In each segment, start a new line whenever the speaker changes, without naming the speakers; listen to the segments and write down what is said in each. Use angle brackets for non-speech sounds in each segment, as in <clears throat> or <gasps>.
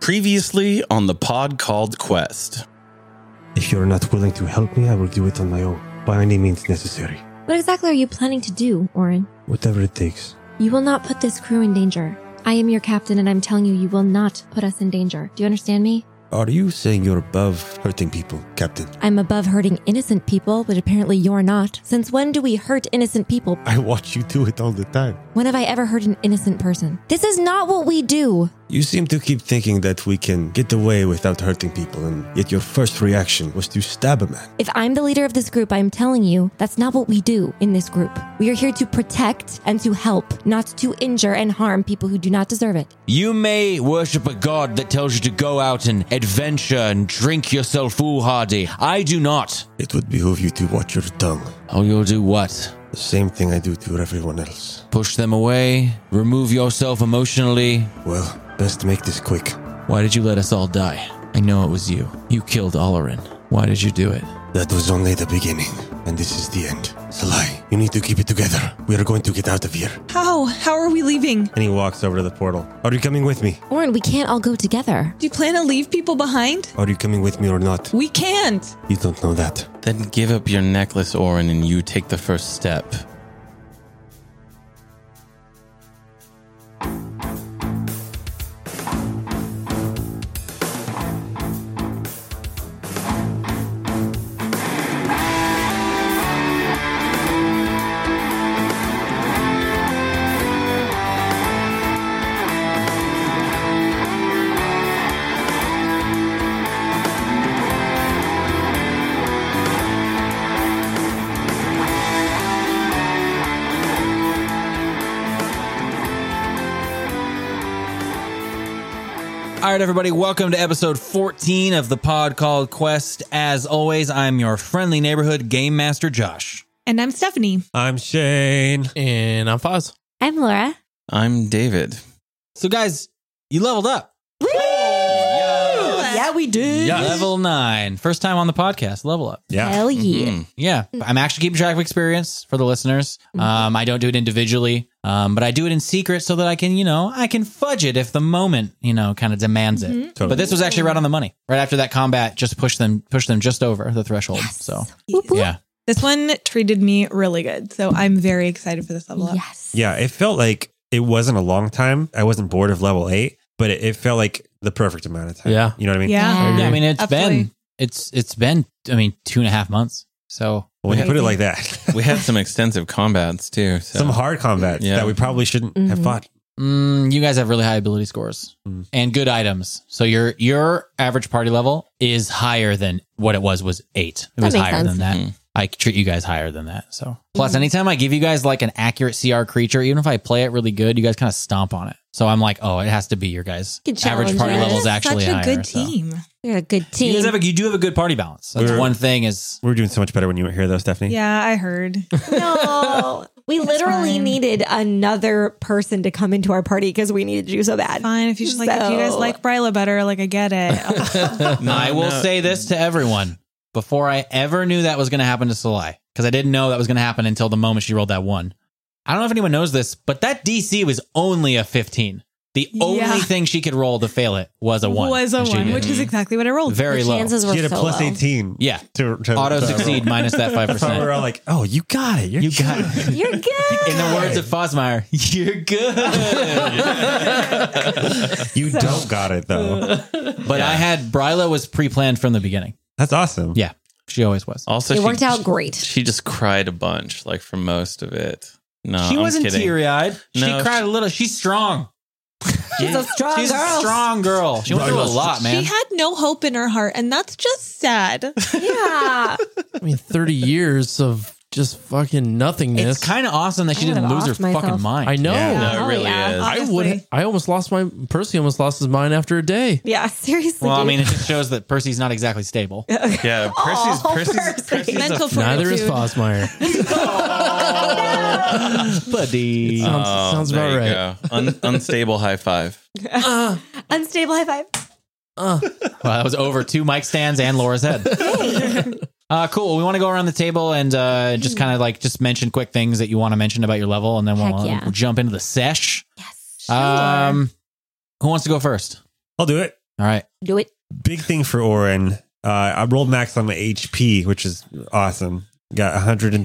Previously on the pod called Quest.
If you're not willing to help me, I will do it on my own, by any means necessary.
What exactly are you planning to do, Orin?
Whatever it takes.
You will not put this crew in danger. I am your captain, and I'm telling you, you will not put us in danger. Do you understand me?
Are you saying you're above hurting people, Captain?
I'm above hurting innocent people, but apparently you're not. Since when do we hurt innocent people?
I watch you do it all the time.
When have I ever hurt an innocent person? This is not what we do.
You seem to keep thinking that we can get away without hurting people, and yet your first reaction was to stab a man.
If I'm the leader of this group, I'm telling you, that's not what we do in this group. We are here to protect and to help, not to injure and harm people who do not deserve it.
You may worship a god that tells you to go out and adventure and drink yourself foolhardy. I do not.
It would behoove you to watch your tongue.
Oh, you'll do what?
The same thing I do to everyone else.
Push them away? Remove yourself emotionally?
Well, best make this quick.
Why did you let us all die? I know it was you. You killed Olorin. Why did you do it?
That was only the beginning, and this is the end. Salai, you need to keep it together. We are going to get out of here.
How? How are we leaving?
And he walks over to the portal. Are you coming with me?
Orin, we can't all go together.
Do you plan to leave people behind?
Are you coming with me or not?
We can't.
You don't know that.
Then give up your necklace, Orin, and you take the first step.
All right, everybody, welcome to episode 14 of the pod called Quest. As always, I'm your friendly neighborhood game master, Josh.
And I'm Stephanie.
I'm Shane.
And I'm Foz.
I'm Laura.
I'm David.
So, guys, you leveled up.
Yeah, we did.
Level nine. First time on the podcast, level up.
Hell yeah.
Mhm.
Yeah, I'm actually keeping track of experience for the listeners. Um, I don't do it individually, um, but I do it in secret so that I can, you know, I can fudge it if the moment, you know, kind of demands it.
Totally.
But this was actually right on the money. Right after that combat, just push them, push them just over the threshold. So
Whoop, whoop.
yeah,
This one treated me really good. So I'm very excited for this level up.
Yes.
Yeah, it felt like it wasn't a long time. I wasn't bored of level eight, but it, it felt like the perfect amount of time.
Yeah.
You know what I mean?
Yeah.
yeah. I mean, it's
Absolutely.
been it's it's been I mean two and a half months. So
When you put it
Amazing.
like that,
We had some extensive combats too. So.
<laughs> some hard combat
Yeah.
that we probably shouldn't have
Mhm.
fought.
Mm, you guys have really high ability scores
Mm.
and good items. So your your average party level is higher than what it was was eight. It
That
was
makes
higher
sense. Mm.
than that.
Mm-hmm.
Mhm.
I treat you guys higher than that. So plus, anytime I give you guys like an accurate CR creature, even if I play it really good, you guys kind of stomp on it. So I'm like, oh, it has to be your guys'
Good
average
challenge,
party
right?
level is
Such
actually
a
higher,
good
so.
team.
You're a good
You
team.
guys have a, you do have a good party balance. That's
We're-
one thing is
We were doing so much better when you weren't here, though, Stephanie.
Yeah, I heard.
<laughs> no. We literally
fine.
needed another person to come into our party because we needed you so bad.
Fine, if you just like, if you guys
So-
like Bryla better, like I get it.
<laughs> I will say this to everyone. Before I ever knew that was going to happen to Salai, because I didn't know that was going to happen until the moment she rolled that one. I don't know if anyone knows this, but that DC was only a 15. The
Yeah.
only thing she could roll to fail it was a
<laughs>
one.
Was a
and she
one,
did.
which is exactly what I rolled.
very
the
low.
chances were
She had a
so
plus
low.
18
yeah.
to, to
Auto
to-
succeed minus
<laughs>
that
That's why we we're
5%.
all like, oh, you got it. You're
You got it.
You're good.
<laughs> In the words of Fosmire, you're good.
<laughs>
You don't got it, though.
but I had Bryla was pre planned from the beginning.
That's awesome.
Yeah. She always was.
Also,
It
she-
worked out
<laughs>
great.
She just cried a bunch, like for most of it. No,
she
Uh, I'm
wasn't
kidding.
teary eyed.
No,
she cried a little. She's strong.
She's a strong
She's
girl.
a strong girl. She went through a lot, man.
She had no hope in her heart, and that's
<laughs>
just sad.
Yeah.
I mean, 30 years of just fucking nothingness.
it's kind of awesome that she
I
didn't
would've
lose her
offed myself.
fucking mind.
I know.
Yeah, no,
Oh,
it really
yeah.
is.
I would.
Honestly.
I almost lost my. Percy almost lost his mind after a day.
Yeah. Seriously.
Well, I
dude.
mean, it just shows that Percy's not exactly stable.
Yeah,
<laughs>
Percy's,
Aw,
Percy's,
Percy.
Percy's a-
Mental
Neither is
fortitude.
<laughs>
Fosmire. <laughs>
Buddy. Uh,
Sounds,
Oh,
sounds
there
about
you
right.
go. Un- unstable high five.
Uh,
unstable high five.
uh.
Well, that was over two mic stands and Laura's
<laughs>
head. Uh, cool. We want to go around the table and uh, just kind of like just mention quick things that you want to mention about your level, and then we'll, uh,
Heck yeah.
we'll jump into the sesh.
Yes.
Um, who wants to go first?
I'll do it.
All right.
Do it.
Big thing for Oren. Uh, I rolled max on my HP, which is awesome. Got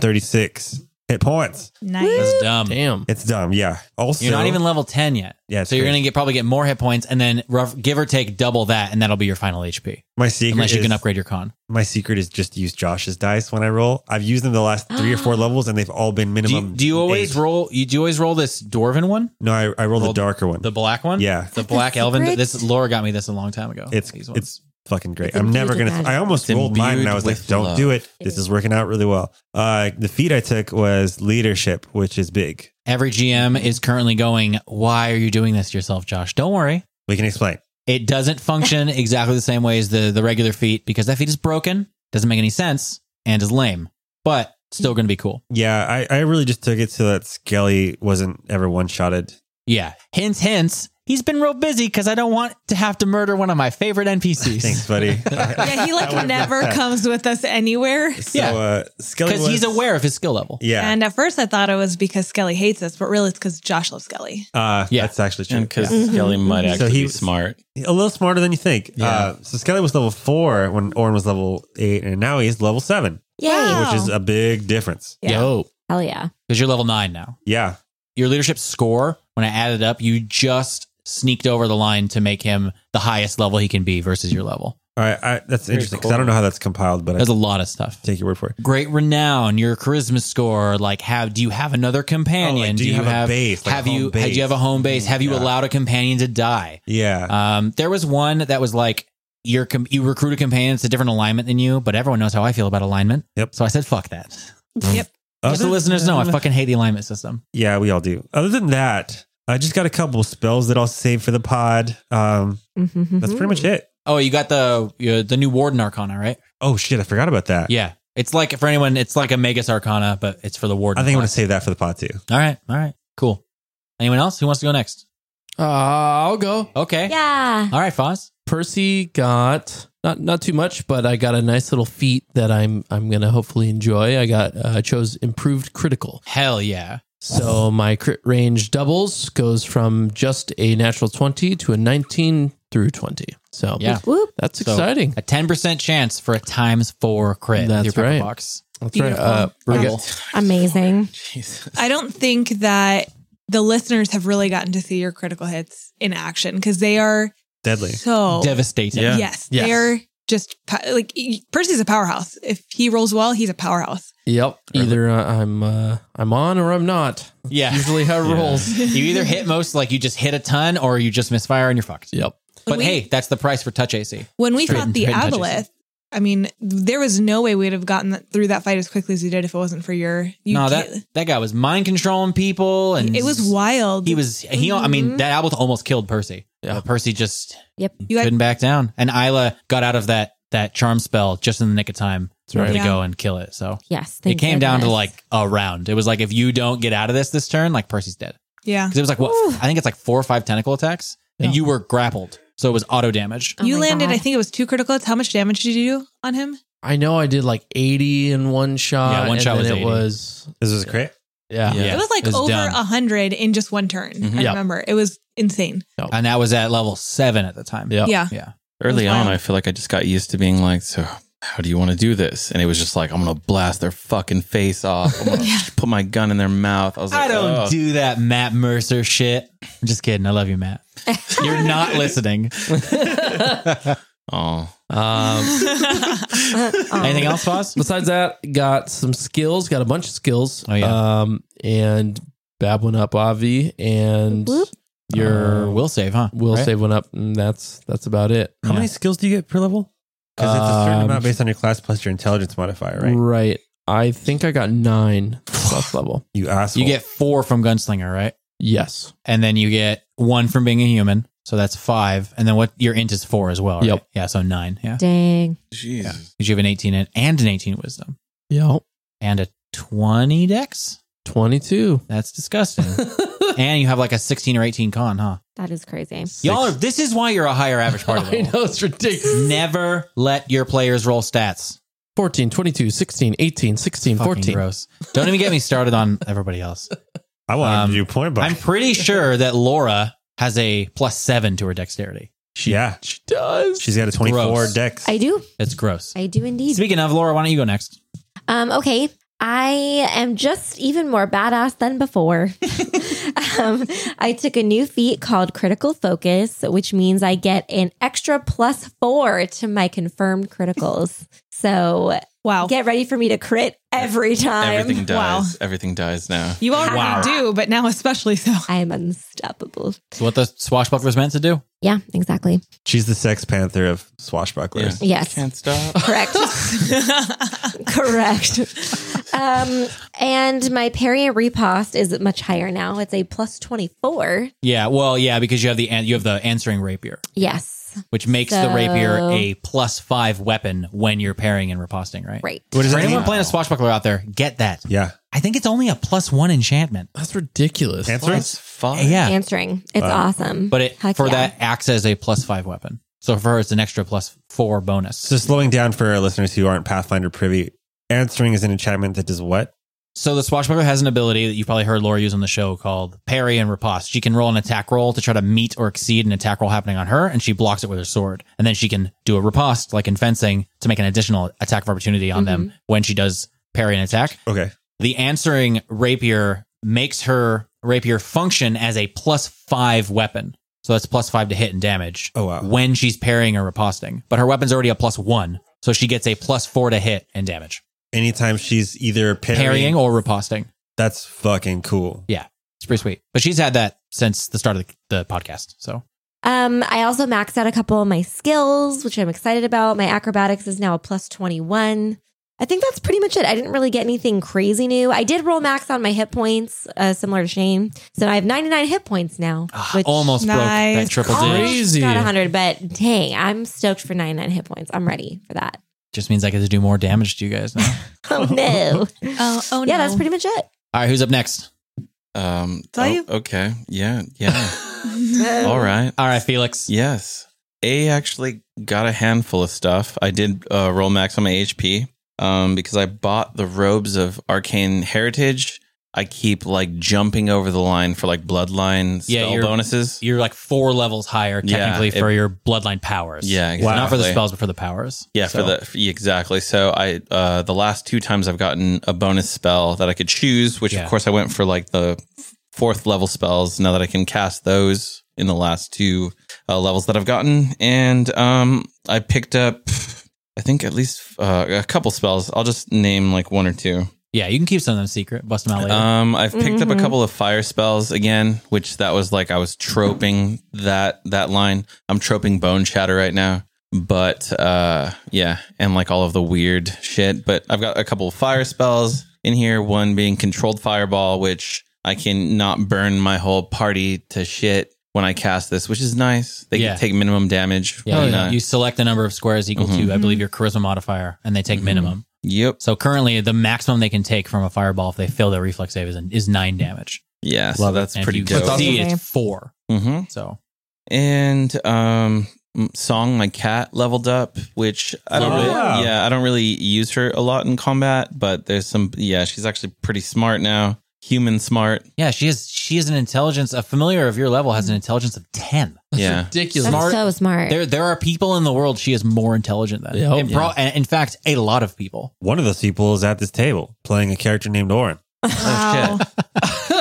136 hit points.
Nice.
That's dumb.
Damn.
It's dumb. Yeah. Also,
You're not even level 10 yet.
Yeah, it's
So you're
crazy.
going to get probably get more hit points and then rough, give or take double that and that'll be your final HP.
my secret.
Unless you
is-
can upgrade your con.
My secret is just use Josh's dice when I roll. I've used them the last three or
<gasps>
four levels, and they've all been
Do
minimum.
you, do you always
eight.
roll you do you always roll this dwarven one?
No, I, I rolled
Roll
the darker one.
The black one?
yeah,
The black elven
secret?
this Laura got me this a long time ago.
it's
These ones.
it's fucking great.
It's
I'm never
imbued
gonna.
with
I
magic.
almost
It's
rolled mine, and I
imbued
was like,
with
"Don't
love."
do it. This is working out really well." Uh, the feat I took was leadership, which is big.
every GM is currently going, "Why are you doing this to yourself, Josh?" Don't worry.
We can explain.
It
<laughs>
doesn't function exactly the same way as the the regular feat because that feat is broken, doesn't make any sense, and is lame. But still going to be cool.
Yeah, I, I really just took it so that Skelly wasn't ever one shotted.
Yeah. Hints, hints. He's been real busy because I don't want to have to murder one of my favorite NPCs.
Thanks,
<laughs>
buddy.
Yeah, he like never comes with us anywhere.
So,
Yeah.
uh, Skelly
Because
was,
he's aware of his skill level.
Yeah,
And at first I thought it was because Skelly hates us, but really it's because Josh loves Skelly.
uh,
Yeah.
that's actually true.
And because
Yeah.
Skelly might
Mhm. So
actually
he
be
was-
smart.
a little smarter than you think.
Yeah.
Uh, so Skelly was level four when Orin was level eight, and now he's level seven,
Yay.
Wow.
which is
Oh.
a big difference.
Yeah.
Yo.
Hell yeah.
Because you're level nine now.
Yeah,
Your leadership score, when I added up, you just sneaked over the line to make him the highest level he can be versus your level.
All right, I, that's
Very
interesting 'cause
cool.
I don't know how that's compiled, but I
There's a lot of stuff.
take your word for it.
Great renown, your charisma score, like have do you have another companion?
Oh, like, do you have a base, like
have
home
you had
base? Mm,
you have a home base? Have you
Yeah.
allowed a companion to die?
Yeah,
Um, there was one that was like your com- you recruit a companion that's a different alignment than you, but everyone knows how I feel about alignment.
Yep.
So I said, "Fuck that." Mm.
Yep.
Just the
Other
listeners know I
than-
fucking hate the alignment system.
yeah, we all do. Other than that, I just got a couple spells that I'll save for the pod. Um,
Mm-hmm.
that's pretty much it.
Oh, you got the you the new warden arcana, right?
Oh shit, I forgot about that.
Yeah. It's like for anyone, it's like a magus arcana, but it's for the warden.
I think I'm gonna
class.
save that for the pod too.
All right. All right. Cool. Anyone else who wants to go next?
Uh, I'll go.
Okay.
Yeah.
All right, Foz.
Percy got not not too much, but I got a nice little feat that I'm I'm gonna hopefully enjoy. I got uh, I chose improved critical,
Hell yeah.
so my crit range doubles, goes from just a natural twenty to a nineteen through twenty. So
Yeah.
Whoop.
that's
So-
exciting.
A 10% chance for a times four crit. with
That's
your pepper
right.
Box.
That's
Beautiful.
right. Uh, I got- <laughs>
Amazing.
Jesus.
I don't think that the listeners have really gotten to see your critical hits in action because they are
Deadly.
so
Devastating.
Yeah.
yes,
Yes.
they're just pa- like e- Percy's a powerhouse. If he rolls well, he's a powerhouse.
yep. Either uh, I'm uh, I'm on or I'm not.
Yeah.
Usually how it
Yeah.
<laughs>
rolls.
you either hit most, like you just hit a ton, or you just misfire and you're fucked.
Yep.
But
we-
hey, that's the price for touch AC.
When we
Straight
fought
and-
the
straight and touches.
Aboleth, I mean, there was no way we would have gotten that, through that fight as quickly as we did if it wasn't for your. You
no, that
can't-
that guy was mind controlling people, and
it was wild. Mm-hmm.
He was he. I mean,
Mhm.
that Aboleth almost killed Percy.
Yeah.
But Percy just
Yep.
You guys-
couldn't back down, and Isla got out of that that charm spell just in the nick of time to
right.
really
Yeah.
go and kill it. So
Yes.
it
thank
came down to
goodness.
like a round. It was like if you don't get out of this this turn, like Percy's dead
yeah.
because it was like what
Ooh.
I think it's like four or five tentacle attacks, and
Yeah.
you were grappled, so it was auto damage.
Oh
you
my
landed,
God.
I think it was two critical hits. How much damage did you do on him?
I know I did like eighty in one shot.
Yeah, one
and
shot
then
was
it
80.
was
This was a crit.
yeah.
Yeah.
it was like
it was
over a
dumb. Mm-hmm.
hundred in just one turn.
Mhm.
I
Yeah.
remember it was insane. <laughs>
And that was at level seven at the time.
Yeah.
Yeah,
Early
Wow.
on, I feel like I just got used to being like, so how do you want to do this? And it was just like, I'm going to blast their fucking face off. I'm going to
<laughs> Yeah.
put my gun in their mouth. I was like,
I don't
oh.
do that Matt Mercer shit. I'm just kidding. I love you, Matt. You're not listening.
Oh.
Um, <laughs>
<laughs> Uh,
Anything else, Foz?
besides that, got some skills, got a bunch of skills.
Oh, yeah.
Um, and Bab went up, Avi, and
Whoop.
Your
Uh,
will save, huh?
Will
Right?
save went up, and that's that's about it.
How many skills do you get per level? Because it's a certain
Um,
amount based on your class plus your intelligence modifier, right?
Right. I think I got nine
<sighs>
plus level.
You asshole.
You get four from Gunslinger, right?
Yes.
And then you get one from being a human. So that's five. And then what your int is four as well. Right?
Yep.
Yeah. So nine. Yeah.
Dang.
Jeez.
Yeah. 'Cause you have an 18 int and an 18 wisdom
Yeah.
and a 20 dex.
Twenty-two.
That's disgusting.
<laughs>
and you have like a 16 or 18 con, huh?
That is crazy.
<laughs> Y'all are, this is why you're a higher average part <laughs> of
I
it.
know it's ridiculous.
Never let your players roll stats.
14, 22, 16, 18, 16,
Fucking
14.
gross. Don't even get me started
<laughs>
on everybody else.
I want
um,
to do point by.
I'm pretty sure that Laura has a plus seven to her dexterity.
She,
Yeah.
she does.
She's got a 24
Gross.
dex.
I do.
It's gross.
I do indeed.
Speaking of Laura, why don't you go next?
Um, okay. I am just even more badass
<laughs>
than before. um, I took a new feat called Critical Focus, which means I get an extra plus four to my confirmed criticals. So
Wow.
get ready for me to crit every time.
Everything
wow.
dies. Everything dies now.
you already
Wow.
do, but now especially so.
I am unstoppable.
It's what the swashbuckler's meant to do.
Yeah, exactly.
She's the sex panther of swashbucklers.
Yes.
<laughs>
Can't stop. <laughs>
Correct. Correct. Um, and my parry and riposte is much higher now. It's a plus 24.
Yeah, well, yeah, because you have the an- you have the answering rapier,
Yes.
which makes the
So-
rapier a plus five weapon when you're parrying and riposting, right?
Right.
What does
For
that
anyone
mean?
playing a swashbuckler out there, get that.
Yeah.
I think it's only a plus one enchantment.
That's ridiculous.
Answer
That's fine.
Yeah,
answering. It's
Wow.
awesome.
but it
Heck
for
yeah.
that acts as a plus five weapon. So for her, it's an extra plus four bonus.
So slowing down for our listeners who aren't Pathfinder privy, answering is an enchantment that does what?
So the swashbuckler has an ability that you probably heard Laura use on the show called parry and riposte. She can roll an attack roll to try to meet or exceed an attack roll happening on her, and she blocks it with her sword. And then she can do a riposte, like in fencing, to make an additional attack of opportunity on
Mm-hmm.
them when she does parry and attack.
Okay.
The answering rapier makes her rapier function as a plus five weapon. So that's plus five to hit and damage
Oh,
Uh.
wow.
when she's parrying or riposting. But her weapon's already a plus one, so she gets a plus four to hit and damage.
Anytime she's either parrying,
Parrying or riposting.
that's fucking cool.
It's pretty sweet. But she's had that since the start of the, the podcast. So
Um, I also maxed out a couple of my skills, which I'm excited about. My acrobatics is now a plus 21. I think that's pretty much it. I didn't really get anything crazy new. I did roll max on my hit points, uh, similar to Shane. So I have 99 hit points now,
ah,
which
almost broke
Nice.
that triple digit.
Crazy.
Not 100, but dang, I'm stoked for 99 hit points. I'm ready for that. <laughs>
Just means I get to do more damage to you
<laughs>
guys now.
Oh, no.
Oh, oh
yeah, that's pretty much it.
All right, who's
<laughs>
up next?
Um,
Saw
oh,
you.
Okay. Yeah. Yeah.
<laughs>
All right.
All right, Felix.
Yes. A actually got a handful of stuff. I did uh, roll max on my HP um, because I bought the robes of arcane heritage. I keep like jumping over the line for like bloodline
Yeah,
spell
you're-
bonuses.
You're like four levels higher
Yeah,
technically
it-
for your bloodline powers.
yeah, exactly.
Not for the spells, but for the powers.
Yeah,
So-
for the f- exactly. So I uh the last two times I've gotten a bonus spell that I could choose, which
Yeah.
of course I went for like the f- fourth level spells now that I can cast those in the last two uh, levels that I've gotten and um I picked up I think at least uh, a couple spells. I'll just name like one or two.
Yeah, you can keep some of them secret, bust them out later.
Um, I've picked up
Mhm.
a couple of fire spells again, which that was like I was troping that that line. I'm troping bone shatter right now, but uh, yeah, and like all of the weird shit. But I've got a couple of fire spells in here. One being controlled fireball, which I can not burn my whole party to shit when I cast this, which is nice. They
Yeah.
can take minimum damage.
yeah,
when,
you,
uh,
you select the number of squares equal to, I
Mm-hmm.
Mhm.
believe, your charisma modifier, and they take
Mhm.
minimum.
yep.
So currently, the maximum they can take from a fireball if they fail their reflex save is, is nine damage.
Yeah. so
Love it.
that's
And
pretty
if you
dope.
succeed,
Okay.
it's four.
Mm-hmm.
So
and um song my cat leveled up which i don't
Oh,
really,
wow.
yeah i don't really use her a lot in combat but there's some yeah she's actually pretty smart now human <laughs> smart
Yeah, she is. She is an intelligence. A familiar of your level has an intelligence of ten.
That's
yeah
ridiculous.
That's
Smart.
so smart.
There, there are people in the world she is more intelligent than.
Yeah.
in, pro- and in fact, a lot of people.
One of those people is at this table playing a character named Orin.
<laughs> Wow.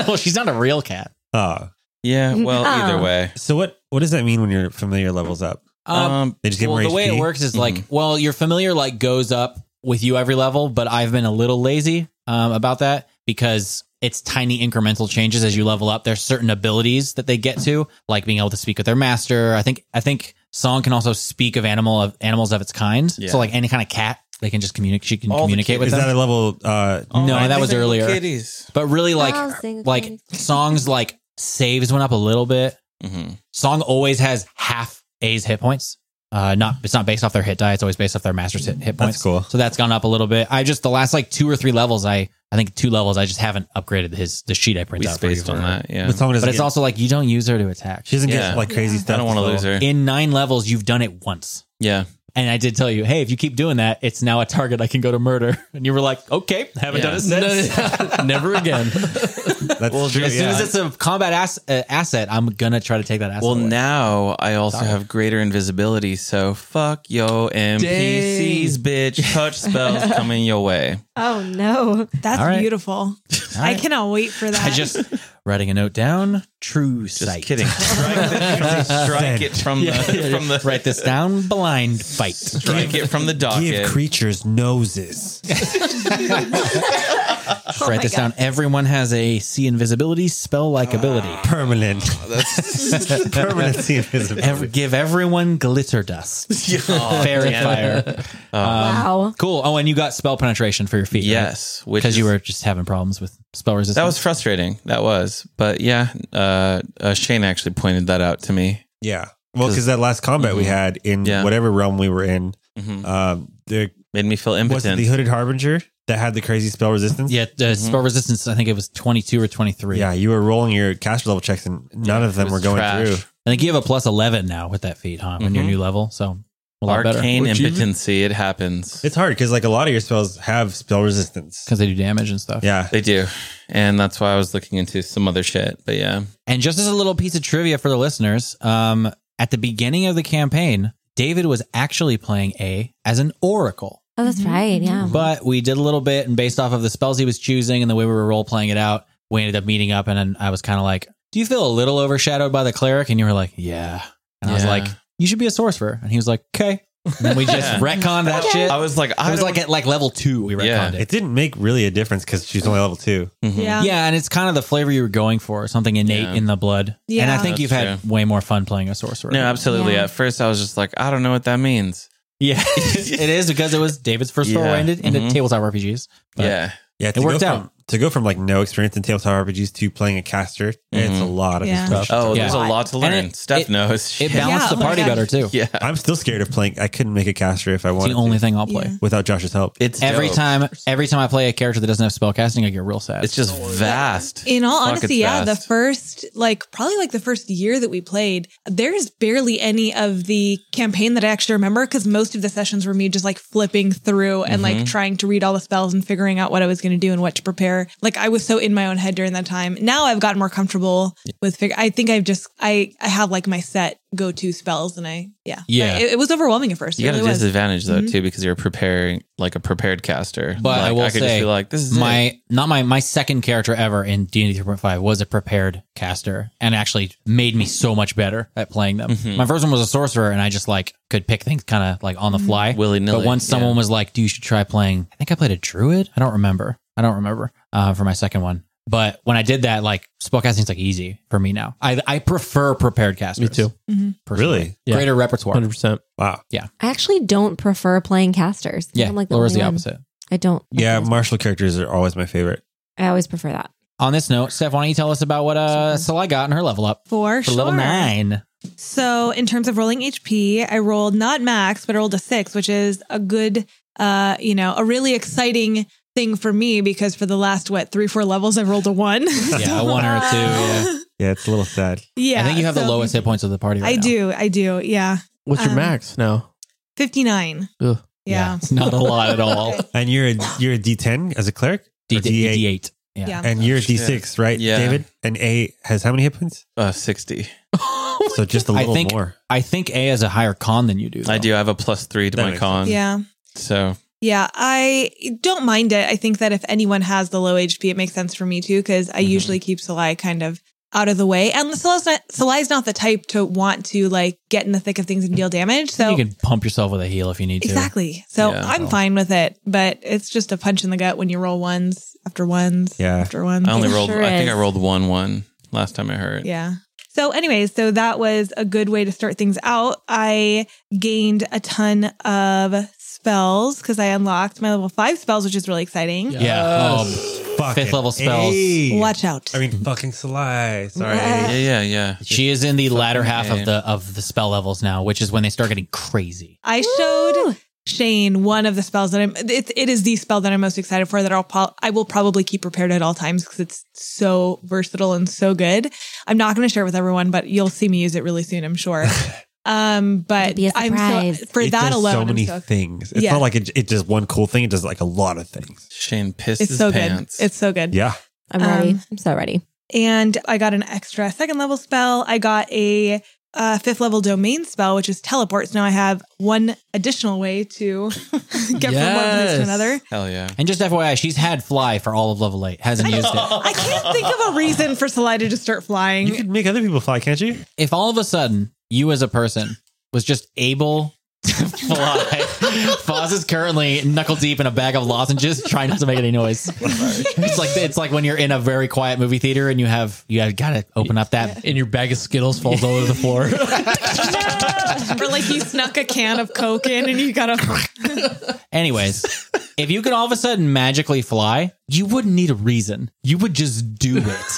well, she's not a real cat.
Uh,
yeah well
Ah.
either way
so what what does that mean when your familiar levels up?
Um,
um
They just give
well,
more
the way
HP?
it works is like, well, your familiar like goes up with you every level, but I've been a little lazy um, about that because it's tiny incremental changes as you level up. There's certain abilities that they get to, like being able to speak with their master. I think I think Song can also speak of animal of animals of its kind.
Yeah.
So like any kind of cat, they can just communicate. She can
All the
communicate
kid-
with
Is
them. Oh,
that a level? Uh,
No,
my
that was
single
earlier.
kitties
but really like
Oh, single
like
kid.
songs like saves went up a little bit
Mhm.
song always has half a's hit points uh not it's not based off their hit die it's always based off their master's hit, hit points
that's cool.
so that's gone up a little bit i just the last like two or three levels i i think two levels i just haven't upgraded his the sheet i
we
printed out for you
spaced
for
on
her.
that yeah
But someone doesn't
but it's
get-
also like you don't use her to attack
she doesn't
Yeah.
get like crazy
i
stuff.
don't want to
this
lose
level.
her
in nine levels you've done it once
yeah
And I did tell you, hey, if you keep doing that, it's now a target I can go to murder. <laughs> And you were like, okay, haven't done it since. <laughs>
No, never again.
That's true.
As soon
yeah.
as it's a combat ass, uh, asset, I'm gonna try to take that asset.
Well,
away.
now I also have greater invisibility, so fuck yo NPCs, bitch. Touch spells <laughs> coming your way.
Oh no.
That's
All right.
beautiful. I
right.
cannot wait for that.
I just writing a note down. True
Just
sight. <laughs>
kidding. Strike, the, <laughs> strike it from the from the
Write this down. Blind fight.
strike it from the
Give
docket.
creatures
<laughs>
noses.
Write this down. Everyone has a see invisibility spell
Ah.
like ability.
Permanent. <laughs>
<laughs>
Permanency invisibility.
Oh, Every, give everyone glitter dust.
<laughs> Oh,
Fairy fire.
wow.
Cool. Oh, and you got spell penetration for your feet.
yes, which
Because you
is-
were just having problems with spell resistance.
that was frustrating. That was, but yeah, uh, uh, Shane actually pointed that out to me.
Yeah. Well, because that last combat
Mm-hmm.
we had in
Yeah.
whatever realm we were in,
Mhm.
um, there
Made me feel
was it
impotent.
the hooded harbinger that had the crazy spell resistance.
<laughs> yeah, the
Mm-hmm.
spell resistance, I think it was 22 or 23.
Yeah, you were rolling your caster level checks and none of them
it
were
was
going
trash.
through.
I think you have a plus 11 now with that feat, huh? In your
Mhm.
new level. So a lot
Arcane
better.
impotency. It happens.
It's hard because like a lot of your spells have spell resistance.
Because they do damage and stuff.
Yeah.
They do, and that's why I was looking into some other shit. But yeah,
And just as a little piece of trivia for the listeners, um, at the beginning of the campaign, David was actually playing A as an oracle.
Oh, that's right. Yeah.
But we did a little bit, and based off of the spells he was choosing and the way we were role playing it out, we ended up meeting up. And then I was kind of like, Do you feel a little overshadowed by the cleric? And you were like, Yeah. And I was
Yeah.
like, You should be a sorcerer. And he was like, Okay. And then we
<laughs>
just
Yeah.
retconned that shit.
I was like, I
it was like at like level two, we retconned
Yeah.
it.
It didn't make really a difference because she's only level two.
Mhm.
yeah.
Yeah, and it's kind of the flavor you were going for, something innate
Yeah.
in the blood.
Yeah.
And I think
That's
you've had way more fun playing a sorcerer.
No, absolutely.
Yeah.
At first, I was just like, I don't know what that means. <laughs>
Yeah, it is because it was David's first
Yeah.
role ended in
Mhm.
tabletop RPGs. But-
yeah,
Yeah, to
It
go
worked
from-
out.
To go from like no experience in tabletop RPGs to playing a caster, it's a lot of
Yeah.
stuff.
Oh, there's a
Mm-hmm. Yeah.
lot to learn.
And it-
Steph
it-
knows.
It
Shit.
balanced
Yeah,
the
oh my
party
God.
better too.
<laughs> yeah,
I'm still scared of playing. I couldn't make a caster if I
It's
wanted
the only
to,
thing I'll play.
Yeah.
without Josh's help.
it's
Every
dope.
time every time I play a character that doesn't have spellcasting, I get real sad.
It's just vast.
In all
Fuck,
honesty,
it's
yeah, the
vast.
first, like, probably like the first year that we played, there's barely any of the campaign that I actually remember because most of the sessions were me just like flipping through and
Mm-hmm.
like trying to read all the spells and figuring out what I was going to do and what to prepare. Like, I was so in my own head during that time. Now I've gotten more comfortable with figure. I think I've just, I, I have like my set go to spells and I, yeah.
Yeah.
But It, it was overwhelming at first.
you
it
got a
really was. Mm-hmm.
disadvantage though too because you're preparing like a prepared caster.
But
Like,
I will
could
say,
just be like, this is
my
it.
not my my second character ever in D and D three point five was a prepared caster and actually made me so much better at playing them.
Mm-hmm.
My first one was a sorcerer and I just like could pick things kind of like
Mm-hmm.
on the fly
Willy nilly,
But once
yeah.
someone was like, "Do you should try playing?" I think I played a druid. I don't remember. I don't remember uh, for my second one. But when I did that, like spellcasting's like easy for me now. I I prefer prepared casters.
Me too.
Mm-hmm.
personally.
Really?
Yeah.
Greater repertoire.
Hundred percent.
Wow.
I actually don't prefer playing casters. I think
Yeah.
I'm like the
Laura's
only
the
one.
opposite.
I don't. like
Yeah,
those.
martial characters are always my favorite.
I always prefer that.
On this note, Steph, why don't you tell us about what uh Salai got in her level up
For,
for level
sure.
nine?
So in terms of rolling HP, I rolled not max, but I rolled a six, which is a good, uh, you know, a really exciting thing for me because for the last what three, four levels, I've rolled a one. <laughs>
Yeah, a one or a two. Yeah.
Yeah, it's a little sad.
yeah,
I think you have the
so-
lowest hit points of the party. Right
I
now.
do, I do. Yeah,
What's your
Um,
max now?
fifty nine.
Ugh.
Yeah.
it's <laughs> not a lot at
<laughs>
all.
And you're a, you're a D10 as a cleric,
D
Or D8.
D eight.
yeah,
Yeah.
and you're a D6, right,
Yeah.
David? And A has how many hit
<laughs>
points?
uh, sixty.
So just a
I
little
think-
more.
I think A has a higher con than you do.
I
though.
do. I have a plus three to
That
my
makes
con.
yeah.
So
Yeah, I don't mind it. I think that if anyone has the low HP, it makes sense for me too, because I
Mhm.
usually keep Salai kind of out of the way. And Salai's not, Salai's not the type to want to like get in the thick of things and deal damage. So
you can pump yourself with a heal if you need to.
exactly. So
Yeah,
I'm
well.
fine with it, but it's just a punch in the gut when you roll ones after ones
Yeah.
after ones.
I only
It
rolled.
sure
I think I
is.
rolled one one last time I heard.
Yeah. So, anyways, so that was a good way to start things out. I gained a ton of spells because I unlocked my level five spells, which is really exciting.
Yeah. Oh,
Fucking
Fifth level spells.
A.
Watch out.
I mean, fucking Sly. Sorry.
yeah, yeah, yeah.
she is in the latter half
A.
of the of the spell levels now, which is when they start getting crazy.
I showed Shane one of the spells that I'm. It, it is the spell that I'm most excited for. That I'll pro- I will probably keep prepared at all times because it's
<laughs>
so versatile and so good. I'm not going to share it with everyone, but you'll see me use it really soon. I'm sure. Um, but
It'd be a
I'm so
surprise.
for
It
that
does
alone.
so
I'm
many
so-
things. It's
Yeah.
not like it, it does one cool thing. It does like a lot of things.
Shane pissed
it's
his
so
pants.
good. It's so good.
Yeah.
I'm ready.
Um,
I'm so ready.
And I got an extra second level spell. I got a uh, fifth level domain spell, which is teleport. So now I have one additional way to <laughs> get from one place
Yes.
to another.
Hell yeah.
And just FYI, she's had fly for all of level eight, hasn't used
<laughs>
it.
I can't think of a reason for Salida to start flying.
You can make other people fly, can't you?
If all of a sudden you as a person was just able to <laughs> fly, Foz is currently knuckle deep in a bag of lozenges, trying not to make any noise. It's like it's like when you're in a very quiet movie theater and you have you have got to open up that.
and your bag of Skittles falls all over the floor. <laughs>
or like you snuck a can of Coke in and you got a.
Anyways, if you could all of a sudden magically fly, you wouldn't need a reason. You would just do it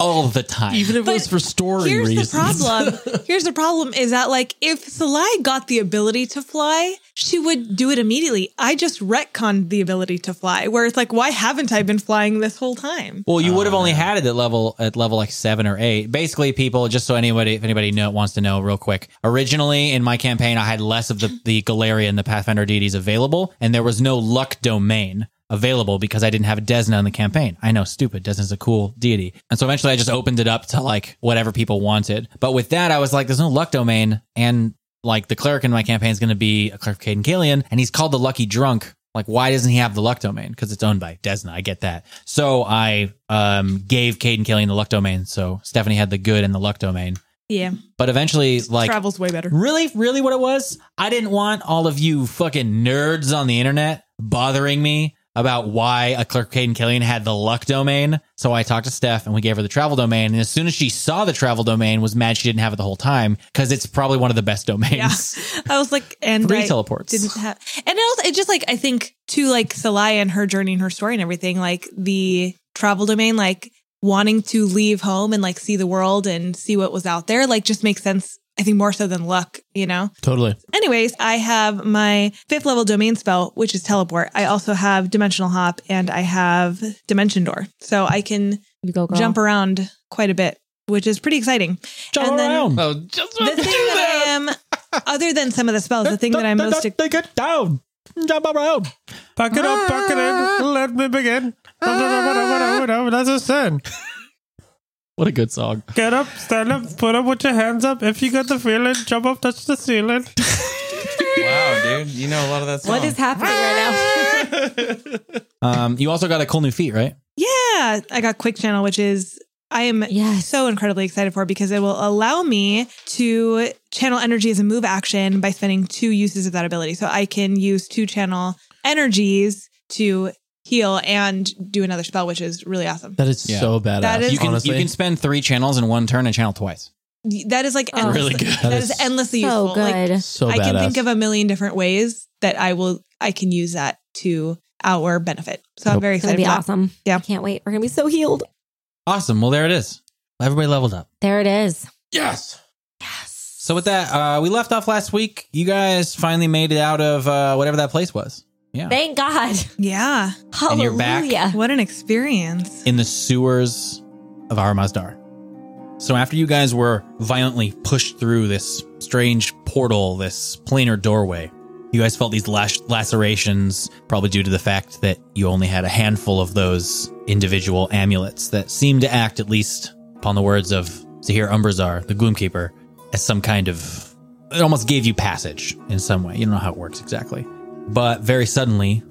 all the time.
Even if it was for story
Here's
reasons.
the problem. Here's the problem is that like if Salai got the ability to fly, she would do it immediately. I just retconned the ability to fly, where it's like, why haven't I been flying this whole time?
Well, you would have only had it at level at level like seven or eight. Basically, people, just so anybody if anybody know wants to know real quick. Originally in my campaign, I had less of the, the Galeria and the Pathfinder deities available, and there was no luck domain available because I didn't have Desna in the campaign. I know, stupid. Desna's a cool deity. And so eventually I just opened it up to like whatever people wanted. But with that, I was like, there's no luck domain and like the cleric in my campaign is going to be a cleric Caden Kalian, and he's called the Lucky Drunk. Like, why doesn't he have the luck domain? Because it's owned by Desna. I get that. So I um, gave Caden Kalian the luck domain. So Stephanie had the good and the luck domain.
Yeah.
But eventually, like,
Travel's way better.
really, really what it was? I didn't want all of you fucking nerds on the internet bothering me about why a clerk Caden Killian had the luck domain. So I talked to Steph and we gave her the travel domain. And as soon as she saw the travel domain, was mad she didn't have it the whole time because it's probably one of the best domains.
I was like, and
Three
I
teleports.
didn't have, and it also it just like I think to like Salaya and her journey and her story and everything, like the travel domain, like wanting to leave home and like see the world and see what was out there, like just makes sense. I think more so than luck, you know.
totally.
Anyways, I have my fifth level domain spell, which is teleport. I also have dimensional hop and I have dimension door, so I can
You go, girl.
jump around quite a bit, which is pretty exciting.
Jump
And then-
around.
Oh, just
The thing that I am, other than some of the spells, the thing that I'm most
Take it down. Jump around.
Pack it up, pack it
Ah.
in. Let me begin. That's a sin.
What a good song.
Get up, stand up, put up with your hands up. If you got the feeling, jump up, touch the ceiling.
Wow, dude. You know a lot of that song.
What is happening right now?
Um, you also got a cool new feat, right?
<gasps> Yeah, I got Quick Channel, which is I am
Yes.
so incredibly excited for because it will allow me to channel energy as a move action by spending two uses of that ability. So I can use two channel energies to heal and do another spell, which is really awesome.
That is
Yeah.
so badass.
That is-
You can
honestly.
you can spend three channels in one turn and channel twice.
That is like
Oh.
endless,
Really good.
That is endlessly useful.
so good.
Like,
so
I
badass.
can think of a million different ways that I will I can use that to our benefit. So I'm
Nope.
very
it's gonna
excited.
be
for that.
awesome.
Yeah.
I can't wait. We're gonna be so healed.
Awesome. Well, there it is. Everybody leveled up.
There it is.
yes.
Yes.
So with that, uh, we left off last week. You guys finally made it out of uh, whatever that place was. Yeah,
Thank
<laughs>
God.
Yeah.
Hallelujah.
you're back.
What an experience.
in the sewers of Armazdar. So after you guys were violently pushed through this strange portal, this planar doorway, you guys felt these lash- lacerations, probably due to the fact that you only had a handful of those individual amulets that seemed to act, at least upon the words of Zahir Umbrazar, the Gloomkeeper, as some kind of. It almost gave you passage in some way. You don't know how it works exactly. But very suddenly,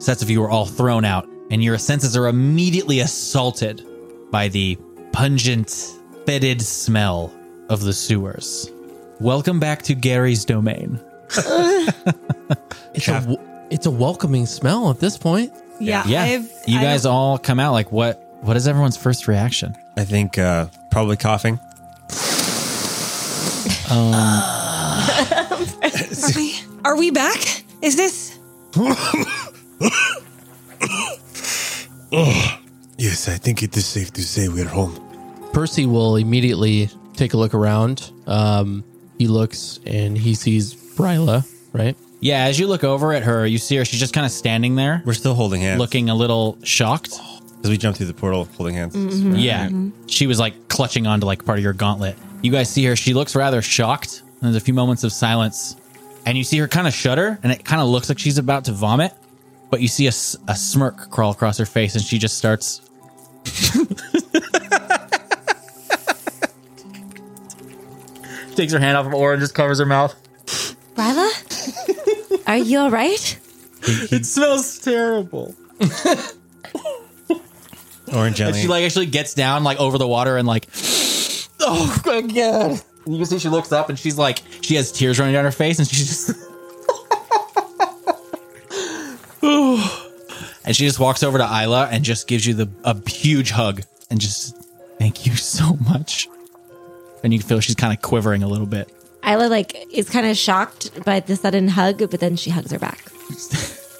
sets of you are all thrown out, and your senses are immediately assaulted by the pungent, fetid smell of the sewers. Welcome back to Gary's domain.
It's a, w- it's a welcoming smell at this point.
Yeah, I've,
you
I
guys
don't-
all come out like what? What is everyone's first reaction?
I think uh, probably coughing.
Are we, are we back? Is this?
Yes, I think it is safe to say we're home.
Percy will immediately take a look around. Um, he looks and he sees Bryla, right?
Yeah, as you look over at her, you see her. She's just kind of standing there,
We're still holding hands.
looking a little shocked.
Mm-hmm.
Because we jumped through the portal holding hands.
Mm-hmm. Yeah, she was like clutching onto like part of your gauntlet, You guys see her. She looks rather shocked. There's a few moments of silence. And you see her kind of shudder, and it kind of looks like she's about to vomit. But you see a, s- a smirk crawl across her face, and she just starts. Takes her hand off of Orin, just covers her mouth.
Ryla? Are you all right?
It smells terrible.
Orange
And she
jelly.
like actually gets down like over the water and like, <gasps> oh my god! And you can see she looks up and she's like, she has tears running down her face and she's just, <laughs> and she just walks over to Isla and just gives you the a huge hug and just thank you so much. And you can feel she's kind of quivering a little bit. <laughs>
Isla like is kind of shocked by the sudden hug, but then she hugs her back.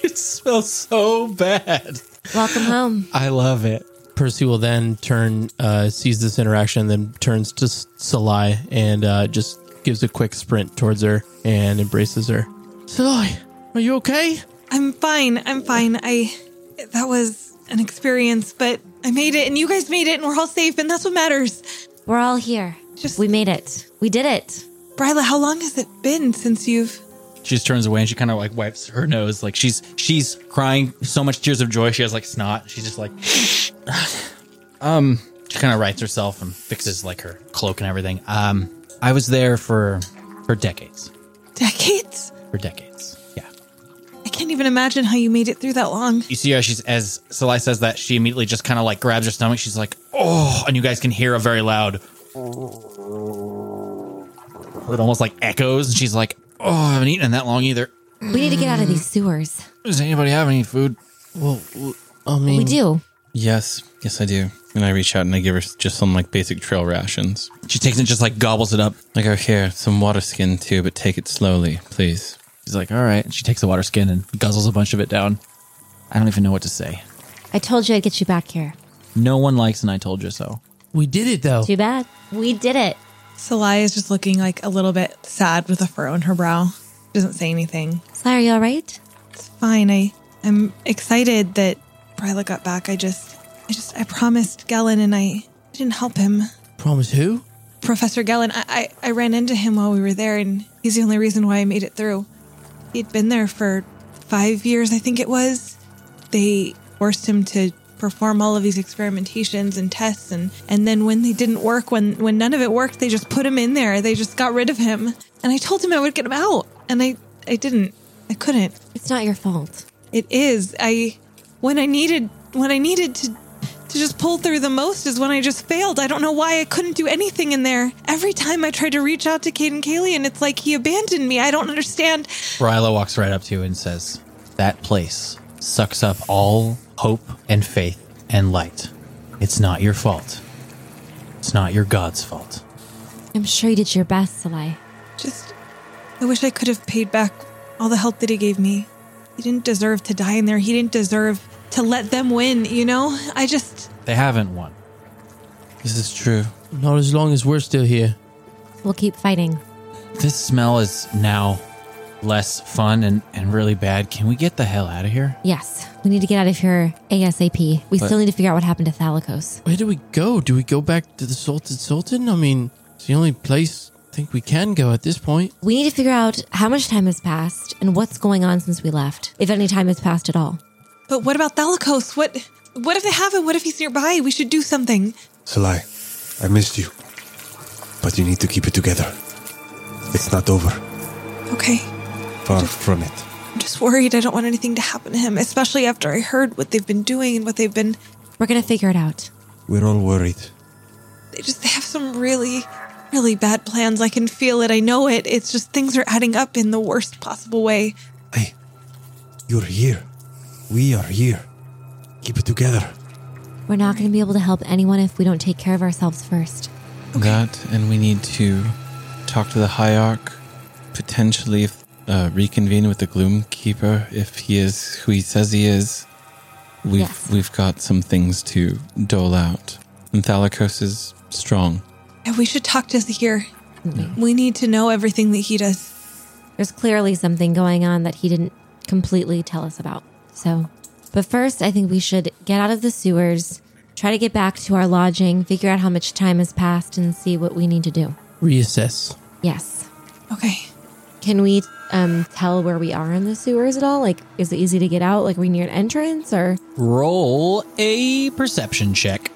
It smells so bad.
Welcome home.
I love it.
Percy will then turn, uh, sees this interaction, then turns to S- Salai and uh, just gives a quick sprint towards her and embraces her. Salai, are you okay?
I'm fine. I'm fine. I that was an experience, but I made it and you guys made it and we're all safe and that's what matters.
We're all here.
Just-
we made it. We did it.
Bryla, how long has it been since you've
She just turns away and she kind of like wipes her nose. Like she's she's crying so much tears of joy. She has like snot. She's just like, <sighs> um. She kind of rights herself and fixes like her cloak and everything. Um, I was there for for decades,
decades?
for decades. Yeah.
I can't even imagine how you made it through that long.
You see how she's as Salai says that she immediately just kind of like grabs her stomach. She's like, oh, and you guys can hear a very loud. It almost like echoes, and she's like, oh, I haven't eaten in that long either.
We need to get out of these sewers.
Does anybody have any food?
I mean,
We do.
Yes, yes, I do. And I reach out and I give her just some like basic trail rations.
She takes it, and just like gobbles it up.
I go here, some water skin too, but take it slowly, please.
She's like, all right. She takes the water skin and guzzles a bunch of it down. I don't even know what to say.
I told you I'd get you back here.
No one likes, and I told you so.
we did it though.
Too bad. We did it.
Salai is just looking like a little bit sad with a furrow in her brow. She doesn't say anything.
Sly, are you all right?
It's fine. I I'm excited that Bryla got back. I just I just I promised Gellin and I didn't help him.
Promise who?
Professor Gellin, I, I, I ran into him while we were there, and he's the only reason why I made it through. He'd been there for five years, I think it was. They forced him to perform all of these experimentations and tests, and, and then when they didn't work, when, when none of it worked, they just put him in there. They just got rid of him. And I told him I would get him out, and I, I didn't. I couldn't.
It's not your fault.
It is. I when I needed when I needed to to just pull through the most is when I just failed. I don't know why I couldn't do anything in there. Every time I tried to reach out to Caden Kalian, it's like he abandoned me. I don't understand.
Ryla walks right up to you and says, That place sucks up all hope and faith and light. It's not your fault. It's not your God's fault.
I'm sure you did your best, Sly.
Just I wish I could have paid back all the help that he gave me. He didn't deserve to die in there. He didn't deserve to let them win, you know? I just
They haven't won.
This is true.
Not as long as we're still here.
We'll keep fighting.
This smell is now less fun and, and really bad. Can we get the hell out of here?
Yes, we need to get out of here ASAP. We still need to figure out what happened to Thalikos.
Where do we go? Do we go back to the Sultan Sultan? I mean, it's the only place I think we can go at this point.
We need to figure out how much time has passed and what's going on since we left, if any time has passed at all.
but what about Thalikos? What what if they have it? What if he's nearby? We should do something.
Salai, I missed you. But you need to keep it together. It's not over.
Okay.
Far from it.
I'm just worried. I don't want anything to happen to him, especially after I heard what they've been doing and what they've been.
We're gonna figure it out.
We're all worried.
They just they have some really, really bad plans. I can feel it. I know it. It's just things are adding up in the worst possible way.
Hey, you're here. We are here. Keep it together.
We're not gonna be able to help anyone if we don't take care of ourselves first.
That, and we need to talk to the High Arc, potentially uh, reconvene with the Gloomkeeper if he is who he says he is. We've,
Yes.
we've got some things to dole out. And Thalikos is strong.
And we should talk to here. We need to know everything that he does.
There's clearly something going on that he didn't completely tell us about. So, but first, I think we should get out of the sewers, try to get back to our lodging, figure out how much time has passed, and see what we need to do.
reassess.
Yes.
Okay.
Can we um, tell where we are in the sewers at all? Like, is it easy to get out? Like, are we near an entrance or?
Roll a perception check.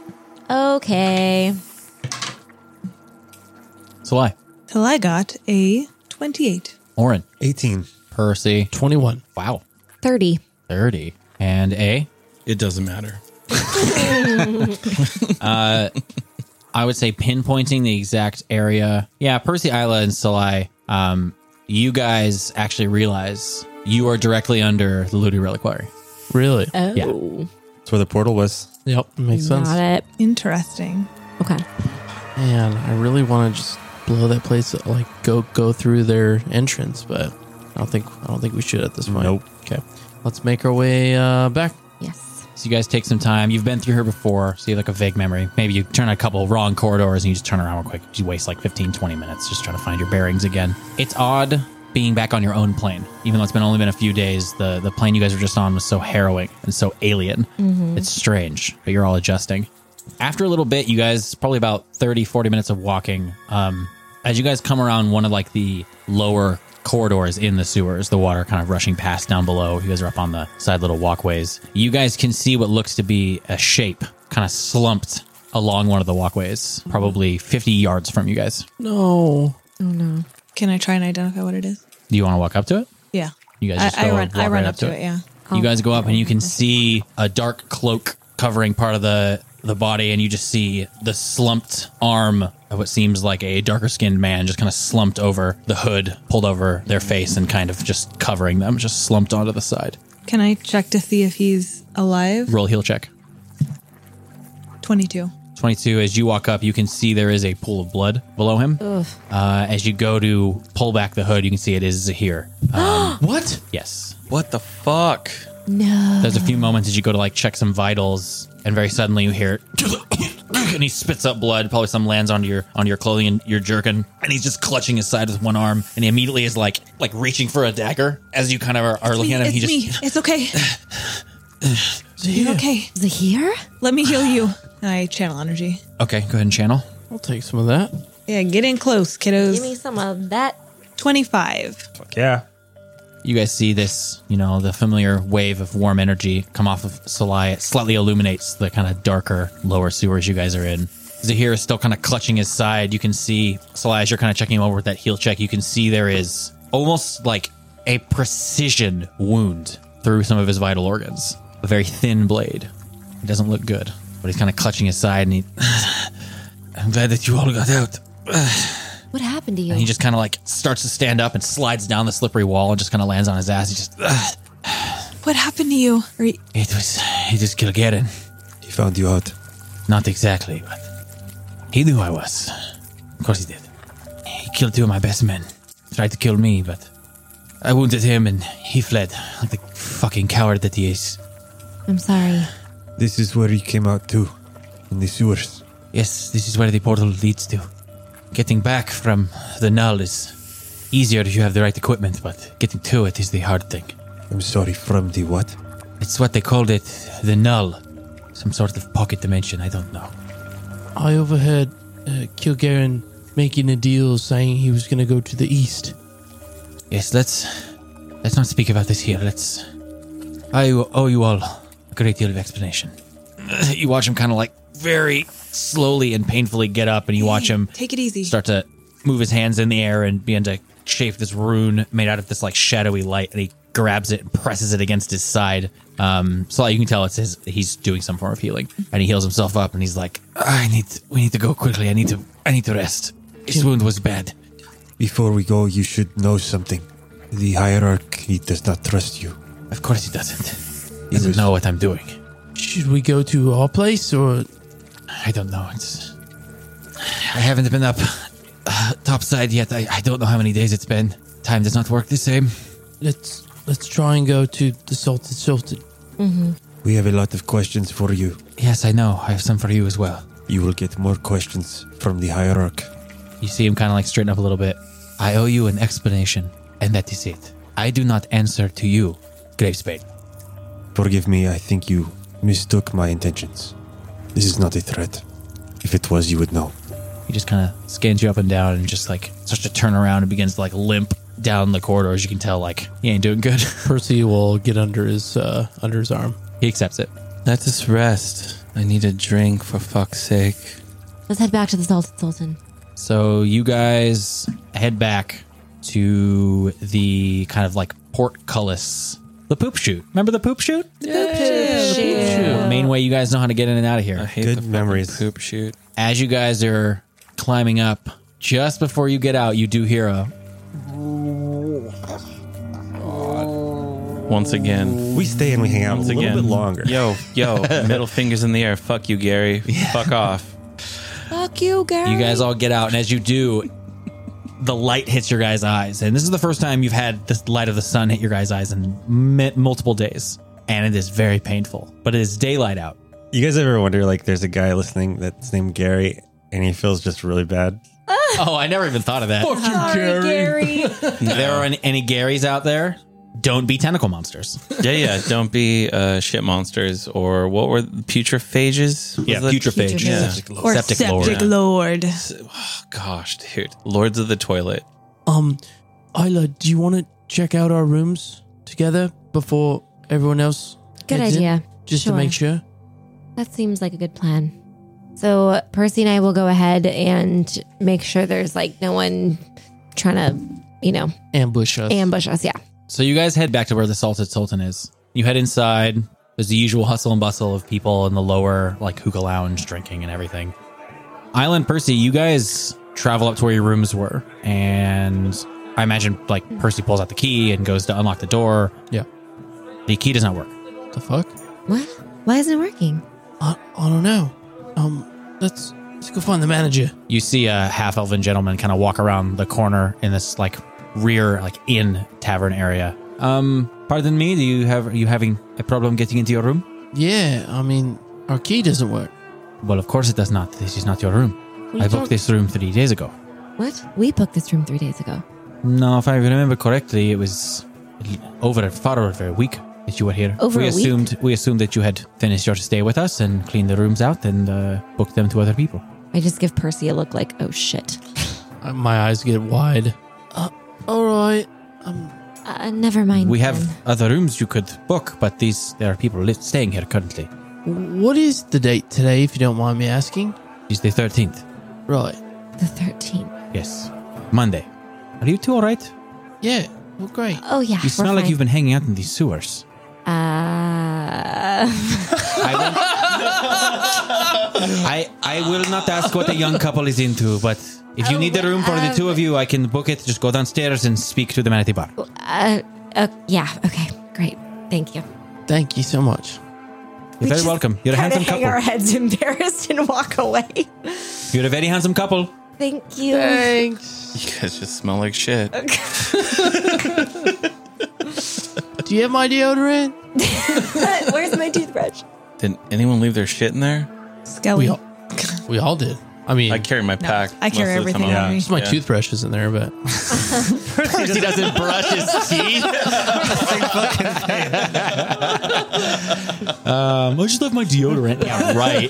Okay.
So I,
Till I got a 28.
Oren,
18.
Percy.
21.
Wow,
30.
thirty, and a.
It doesn't matter.
I would say pinpointing the exact area. Yeah, Percy, Isla, and Salai. Um, you guys actually realize you are directly under the Looty Reliquary.
Really?
Oh.
That's where the portal was.
Yep. Makes sense.
Got it.
Interesting.
Okay.
Man, I really want to just blow that place up, like go go through their entrance, but I don't think I don't think we should at this point.
Nope.
Okay. Let's make our way uh, back.
Yes.
So you guys take some time. You've been through here before, so you have like a vague memory. Maybe you turn a couple wrong corridors and you just turn around real quick. You waste like 15, 20 minutes just trying to find your bearings again. It's odd being back on your own plane. Even though it's been only been a few days, the, the plane you guys were just on was so harrowing and so alien. It's strange, but you're all adjusting. After a little bit, you guys, probably about 30, 40 minutes of walking, um, as you guys come around one of like the lower corridors in the sewers, the water kind of rushing past down below. You guys are up on the side little walkways. You guys can see what looks to be a shape kind of slumped along one of the walkways, probably 50 yards from you guys.
No.
Oh, no.
Can I try and identify what it is?
Do you want to walk up to it?
Yeah.
You guys just
I, I
go
run,
walk
I run
right
up to it. Yeah.
You guys go up and you can see a dark cloak covering part of the the body, and you just see the slumped arm of what seems like a darker skinned man, just kind of slumped over the hood, pulled over their face, and kind of just covering them, just slumped onto the side.
Can I check to see if he's alive?
Roll a heel check.
22.
22 as you walk up you can see there is a pool of blood below him uh, as you go to pull back the hood you can see it is here um,
What?
yes
What the fuck?
No.
there's a few moments as you go to like check some vitals and very suddenly you hear <coughs> and he spits up blood probably some lands onto your onto your clothing and you're jerking and he's just clutching his side with one arm and he immediately is like like reaching for a dagger as you kind of are, are looking at him
it's
he just
me. It's okay. You're okay.
Is it here?
Let me heal you. I channel energy.
okay go ahead and channel
I'll take some of that.
Yeah, get in close, kiddos.
Give me some of that.
25.
Fuck yeah.
You guys see this, you know, the familiar wave of warm energy come off of Salai. It slightly illuminates the kind of darker lower sewers you guys are in. Zahir is still kind of clutching his side. You can see Salai as you're kind of checking him over with that heel check. You can see there is almost like a precision wound through some of his vital organs. A very thin blade. It doesn't look good, but he's kind of clutching his side and he. <sighs> I'm glad that you all got out.
What happened to you?
And he just kind of like starts to stand up and slides down the slippery wall and just kind of lands on his ass. He just.
What happened to you? Are you-
It was. It was Kilgaren.
He found you out.
Not exactly, but he knew I was. Of course he did. He killed two of my best men. Tried to kill me, but I wounded him and he fled like the fucking coward that he is.
I'm sorry.
This is where he came out too, in the sewers.
Yes, this is where the portal leads to. Getting back from the null is easier if you have the right equipment, but getting to it is the hard thing.
I'm sorry, from the what?
It's what they called it the null. Some sort of pocket dimension, I don't know.
I overheard uh, Kilgaren making a deal saying he was going to go to the east.
Yes, let's let's not speak about this here. Let's. I owe you all a great deal of explanation. <clears throat> You watch him kind of like very slowly and painfully get up, and you watch him
Take it easy.
start to move his hands in the air and begin to shape this rune made out of this like shadowy light, and he grabs it and presses it against his side. Um, so like, you can tell it's his, he's doing some form of healing, and he heals himself up, and he's like, "I need, we need to go quickly. I need to, I need to rest. His wound was bad."
Before we go, you should know something. The hierarchy does not trust you.
Of course he doesn't. He doesn't
was-
know what I'm doing.
Should we go to our place or
I don't know. It's I haven't been up uh, topside yet. I, I don't know how many days it's been. Time does not work the same.
let's let's try and go to the Salted Sultan?
We have a lot of questions for you.
Yes, I know. I have some for you as well.
You will get more questions from the hierarchy.
You see him kind of like straighten up a little bit. I owe you an explanation, and that is it. I do not answer to you, Gravespade.
Forgive me, I think you mistook my intentions. This is not a threat. If it was, you would know.
He just kind of scans you up and down and just like starts to turn around and begins to like limp down the corridors. You can tell like he ain't doing good. <laughs>
Percy will get under his uh, under his arm.
he accepts it.
Let us rest. I need a drink for fuck's sake.
Let's head back to the Salted Sultan.
So you guys head back to the kind of like portcullis, the poop chute. Remember the poop chute? The main way you guys know how to get in and out of here.
I hate
Good
the fucking
memories.
Poop shoot.
As you guys are climbing up, just before you get out, you do hear a
Once again.
We stay and we hang out
Once
a little
again.
bit longer.
Yo, yo, <laughs> middle fingers in the air. Fuck you, Gary. Fuck off.
Fuck you, girl.
You guys all get out, and as you do, the light hits your guys' eyes. And this is the first time you've had the light of the sun hit your guys' eyes in mi- multiple days. And it is very painful, but it is daylight out.
You guys ever wonder like there's a guy listening that's named Gary and he feels just really bad?
<laughs> Oh, I never even thought of that.
Sorry, Gary.
If there are any, any Garys out there, don't be tentacle monsters.
Yeah, yeah. Don't be uh, shit monsters or what were the putrephages? Was
Yeah,
that-
putrephage.
Yeah.
Or septic, lord.
Oh, gosh, dude. Lords of the toilet.
Um, Isla, do you want to check out our rooms together before everyone else?
Good
heads in?
idea.
Just
Sure.
to make sure.
That seems like a good plan. So Percy and I will go ahead and make sure there's like no one trying to, you know,
Ambush us.
ambush us. Yeah.
So you guys head back to where the Salted Sultan is. You head inside. There's the usual hustle and bustle of people in the lower, like hookah lounge, drinking and everything. Island Percy, you guys travel up to where your rooms were, and I imagine like Percy pulls out the key and goes to unlock the door.
yeah.
The key does not work.
The fuck?
What? Why isn't it working?
I, I don't know. Um, let's let's go find the manager.
You see a half elven gentleman kind of walk around the corner in this like rear, like inn tavern area. Um, pardon me, do you have are you having a problem getting into your room?
Yeah, I mean, our key doesn't work.
Well, of course it does not. This is not your room.
We
I
don't-
booked this room three days ago.
What? We booked this room three days ago.
No, if I remember correctly, it was over far over a week that you were here.
Over a
we
week?
assumed we assumed that you had finished your stay with us and cleaned the rooms out and uh, booked them to other people.
I just give Percy a look like, oh
<laughs>
shit.
Uh, My eyes get wide. Uh, all right.
Uh, never mind.
We have
then.
other rooms you could book, but these there are people li- staying here currently.
What is the date today, if you don't mind me asking?
It's the thirteenth.
Right.
the 13th.
Yes, Monday. Are you two all right?
Yeah. Well, great.
Oh yeah.
You smell like you've been hanging out in these sewers.
Uh,
I, will- I I will not ask what a young couple is into, but if you need a room for the two of you, I can book it. Just go downstairs and speak to the man at the bar.
uh, uh, yeah. Okay. Great. Thank you.
Thank you so much.
You're very welcome. You're a handsome couple.
heads <laughs> embarrassed and walk away.
You're a very handsome couple.
Thank you.
<laughs> You guys just smell like shit.
Do you have my deodorant?
Where's my toothbrush?
Did anyone leave their shit in there?
Skelly.
We all, we all did. I mean,
I carry my pack.
Oh. I carry
most of the time
everything
around.
on me.
just my
yeah.
toothbrush is in there, but
He doesn't brush his teeth. um, I just left my deodorant. Yeah, right.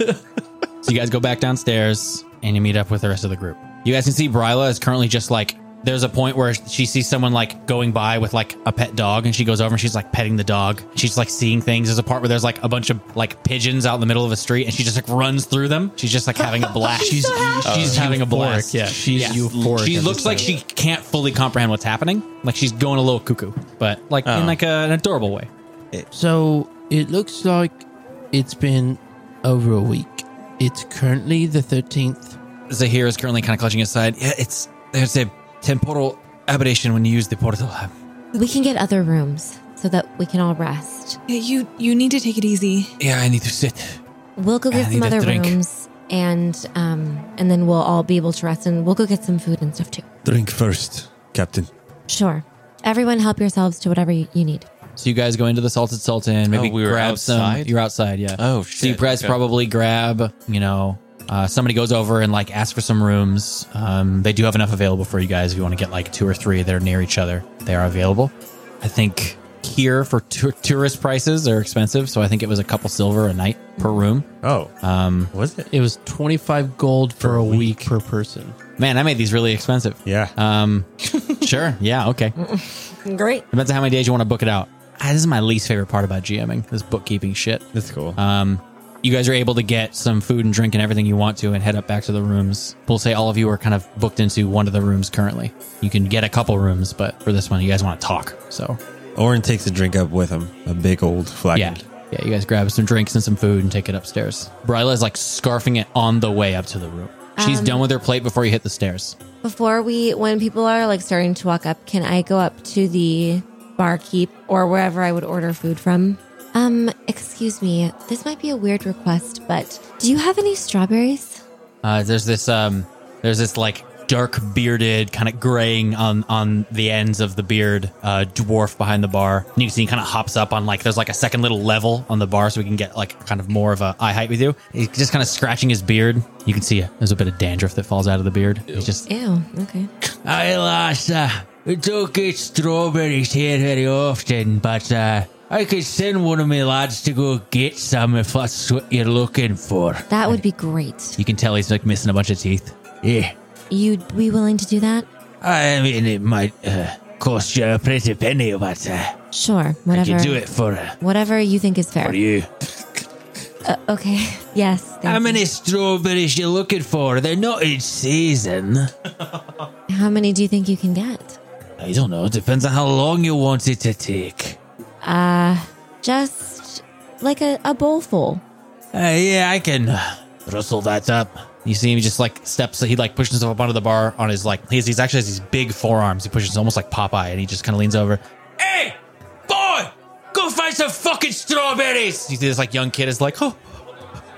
so you guys go back downstairs and you meet up with the rest of the group. You guys can see Bryla is currently just like. There's a point where she sees someone like going by with like a pet dog, and she goes over and she's like petting the dog. She's like seeing things. There's a part where there's like a bunch of like pigeons out in the middle of a street, and she just like runs through them. She's just like having a blast. she's she's having a Uh, blast.
Yeah, she's
Yeah.
euphoric.
She
at
looks
this
like
time.
she can't fully comprehend what's happening. Like she's going a little cuckoo, but like in like a, an adorable way.
So it looks like it's been over a week. It's currently the thirteenth.
Zahir is currently kind of clutching his side. Yeah, it's there's a temporal aberration when you use the portal.
We can get other rooms so that we can all rest.
Yeah, you you need to take it easy.
Yeah, I need to sit.
We'll go
I
get
need
some
a
other
drink.
rooms, and um, and then we'll all be able to rest, and we'll go get some food and stuff too.
Drink first, Captain.
Sure. Everyone, help yourselves to whatever you, you need.
So you guys go into the Salted Sultan. Maybe
Oh, we were
grab some.
outside?
You're outside, yeah.
Oh,
So you
shit,
guys
okay.
probably grab. You know, uh, somebody goes over and like asks for some rooms. Um, they do have enough available for you guys if you want to get like two or three that are near each other. They are available. I think here for tour tourist prices are expensive, so I think it was a couple silver a night. per room.
Oh,
Um,
was it?
It was 25 gold for a week per person.
man, I made these really expensive.
Yeah.
Um, sure. Yeah. Okay.
Great.
Depends on how many days you want to book it out. Ah, this is my least favorite part about GMing. This bookkeeping shit.
That's cool.
Um, you guys are able to get some food and drink and everything you want to and head up back to the rooms. We'll say all of you are kind of booked into one of the rooms currently. You can get a couple rooms, but for this one, you guys want to talk. So,
Oren takes a drink up with him, a big old
yeah.
flagon.
Yeah, you guys grab some drinks and some food and take it upstairs. Bryla is like scarfing it on the way up to the room. She's done with her plate before you hit the stairs.
Before we, when people are like starting to walk up, can I go up to the barkeep or wherever I would order food from? Um, excuse me, this might be a weird request, but do you have any strawberries?
Uh, there's this um, there's this like dark bearded kind of graying on on the ends of the beard uh, dwarf behind the bar. And you can see he kind of hops up on like there's like a second little level on the bar, so we can get like kind of more of a eye height with you. He's just kind of scratching his beard. You can see uh, there's a bit of dandruff that falls out of the beard. He's just
Ew, okay.
I lost. Uh, we don't get strawberries here very often, but uh, I could send one of my lads to go get some if that's what you're looking for.
That would be great.
You can tell he's like missing a bunch of teeth. Yeah.
You'd be willing to do that?
I mean, it might uh, cost you a pretty penny, but uh,
Sure, whatever.
for, uh,
Whatever you think is fair.
you.
Uh, okay. <laughs> Yes. Thank
How
you.
many strawberries you looking for? They're not in season.
How many do you think you can get?
I don't know. Depends on how long you want it to take.
Uh, just like a, a bowl full.
Uh, yeah, I can uh, rustle that up. You see him just like steps. He like pushes himself up onto the bar on his like. He's, he's actually has these big forearms. He pushes almost like Popeye, and he just kind of leans over. Hey, boy, go find some fucking strawberries. You see this like young kid is like, oh,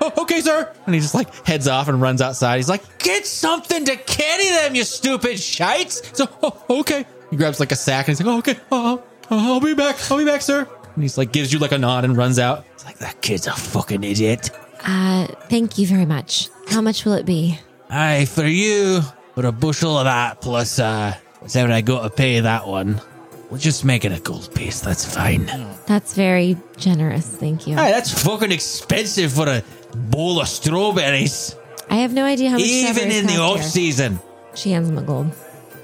oh, okay, sir, and he just like heads off and runs outside. He's like, get something to carry them, you stupid shites. So, oh, okay. He grabs like a sack and he's like, oh, okay, oh, oh, I'll be back. I'll be back, sir. And he's like, gives you like a nod and runs out. It's like that kid's a fucking idiot.
Uh, thank you very much. How much will it be?
Aye, for you, for a bushel of that plus uh, whatever I got to pay that one. We'll just make it a gold piece. That's fine. Aye,
That's very generous. Thank you. I
that's fucking expensive for a bowl of strawberries,
have no idea how much.
even
strawberries
in the
cost
off
here.
season.
She hands him a gold.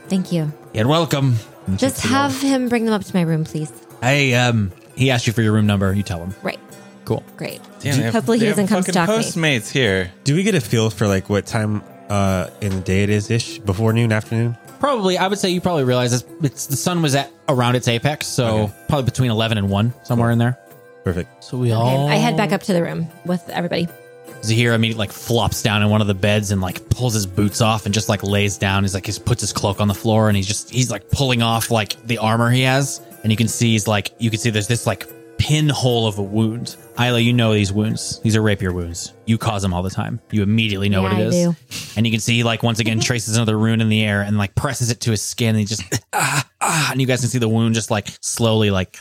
Thank you.
You're welcome.
Just have him bring them up to my room, please.
Hey, um, he asked you for your room number. You tell him.
Right.
Cool.
Great.
Damn, they have-
Hopefully he
they have
doesn't come
fucking
stalk me.
Postmates here.
Do we get a feel for like what time uh in the day it is ish? Before noon, afternoon?
Probably, I would say you probably realize it's, it's the sun was at around its apex, so probably between eleven and one, somewhere in there.
Perfect.
So we all.
I head
Oh.
back up to the room with everybody.
Zahir immediately like flops down in one of the beds and like pulls his boots off and just like lays down. He's like he puts his cloak on the floor and he's just he's like pulling off like the armor he has. And you can see he's like you can see there's this like pinhole of a wound. Isla, you know these wounds. These are rapier wounds. You cause them all the time. You immediately know
Yeah,
what it
I
is.
do.
And you can see he like once
<laughs>
again traces another rune in the air and like presses it to his skin and he just <laughs> ah, ah, and you guys can see the wound just like slowly like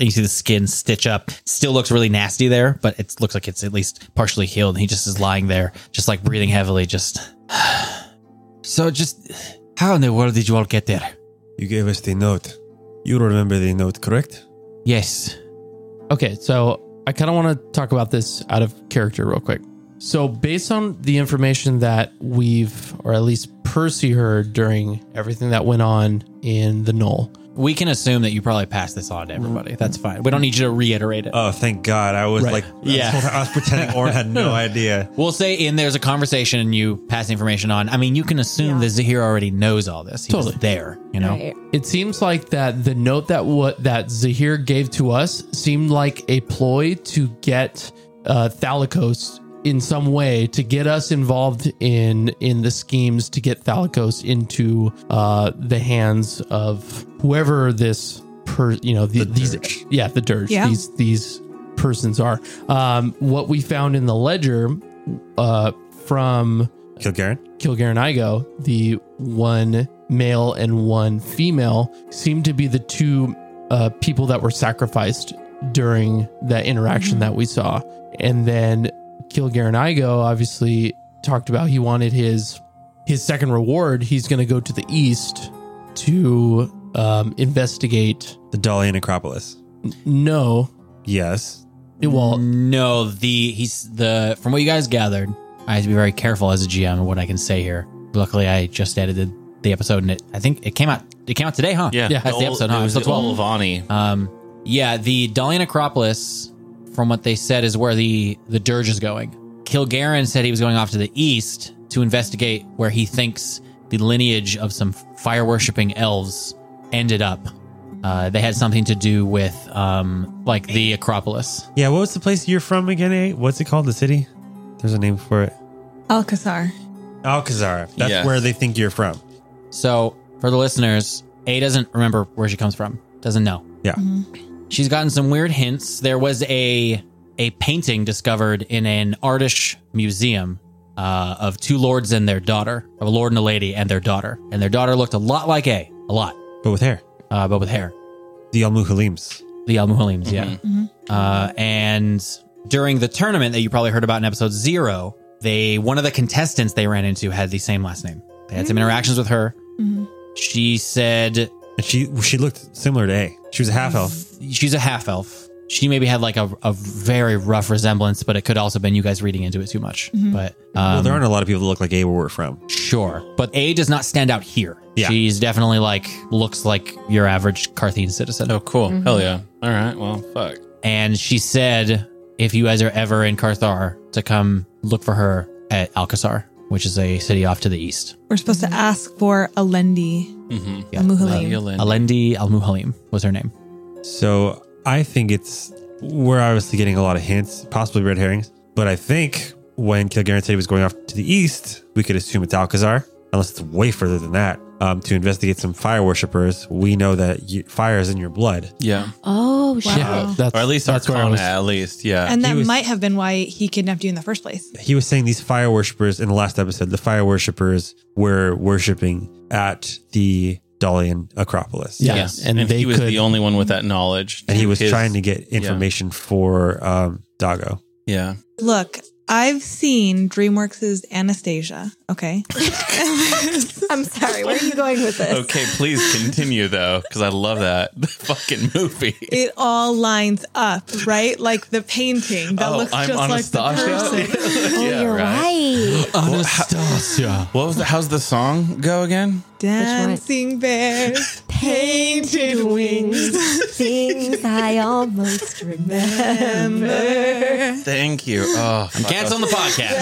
and you see the skin stitch up. Still looks really nasty there, but it looks like it's at least partially healed. And he just is lying there, just like breathing heavily. Just <sighs> so, just how in the world did you all get there?
You gave us the note. You remember the note, correct?
Yes,
Okay, so I kind of want to talk about this out of character real quick. So, based on the information that we've, or at least Percy heard during everything that went on in the Knoll,
we can assume that you probably passed this on to everybody. That's fine. We don't need you to reiterate it.
Oh, thank God. I was like,
Yeah.
I was, <laughs> I was pretending Oren had
<laughs>
no idea.
We'll say in there's a conversation and you pass information on. I mean, you can assume that Zahir already knows all this. He was
Totally.
there, you know.
Right.
it seems like that the note that what that Zahir gave to us seemed like a ploy to get uh, Thalikos in some way to get us involved in in the schemes to get Thalikos into uh, the hands of whoever this per you know the, these yeah the dirge
Yeah.
these these persons are um, what we found in the ledger uh, from
Kilgaren?
Kilgaren Igo, the one male and one female, seem to be the two uh, people that were sacrificed during that interaction that we saw. And then Kilgaren Igo obviously talked about he wanted his his second reward. He's going to go to the east to um, investigate.
The Dalian Acropolis.
No,
Yes.
Well,
Mm. no, the he's the from what you guys gathered. I have to be very careful as a GM of what I can say here. Luckily, I just edited the episode, and it I think it came out. It came out today, huh?
Yeah.
that's the episode, huh?
It was
Episode
the old
12.
Vani.
Um, yeah, the Dalian Acropolis, from what they said, is where the the dirge is going. Kilgaren said he was going off to the east to investigate where he thinks the lineage of some fire worshipping elves ended up. Uh, they had something to do with um, like the Acropolis.
Yeah, what was the place you're from again, eh? What's it called? The city? There's a name for it.
Alcazar.
Alcazar. Oh, That's
Yes.
where they think you're from.
So for the listeners, A doesn't remember where she comes from. Doesn't know.
Yeah.
She's gotten some weird hints. There was a a painting discovered in an artish museum uh, of two lords and their daughter, of a lord and a lady and their daughter, and their daughter looked a lot like A, a lot,
But with hair.
uh, but with hair.
The Al Muhalims.
The Al Muhalims, yeah. Uh, and during the tournament that you probably heard about in episode zero, they one of the contestants they ran into had the same last name. They had some interactions with her. She said
And she she looked similar to A. She was a half elf.
she's a half elf. She maybe had like a, a very rough resemblance, but it could also been you guys reading into it too much. But um,
well, there aren't a lot of people that look like A where we're from.
sure, but A does not stand out here.
Yeah.
She's definitely like looks like your average Carthian citizen.
Oh, cool.
Mm-hmm.
Hell yeah. All right. Well, fuck.
And she said, if you guys are ever in Carthar, to come look for her at Alcazar, which is a city off to the east.
We're supposed to ask for Alendi.
Mm-hmm.
Yeah.
Muhalim.
Alendi Al Muhalim was her name.
So I think it's we're obviously getting a lot of hints, possibly red herrings. But I think when Kilgaren said he was going off to the east, we could assume it's Alcazar, unless it's way further than that. Um, to investigate some fire worshippers, we know that you, fire is in your blood.
Yeah.
Oh, shit.
yeah, that's
Or at least
that's where I
Arcana,
was.
at least. Yeah.
And that
was-
might have been why he kidnapped you in the first place.
He was saying these fire worshippers in the last episode, the fire worshippers were worshipping at the Dalian Acropolis.
Yeah,
Yes.
and, they
he was
could.
the only one with that knowledge.
And he was
His-
trying to get information for um, Dago.
Yeah.
Look, I've seen DreamWorks' Anastasia. Okay.
I'm sorry. Where are you going with
<laughs>
this?
<laughs> Okay. Please continue though, because I love that <laughs> fucking movie.
it all lines up, right? Like the painting that
Oh,
looks
I'm
just like the
Anastasia?
person.
Oh,
Yeah, <gasps>
you're right. <laughs>
Anastasia.
<laughs> What was the, how's the song go again?
Dancing bears, painted wings.
Things I almost remember.
Thank you. Oh, fuck.
Cancel the
<laughs>
podcast.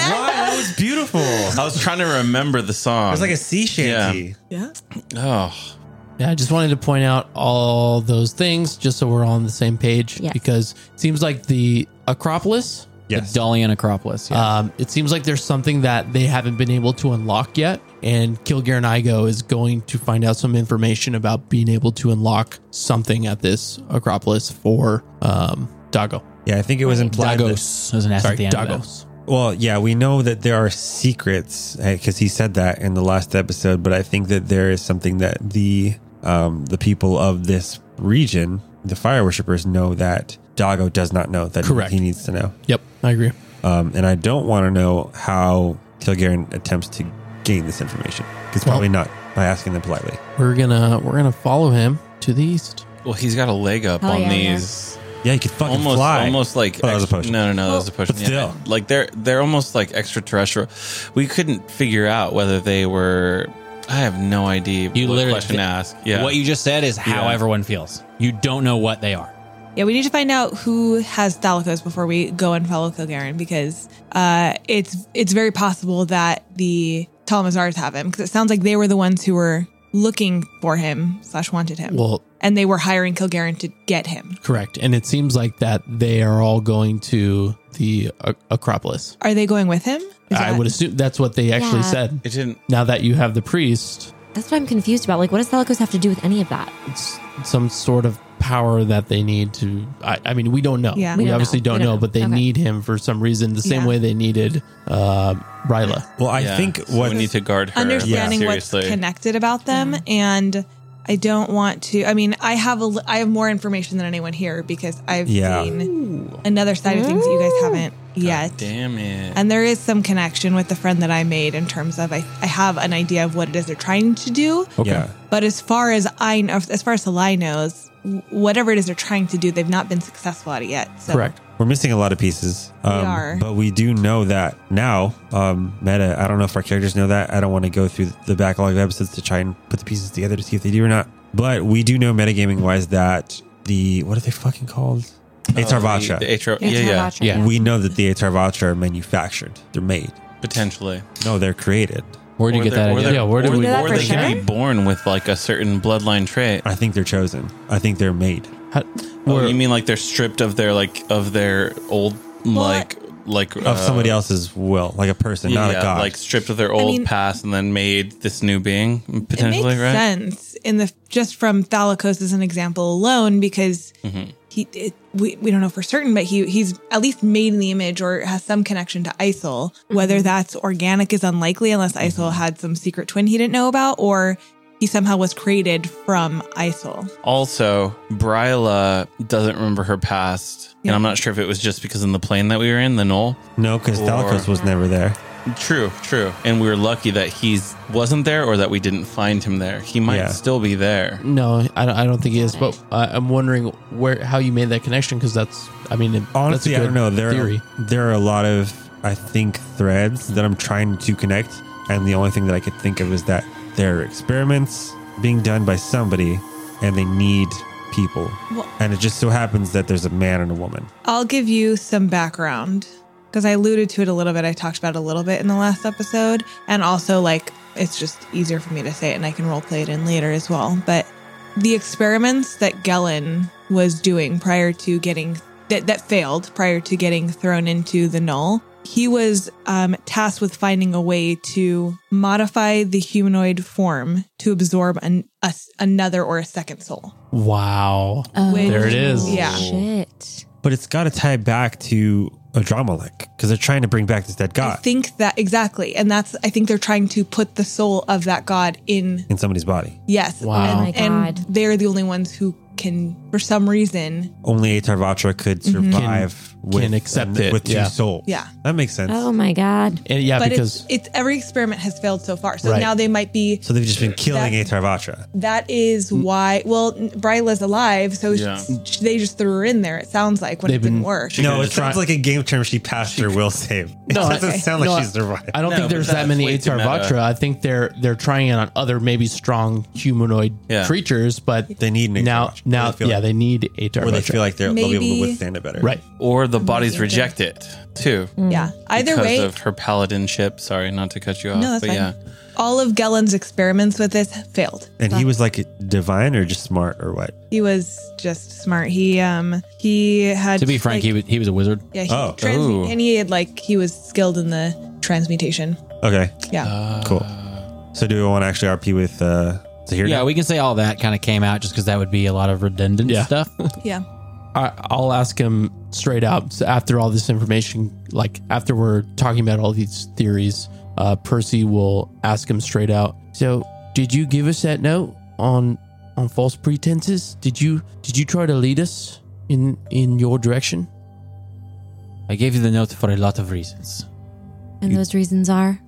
That was beautiful. It
I was trying to remember the song.
was like a sea shanty.
Yeah.
oh,
Yeah, I just wanted to point out all those things just so we're all on the same page
Yes.
because it seems like the Acropolis,
Yes.
The Dalian Acropolis. Yeah.
um, it seems like there's something that they haven't been able to unlock yet. And Kilgaren Igo is going to find out some information about being able to unlock something at this Acropolis for um, Dago.
Yeah, I think it was implied. That,
Dagos was an S
Sorry,
at the end. of it.
Dagos.
well, yeah, we know that there are secrets because he said that in the last episode, but I think that there is something that the um, the people of this region, the fire worshippers, know that Dago does not know that
Correct.
he needs to know.
Yep, I agree.
Um, and I don't want to know how Kilgaren attempts to gain this information. It's probably not by asking them politely.
We're gonna we're gonna follow him to the east.
well, he's got a leg up
Hell
on
yeah, yeah.
these.
Yeah, you could fucking
Almost,
fly.
almost like
Oh, that was a
extra-
potion.
No, no, no, that was a potion.
but still.
like they're they're almost like extraterrestrial. We couldn't figure out whether they were. I have no idea.
You
what
literally-
question to ask. Yeah,
What you just said is how
Yeah.
everyone feels. You don't know what they are.
Yeah, we need to find out who has Thalicos before we go and follow Kilgaren because uh, it's it's very possible that the Talmazars have him because it sounds like they were the ones who were looking for him slash wanted him,
Well,
and they were hiring Kilgaren to get him.
correct, and it seems like that they are all going to the Ac- Acropolis.
Are they going with him? Is
I
that-
would assume that's what they actually
Yeah.
said.
It didn't.
Now that you have the priest,
That's what I'm confused about. Like, what does Thalicos have to do with any of that?
it's some sort of power that they need to. I, I mean, we don't know.
Yeah. We
we,
don't
obviously
know.
don't,
We don't
know,
know.
but they
Okay.
need him for some reason, the same
Yeah.
way they needed uh, Ryla.
well, I
yeah.
think
So
what
we need to guard her.
understanding
yeah.
what's
Seriously.
connected about them and I don't want to I mean I have a li- I have more information than anyone here because I've
Yeah.
seen another side of things that you guys haven't yet.
Damn it.
And there is some connection with the friend that I made in terms of I, I have an idea of what it is they're trying to do,
yeah.
but as far as I know, as far as Salai knows, w- whatever it is they're trying to do, they've not been successful at it yet. So
Correct.
We're missing a lot of pieces. Um,
are.
But we do know that now, um, meta, I don't know if our characters know that. I don't want to go through the backlog of episodes to try and put the pieces together to see if they do or not. But we do know metagaming wise that the, what are they fucking called? It's our
Oh, The,
Vacha.
the atro- yeah, yeah,
Tarvatra.
Yeah.
We know that the Atar Vacha are manufactured. They're made.
potentially.
No, they're created.
Where do you
Or
get
they're-
that
or
idea?
they're-
Yeah, where do
or
we-
they-
That
Or
for
they can
sure?
be born with like a certain bloodline trait.
I think they're chosen. I think they're made.
How,
Oh,
where-
you mean like they're stripped of their like of their old like like uh,
Of somebody else's will, like a person, not a god.
Oh. like stripped of their old
mean-
past and then made this new being
it makes
potentially, right?
sense in the just from Thalikos as an example alone because
Mm-hmm.
he it, we, we don't know for certain, but he he's at least made in the image or has some connection to Isol.
Mm-hmm.
Whether that's organic is unlikely unless Isol had some secret twin he didn't know about or he somehow was created from Isol.
Also, Bryla doesn't remember her past, and I'm not sure if it was just because in the plane that we were in, the knoll.
no, because
Or-
Thalikos was never there.
True, true. And we were lucky that he's wasn't there, or that we didn't find him there. He might
Yeah.
still be there.
no, I don't, I don't think he is. But uh, I'm wondering where how you made that connection because that's I mean it,
honestly, I
that's a
don't
good
know. There,
theory.
Are, there are a lot of I think threads that I'm trying to connect, and the only thing that I could think of is that there are experiments being done by somebody, and they need people,
Well-
and it just so happens that there's a man and a woman.
I'll give you some background because I alluded to it a little bit. I talked about it a little bit in the last episode. And also, like, it's just easier for me to say it and I can role play it in later as well. But the experiments that Gellin was doing prior to getting that, that failed prior to getting thrown into the null, he was um, tasked with finding a way to modify the humanoid form to absorb an, a, another or a second soul.
Wow.
Oh,
There
it is.
yeah.
Shit.
But it's got to tie back to a drama link because they're trying to bring back this dead
I
god
think that exactly. And that's, I think they're trying to put the soul of that God in,
in somebody's body.
yes.
Wow.
And,
Oh my
and
God.
they're the only ones who can, for some reason,
Only Atar Vatra could survive with
Mhm. can accept it,
with two
yeah.
souls.
Yeah.
that makes sense.
Oh my god.
And yeah,
but
because
it's, it's every experiment has failed so far. So
Right.
now they might be,
So they've just been killing
That-
Atar Vatra.
that is
Mm.
why, well, Bryla's alive. So
Yeah.
sh- they just threw her in there, it sounds like, when
They've
it didn't
been-
work.
No, it
just try-
sounds like a game term. She passed her will save. It
<laughs> No,
doesn't
okay.
sound like
No,
she survived.
I don't
No,
think
but
there's
that's
that many
way too
Atar
meta.
Vatra. I think they're they're trying it on other maybe strong humanoid
Yeah.
creatures, but
They need an Atar
now
Vatra.
now
They feel
yeah
like-
they need Atar
or they
Vatra.
feel like they're, they'll be able to
Maybe-
withstand it better.
right.
Or the bodies reject it too.
Yeah. Mm, Either
because
way,
of her paladinship. Sorry, not to cut you off,
no, that's
but
fine.
yeah.
All of Gellin's experiments with this failed.
And he was like divine or just smart or what?
He was just smart. He um he had
To be frank,
like-
he, was, he was a wizard.
Yeah. He,
Oh.
trans-
Ooh.
and he had like he was skilled in the transmutation.
Okay,
Yeah.
cool. So do we want to actually RP with uh, Zahir?
Yeah,
now?
we can say all that kind of came out just because that would be a lot of redundant
Yeah.
stuff.
yeah.
I, I'll ask him straight out so after all this information. Like after we're talking about all these theories, uh, Percy will ask him straight out. So, did you give us that note on on false pretenses? Did you did you try to lead us in in your direction?
I gave you the note for a lot of reasons.
And those reasons are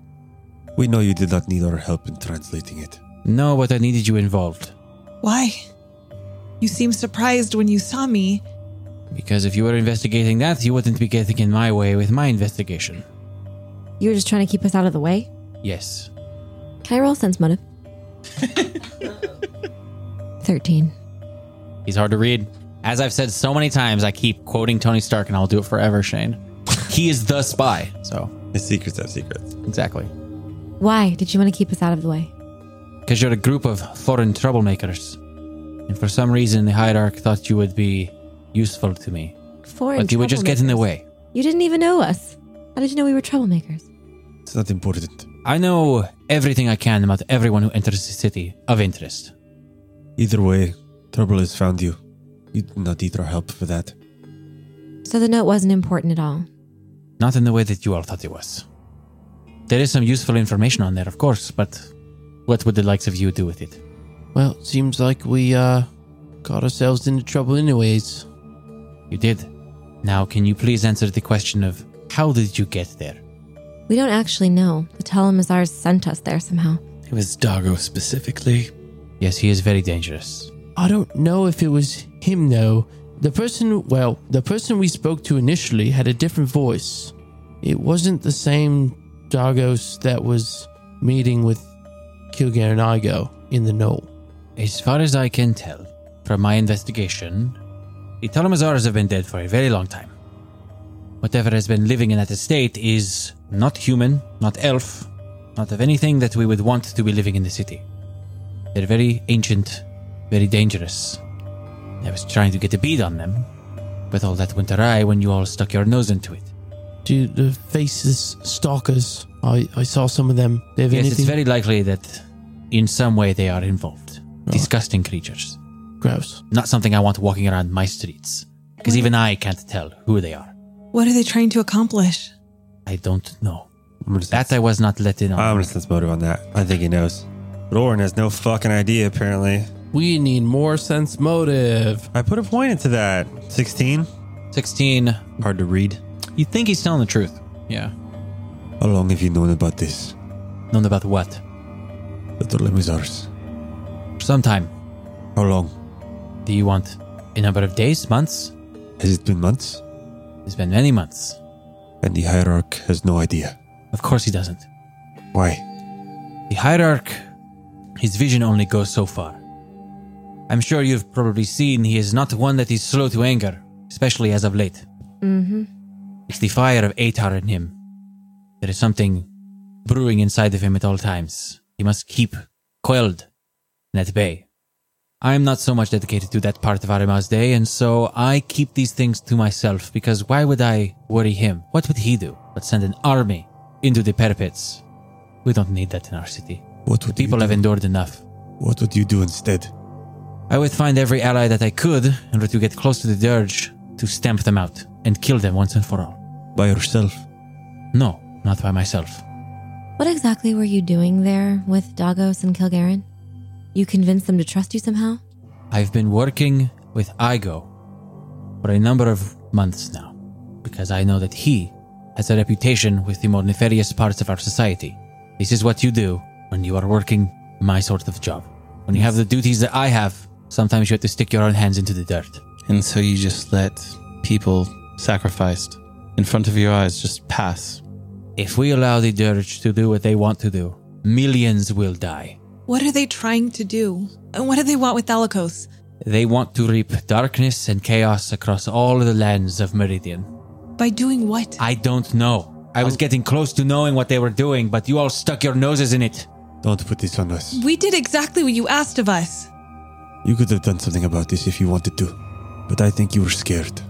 we know you did not need our help in translating it.
No, but I needed you involved.
Why? You seemed surprised when you saw me.
Because if you were investigating that, you wouldn't be getting in my way with my investigation.
you were just trying to keep us out of the way.
Yes.
Can I roll sense
<laughs>
motive? Thirteen.
He's hard to read. As I've said so many times, I keep quoting Tony Stark and I'll do it forever, Shane. He is the spy. So,
The secrets have secrets.
exactly.
Why did you want to keep us out of the way?
Because you're a group of foreign troublemakers. And for some reason, the hierarch thought you would be useful to me.
Foreign.
But you would just get in the
troublemakers.
way.
You didn't even know us. How did you know we were troublemakers?
It's not important.
I know everything I can about everyone who enters the city of interest.
Either way, trouble has found you. You did not need our help for that.
So the note wasn't important at all.
Not in the way that you all thought it was. There is some useful information on there, of course, but what would the likes of you do with it?
Well, it seems like we uh, got ourselves into trouble, anyways.
You did. Now, can you please answer the question of how did you get there?
We don't actually know. The Telemazars sent us there somehow.
It was Dago specifically.
Yes, he is very dangerous.
I don't know if it was him though. The person, well, the person we spoke to initially had a different voice. It wasn't the same Dagos that was meeting with Kilgaranigo in the knoll.
As far as I can tell from my investigation, the Talamazars have been dead for a very long time. Whatever has been living in that estate is not human, not elf, not of anything that we would want to be living in the city. They're very ancient, very dangerous. I was trying to get a bead on them, but all that went awry when you all stuck your nose into it.
Do the faceless stalkers? I, I saw some of them. They have
Yes,
anything
it's very likely that in some way they are involved. Disgusting creatures.
gross.
Not something I want walking around my streets. Because even I can't tell who they are.
What are they trying to accomplish?
I don't know.
I'm gonna, sense,
That I was not let in on.
I'm gonna sense motive on that. I think he knows. But Orin has no fucking idea, apparently.
We need more sense motive.
I put a point into that. 16?
16.
Hard to read.
You think he's telling the truth? Yeah.
How long have you known about this?
Known about what?
The Tolemizars.
Sometime.
How long?
Do you want a number of days, months?
Has it been months?
It's been many months.
And the Hierarch has no idea.
Of course he doesn't.
Why?
The Hierarch, his vision only goes so far. I'm sure you've probably seen he is not one that is slow to anger, especially as of late. Mm-hmm. It's the fire of Atar in him. There is something brewing inside of him at all times. He must keep coiled and at bay. I am not so much dedicated to that part of Arima's day, and so I keep these things to myself because why would I worry him? What would he do but send an army into the parapets? We don't need that in our city.
What would
People
you
have
do?
endured enough.
What would you do instead?
I would find every ally that I could in order to get close to the dirge to stamp them out and kill them once and for all.
By yourself?
No, not by myself.
What exactly were you doing there with Dagos and Kilgaren? You convinced them to trust you somehow?
I've been working with Igo for a number of months now because I know that he has a reputation with the more nefarious parts of our society. This is what you do when you are working my sort of job. When you have the duties that I have, sometimes you have to stick your own hands into the dirt.
And so you just let people sacrificed in front of your eyes just pass.
If we allow the dirge to do what they want to do, millions will die.
What are they trying to do? And what do they want with Thalikos?
They want to reap darkness and chaos across all the lands of Meridian.
By doing what?
I don't know. I was getting close to knowing what they were doing, but you all stuck your noses in it.
Don't put this on us.
We did exactly what you asked of us.
You could have done something about this if you wanted to. But I think you were scared.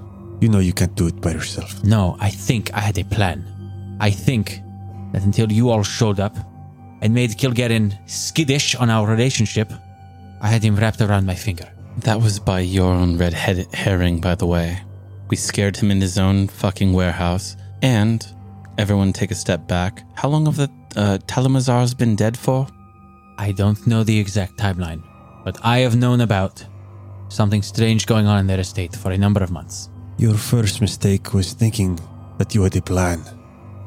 You know you can't do it by yourself.
No, I think I had a plan. I think that until you all showed up and made Kilgarin skittish on our relationship, I had him wrapped around my finger.
That was by your own red head herring, by the way. We scared him in his own fucking warehouse. And everyone take a step back. How long have the uh, Talamazars been dead for?
I don't know the exact timeline, but I have known about something strange going on in their estate for a number of months.
Your first mistake was thinking that you had a plan.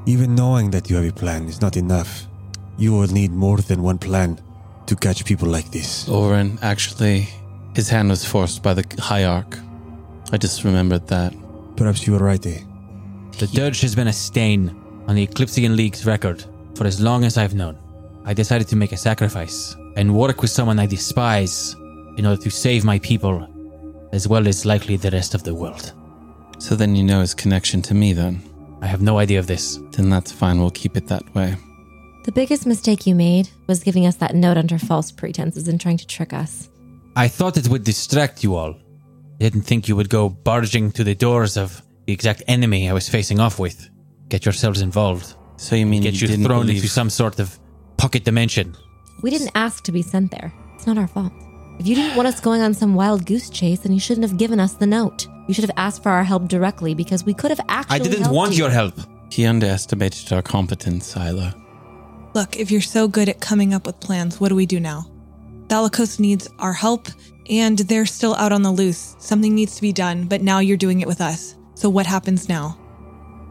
Even knowing that you have a plan is not enough. You will need more than one plan to catch people like this.
Oren, actually, his hand was forced by the Hierarch. I just remembered that.
Perhaps you were right, eh?
The dirge has been a stain on the Eclipsian League's record for as long as I've known. I decided to make a sacrifice and work with someone I despise in order to save my people, as well as likely the rest of the world.
So then you know his connection to me, then.
I have no idea of this.
Then that's fine. We'll keep it that way.
The biggest mistake you made was giving us that note under false pretenses and trying to trick us.
I thought it would distract you all. I didn't think you would go barging to the doors of the exact enemy I was facing off with. Get yourselves involved.
So you mean
Get you,
you didn't
thrown
believe
into some sort of pocket dimension.
We didn't ask to be sent there. It's not our fault. If you didn't want us going on some wild goose chase, then you shouldn't have given us the note. You should have asked for our help directly because we could have actually.
I didn't
helped
want
you.
your help.
He underestimated our competence, Sila.
Look, if you're so good at coming up with plans, what do we do now? Thalikos needs our help, and they're still out on the loose. Something needs to be done, but now you're doing it with us. So what happens now?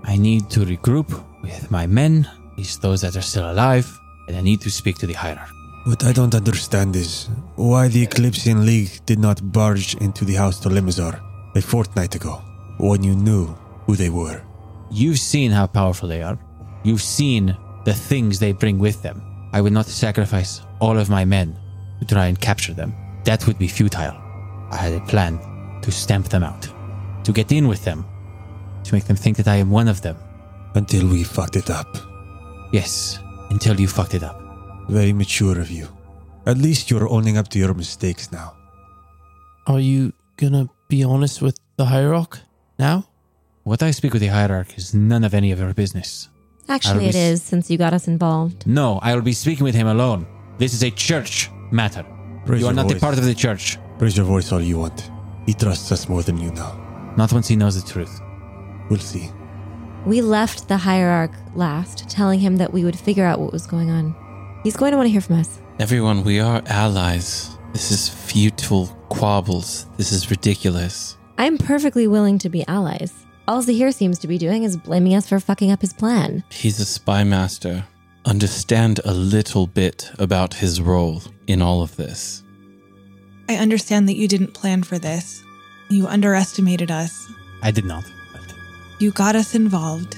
I need to regroup with my men, at least those that are still alive, and I need to speak to the hierarch.
What I don't understand is why the Eclipsean League did not barge into the House Telemazar a fortnight ago when you knew who they were.
You've seen how powerful they are. You've seen the things they bring with them. I would not sacrifice all of my men to try and capture them. That would be futile. I had a plan to stamp them out, to get in with them, to make them think that I am one of them.
Until we fucked it up.
Yes, until you fucked it up.
Very mature of you. At least you're owning up to your mistakes now.
Are you gonna be honest with the hierarch now?
What I speak with the hierarch is none of any of your business.
Actually, it is
Albus.
since you got us involved.
No, I will be speaking with him alone. This is a church matter.
Raise
you are
your
not a
voice.
part of the church.
Raise your voice all you want. He trusts us more than you now.
Not once he knows the truth.
We'll see.
We left the hierarch last, telling him that we would figure out what was going on. He's going to want to hear from us.
Everyone, we are allies. This is futile quabbles. This is ridiculous.
I'm perfectly willing to be allies. All Zahir seems to be doing is blaming us for fucking up his plan.
He's a spy master. Understand a little bit about his role in all of this.
I understand that you didn't plan for this. You underestimated us.
I did not.
You got us involved.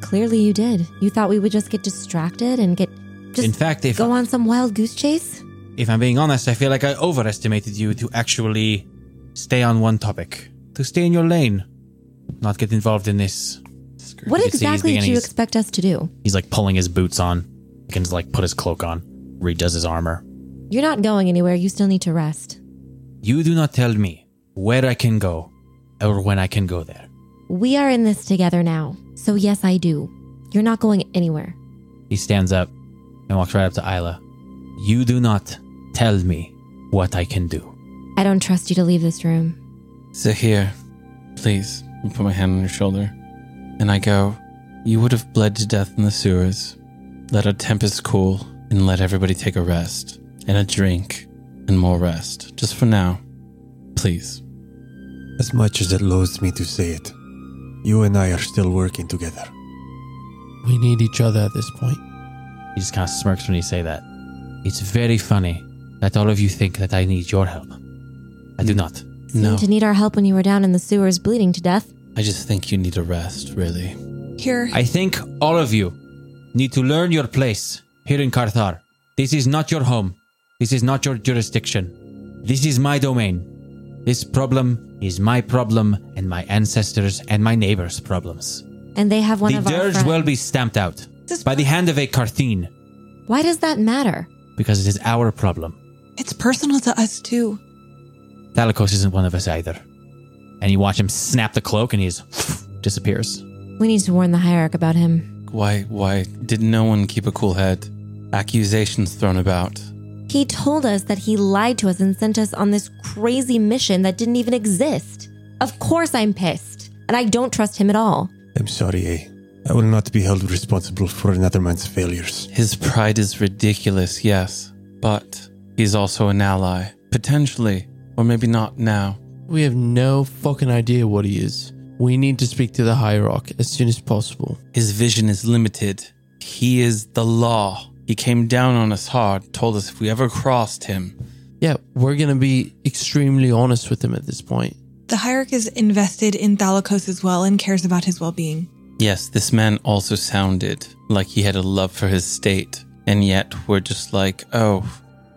Clearly, you did. You thought we would just get distracted and get just
in fact, if
go on some wild goose chase.
if I'm being honest, I feel like I overestimated you to actually stay on one topic, to stay in your lane, not get involved in this.
What
You can see he's
exactly do you
beginning-
expect us to do?
He's like pulling his boots on. He can like put his cloak on, redoes his armor.
You're not going anywhere. You still need to rest.
You do not tell me where I can go or when I can go there.
We are in this together now. So yes, I do. You're not going anywhere.
He stands up and walks right up to Isla. You do not tell me what I can do.
I don't trust you to leave this room.
Zahir, please. I put my hand on your shoulder. And I go, You would have bled to death in the sewers. Let our tempest cool and let everybody take a rest and a drink and more rest. Just for now. Please.
As much as it loathes me to say it, you and I are still working together.
We need each other at this point.
He just kind of smirks when you say that. It's very funny that all of you think that I need your help. I do not.
Seemed
No.
to need our help when you were down in the sewers bleeding to death.
I just think you need a rest, really.
Here,
I think all of you need to learn your place here in Karthar. This is not your home. This is not your jurisdiction. This is my domain. This problem is my problem and my ancestors and my neighbors' problems.
And they have one
the
of our
dirge
friends.
will be stamped out
This
by the hand of a Carthene
Why does that matter?
because it is our problem.
it's personal to us too.
Thalikos isn't one of us either. And you watch him snap the cloak and he's disappears.
We need to warn the hierarch about him.
Why why did no one keep a cool head? Accusations thrown about.
He told us that he lied to us and sent us on this crazy mission that didn't even exist. Of course, I'm pissed. And I don't trust him at all.
I'm sorry, eh? I will not be held responsible for another man's failures.
His pride is ridiculous, yes, but he's also an ally. Potentially, or maybe not now.
We have no fucking idea what he is. We need to speak to the hierarch as soon as possible.
His vision is limited. He is the law. He came down on us hard, told us if we ever crossed him.
Yeah, we're gonna be extremely honest with him at this point.
The hierarch is invested in Thalikos as well and cares about his well being.
Yes, this man also sounded like he had a love for his state, and yet we're just like, oh,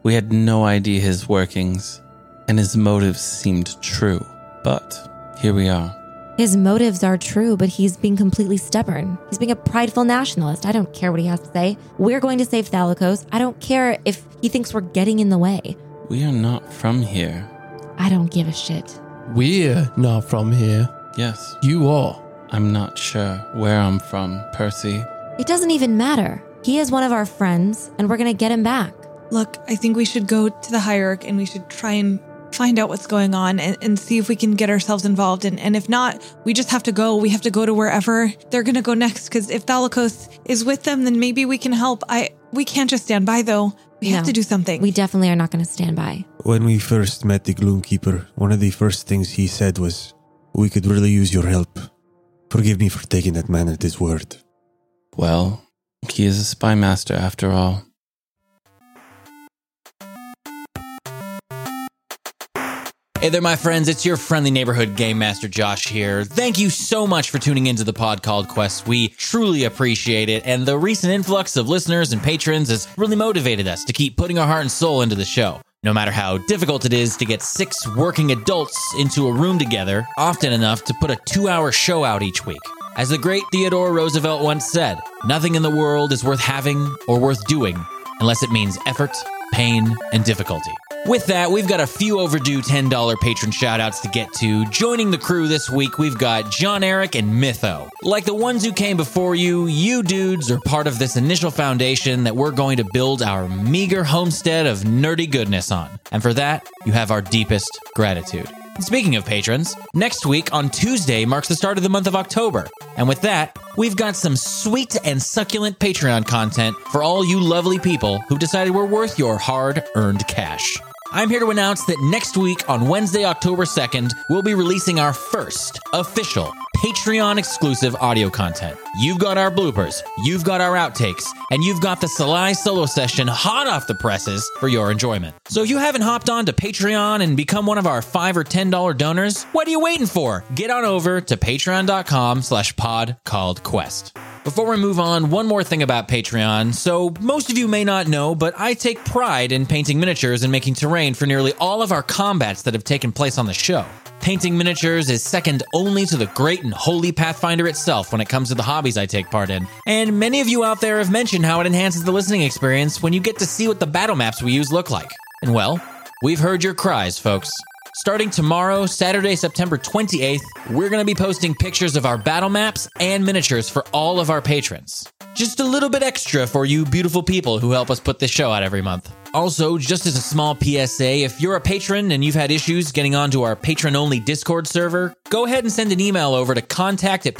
we had no idea his workings, and his motives seemed true. But here we are.
His motives are true, but he's being completely stubborn. He's being a prideful nationalist. I don't care what he has to say. We're going to save Thalikos. I don't care if he thinks we're getting in the way.
We are not from here.
I don't give a shit.
We're not from here.
Yes,
You are.
I'm not sure where I'm from, Percy.
It doesn't even matter. He is one of our friends, and we're going to get him back.
Look, I think we should go to the hierarch and we should try and find out what's going on and, and see if we can get ourselves involved. And, and if not, we just have to go. We have to go to wherever they're going to go next. Because if Thalikos is with them, then maybe we can help. I We can't just stand by, though. We have
No.
to do something.
We definitely are not going to stand by.
When we first met the Gloomkeeper, one of the first things he said was, We could really use your help. Forgive me for taking that man at his word.
Well, he is a spy master after all.
Hey there, my friends. It's your friendly neighborhood game master Josh here. Thank you so much for tuning into the pod called Quest. We truly appreciate it. And the recent influx of listeners and patrons has really motivated us to keep putting our heart and soul into the show. No matter how difficult it is to get six working adults into a room together, often enough to put a two hour show out each week. As the great Theodore Roosevelt once said, nothing in the world is worth having or worth doing unless it means effort, pain, and difficulty. With that, we've got a few overdue $10 patron shoutouts to get to. Joining the crew this week, we've got John Eric and Mytho. Like the ones who came before you, you dudes are part of this initial foundation that we're going to build our meager homestead of nerdy goodness on. And for that, you have our deepest gratitude. Speaking of patrons, next week on Tuesday marks the start of the month of October. And with that, we've got some sweet and succulent Patreon content for all you lovely people who've decided we're worth your hard earned cash. I'm here to announce that next week on Wednesday, October 2nd, we'll be releasing our first official Patreon exclusive audio content. You've got our bloopers, you've got our outtakes, and you've got the Salai solo session hot off the presses for your enjoyment. So if you haven't hopped on to Patreon and become one of our five or ten dollar donors, what are you waiting for? Get on over to patreon.com slash pod called quest. Before we move on, one more thing about Patreon. So, most of you may not know, but I take pride in painting miniatures and making terrain for nearly all of our combats that have taken place on the show. Painting miniatures is second only to the great and holy Pathfinder itself when it comes to the hobbies I take part in. And many of you out there have mentioned how it enhances the listening experience when you get to see what the battle maps we use look like. And well, we've heard your cries, folks. Starting tomorrow, Saturday, September 28th, we're going to be posting pictures of our battle maps and miniatures for all of our patrons. Just a little bit extra for you beautiful people who help us put this show out every month. Also, just as a small PSA, if you're a patron and you've had issues getting onto our patron only Discord server, go ahead and send an email over to contact at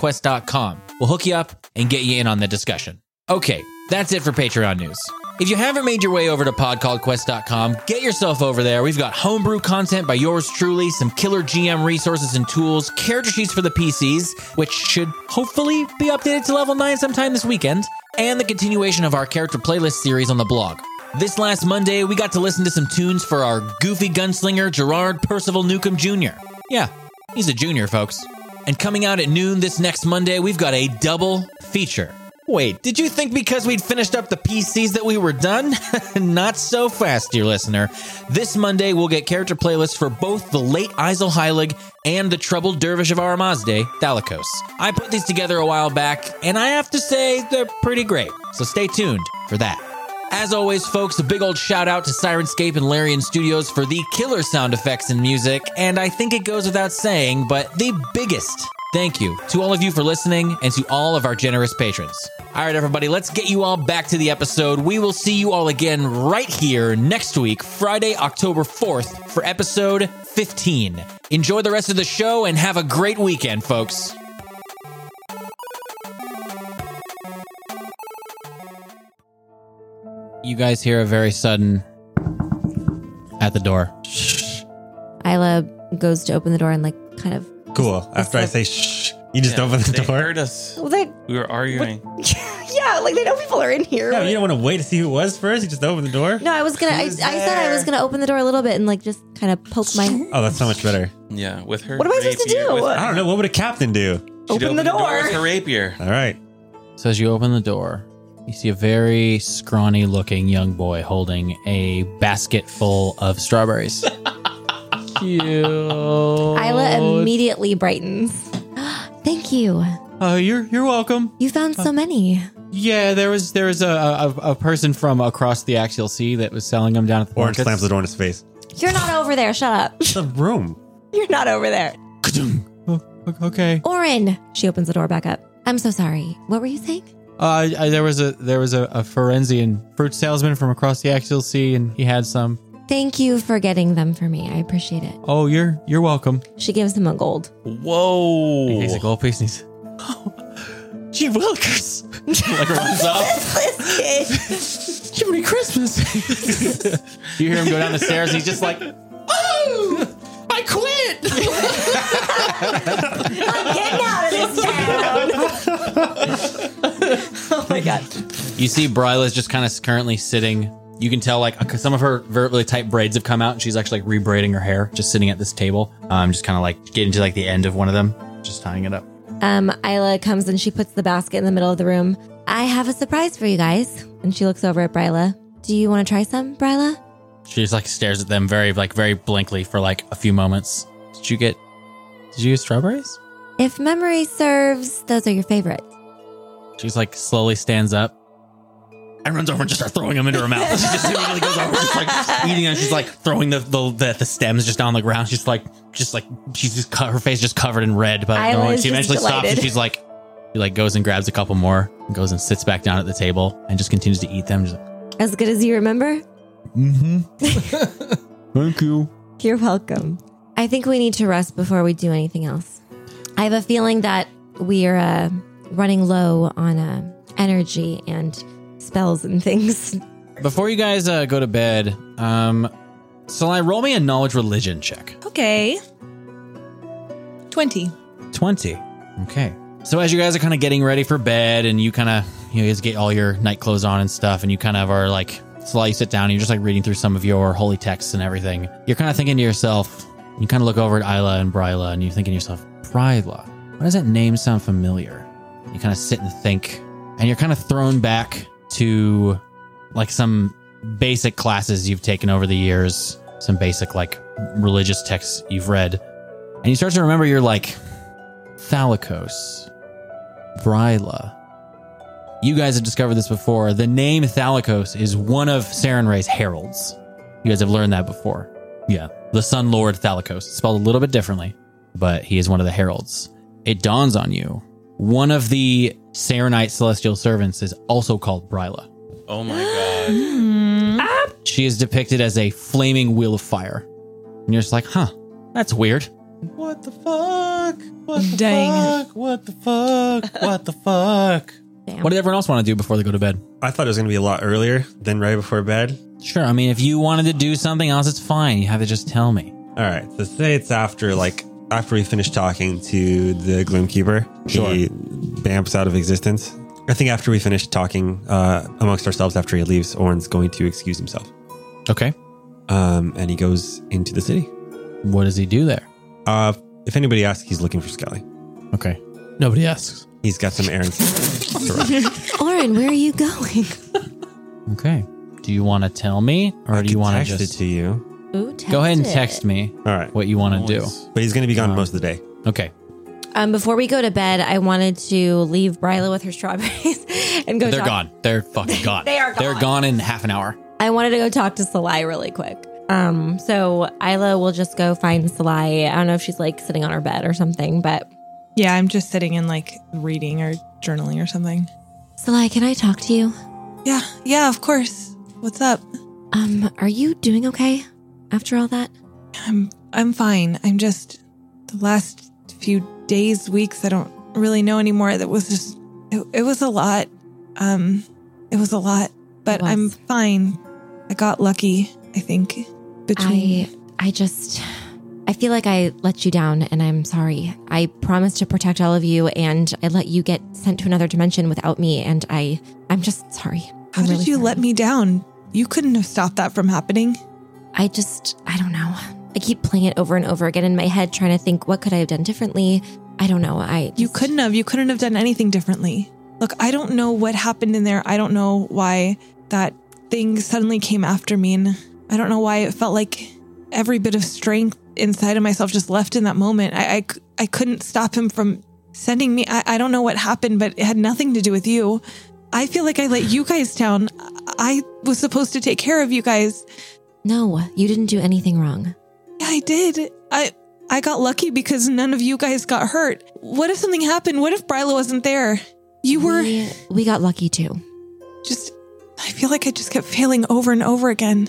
podcaldquest.com. We'll hook you up and get you in on the discussion. Okay, that's it for Patreon news. If you haven't made your way over to podcallquest.com, get yourself over there. We've got homebrew content by yours truly, some killer GM resources and tools, character sheets for the PCs, which should hopefully be updated to level 9 sometime this weekend, and the continuation of our character playlist series on the blog. This last Monday, we got to listen to some tunes for our goofy gunslinger, Gerard Percival Newcomb Jr. Yeah, he's a junior, folks. And coming out at noon this next Monday, we've got a double feature. Wait, did you think because we'd finished up the PCs that we were done? <laughs> Not so fast, dear listener. This Monday, we'll get character playlists for both the late Isel Heilig and the troubled dervish of our Mazde, Thalikos. I put these together a while back, and I have to say they're pretty great, so stay tuned for that. As always, folks, a big old shout out to Sirenscape and Larian Studios for the killer sound effects and music. And I think it goes without saying, but the biggest thank you to all of you for listening and to all of our generous patrons. All right, everybody, let's get you all back to the episode. We will see you all again right here next week, Friday, October 4th, for episode 15. Enjoy the rest of the show and have a great weekend, folks. You guys hear a very sudden at the door.
Isla goes to open the door and like kind of.
Cool. After I say shh, you just open the
they
door.
heard us.
Well, they.
We were arguing.
yeah, like they know people are in here.
No, you don't want to wait to see who it was first. You just open the door.
No, I was gonna. I, I said I was gonna open the door a little bit and like just kind of poke my.
Oh, that's so much better.
Yeah, with her.
What am I supposed to
rapier,
do?
with-
I don't know. What would a captain do?
she'd
Open the door.
with her rapier.
All right.
So as you open the door, you see a very scrawny looking young boy holding a basket full of <laughs> strawberries.
Cute.
Isla immediately brightens. <gasps> Thank you.
Oh, you're you're welcome.
You found so many.
Yeah, there was there was a, a a person from across the axial sea that was selling them down at the
Orange
markets.
slams the door in his face.
You're not over there. Shut up.
The room.
<laughs> You're not over there.
O- Okay.
Orin. She opens the door back up. I'm so sorry. What were you saying?
Uh, I, there was a there was a, a Forensian fruit salesman from across the axial sea, and he had some.
Thank you for getting them for me. I appreciate it.
Oh, you're you're welcome.
She gives him a gold.
He
Whoa.
takes a gold piece and he's, oh, <laughs> gee willikers. <laughs> like runs off. Merry Christmas. <laughs> you hear him go down the stairs and he's just like, oh, I quit.
Getting out of this town. oh my god.
You see Bryla's just kind of currently sitting you can tell like 'cause some of her very really tight braids have come out, and she's actually like rebraiding her hair, just sitting at this table. Um, just kind of like getting to like the end of one of them, just tying it up.
Um, Isla comes and she puts the basket in the middle of the room. I have a surprise for you guys. And she looks over at Bryla. Do you want to try some, Bryla?
She just like stares at them very like very blankly for like a few moments. Did you get? Did you get strawberries?
If memory serves, those are your favorite.
She's like slowly stands up and runs over and just starts throwing them into her mouth. <laughs> she just immediately goes over, and just like eating them. She's like throwing the the, the the stems just on the ground. She's like just like she's just cut her face just covered in red. But
I was
she
just
eventually stops and
delighted.
she's like she like goes and grabs a couple more and goes and sits back down at the table and just continues to eat them. Just like,
As good as you remember?
Mm-hmm.
<laughs>
Thank you.
You're welcome. I think we need to rest before we do anything else. I have a feeling that we are uh, running low on uh, energy and spells and
<laughs>
things.
Before you guys uh, go to bed, um, so I roll me a knowledge religion check.
Okay. 20.
20. Okay. So as you guys are kind of getting ready for bed and you kind of, you know, you guys get all your night clothes on and stuff and you kind of are like, so while you sit down and you're just like reading through some of your holy texts and everything, you're kind of thinking to yourself, you kind of look over at Isla and Bryla and you're thinking to yourself, Bryla, why does that name sound familiar? You kind of sit and think and you're kind of thrown back to like some basic classes you've taken over the years, some basic like religious texts you've read. And you start to remember you're like, Thalikos, Bryla. You guys have discovered this before. The name Thalikos is one of Saren Ray's heralds. You guys have learned that before. Yeah. The Sun Lord Thalikos. It's spelled a little bit differently, but he is one of the heralds. It dawns on you. One of the Sarenite celestial servants is also called Bryla.
Oh my god.
She is depicted as a flaming wheel of fire. And you're just like, huh, that's weird.
What the fuck? What the
Dang.
fuck? What the fuck? What the fuck?
Damn.
What did everyone else want to do before they go to bed?
I thought it was going to be a lot earlier than right before bed.
Sure. I mean, if you wanted to do something else, it's fine. You have to just tell me.
All right. So say it's after like after we finish talking to the Gloomkeeper,
Sure.
he bamps out of existence. I think after we finish talking uh, amongst ourselves after he leaves, Orin's going to excuse himself,
Okay.
um, and he goes into the city.
What does he do there?
Uh, if anybody asks, he's looking for Skelly.
Okay.
Nobody asks.
He's got some errands to run.
Oren, where are you going?
Okay. Do you want to tell me <laughs> or
I
do you
could
want
text
to just
it to you?
Ooh,
go ahead and
it.
text me
All right,
what you want to do?
but he's going to be gone most of the day.
Okay.
Um, before we go to bed, I wanted to leave Bryla with her strawberries <laughs> and go.
They're
talk-
gone.
<laughs>
They're fucking gone.
They are
They're
gone.
gone in half an hour.
I wanted to go talk to Salai really quick. Um, so Isla will just go find Salai. I don't know if she's like sitting on her bed or something, but
Yeah, I'm just sitting and like reading or journaling or something.
Salai, can I talk to you?
Yeah, yeah, of course. What's up?
Um, are you doing okay after all that?
I'm I'm fine. I'm just the last few days, weeks, I don't really know anymore. That was just it, it was a lot. Um it was a lot, but
It was.
I'm fine. I got lucky, I think. Between
I I just I feel like I let you down and I'm sorry. I promised to protect all of you and I let you get sent to another dimension without me and I I'm just sorry.
How
I'm
did
really
you
sorry.
let me down? You couldn't have stopped that from happening.
I just I don't know. I keep playing it over and over again in my head trying to think what could I have done differently? I don't know. I
You
just-
couldn't have. You couldn't have done anything differently. Look, I don't know what happened in there. I don't know why that thing suddenly came after me. And I don't know why it felt like every bit of strength inside of myself just left in that moment. I, I, c- I couldn't stop him from sending me. I, I don't know what happened, but it had nothing to do with you. I feel like I let you guys down. I I was supposed to take care of you guys.
No, you didn't do anything wrong.
Yeah, I did. I I got lucky because none of you guys got hurt. What if something happened? What if Bryla wasn't there? You were
We, we got lucky too.
just I feel like I just kept failing over and over again.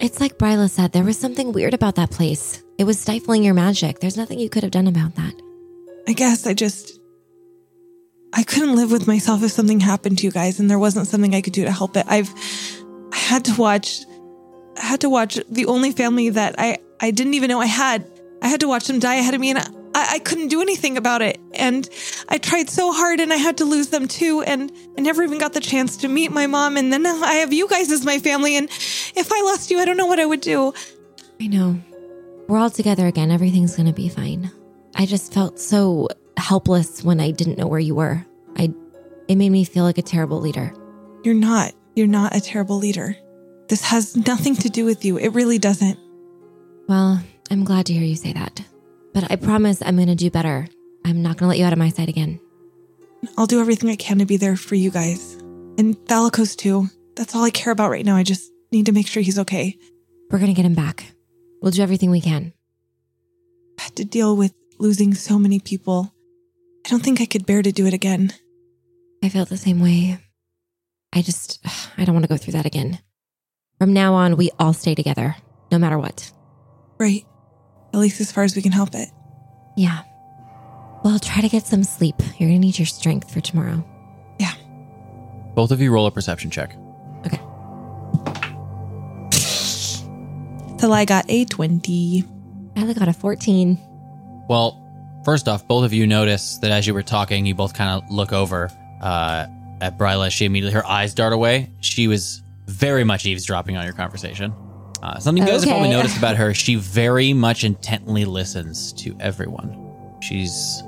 It's like Bryla said, there was something weird about that place. It was stifling your magic. There's nothing you could have done about that.
I guess I just I couldn't live with myself if something happened to you guys and there wasn't something I could do to help it. I've I had to watch I had to watch the only family that I I didn't even know I had. I had to watch them die ahead of me and I I couldn't do anything about it. and I tried so hard and I had to lose them too and I never even got the chance to meet my mom and then now I have you guys as my family and if I lost you I don't know what I would do.
I know. We're all together again. Everything's going to be fine. I just felt so helpless when I didn't know where you were. I it made me feel like a terrible leader.
You're not. You're not a terrible leader. This has nothing to do with you. It really doesn't.
Well, I'm glad to hear you say that. But I promise I'm going to do better. I'm not going to let you out of my sight again.
I'll do everything I can to be there for you guys. And Thalikos too. That's all I care about right now. I just need to make sure he's okay.
We're going to get him back. We'll do everything we can.
I had to deal with losing so many people. I don't think I could bear to do it again.
I felt the same way. I just, <sighs> I don't want to go through that again. From now on, we all stay together, no matter what.
Right. At least as far as we can help it.
Yeah. Well, try to get some sleep. You're going to need your strength for tomorrow.
Both of you roll a perception check.
Okay.
Till I got a 20.
Kyla got a 14.
Well, first off, both of you notice that as you were talking, you both kind of look over uh, at Bryla. She immediately, her eyes dart away. She was very much eavesdropping on your conversation. Uh, something you guys have probably
Okay.
noticed about her, she very much intently listens to everyone. She's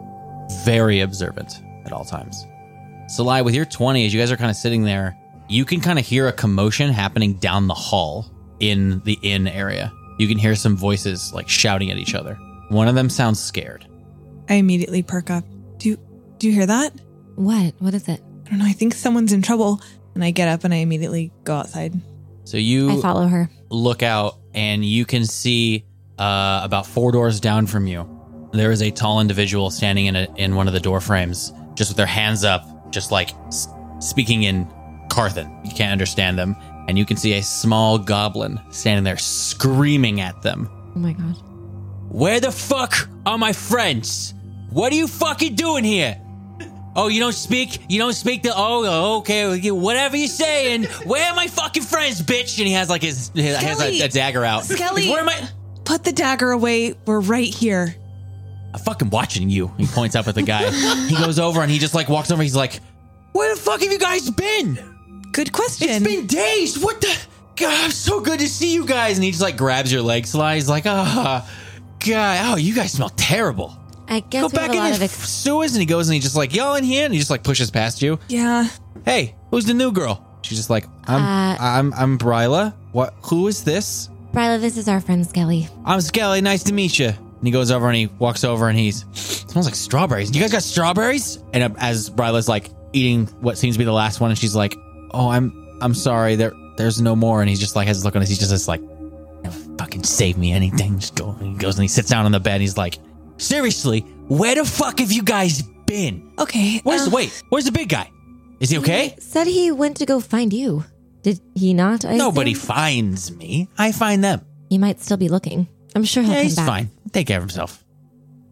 very observant at all times. Salai, with your 20, as you guys are kind of sitting there, you can kind of hear a commotion happening down the hall in the inn area. You can hear some voices like shouting at each other. One of them sounds scared.
I immediately perk up. Do you, do you hear that?
What? What is it?
I don't know. I think someone's in trouble. And I get up and I immediately go outside.
So you
I follow her.
look out and you can see uh, about four doors down from you there is a tall individual standing in, a, in one of the door frames just with their hands up just like s- speaking in carthan you can't understand them and you can see a small goblin standing there screaming at them
Oh my God.
where the fuck are my friends? What are you fucking doing here? Oh, you don't speak? You don't speak the. Oh, okay. Whatever you're saying. Where are my fucking friends, bitch? And he has like his. his he has
Skelly!
a, a dagger out.
Skelly!
He's, Where am I?
Put the dagger away. We're right here.
I'm fucking watching you. He points up at the guy. he goes over and he just like walks over. He's like, Where the fuck have you guys been?
Good question.
It's been days. What the? God, I'm so good to see you guys. And he just like grabs your leg slides. He's like, Ah, God. Oh, you guys smell terrible.
I guess
go
we have
back
a
in
lot
his
of
f-
ex-
sewers and he goes and he just like y'all in here and he just like pushes past you
yeah.
hey who's the new girl she's just like i'm
Uh,
i'm i'm bryla what who is this
Bryla, this is our friend Skelly.
i'm skelly nice to meet you and he goes over and he walks over and he's smells like strawberries you guys got strawberries and uh, as bryla's like eating what seems to be the last one and she's like oh i'm i'm sorry there there's no more and he's just like has this look on his he's just, just like never fucking save me anything just go and he goes and he sits down on the bed and he's like seriously where the fuck have you guys been
Okay.
Where's
uh,
the wait? Where's the big guy? Is he okay?
He said he went to go find you. Did he not? I
Nobody
assume?
finds me. I find them.
he might still be looking. I'm sure he'll
Yeah,
come
he's
back.
fine. Take care of himself.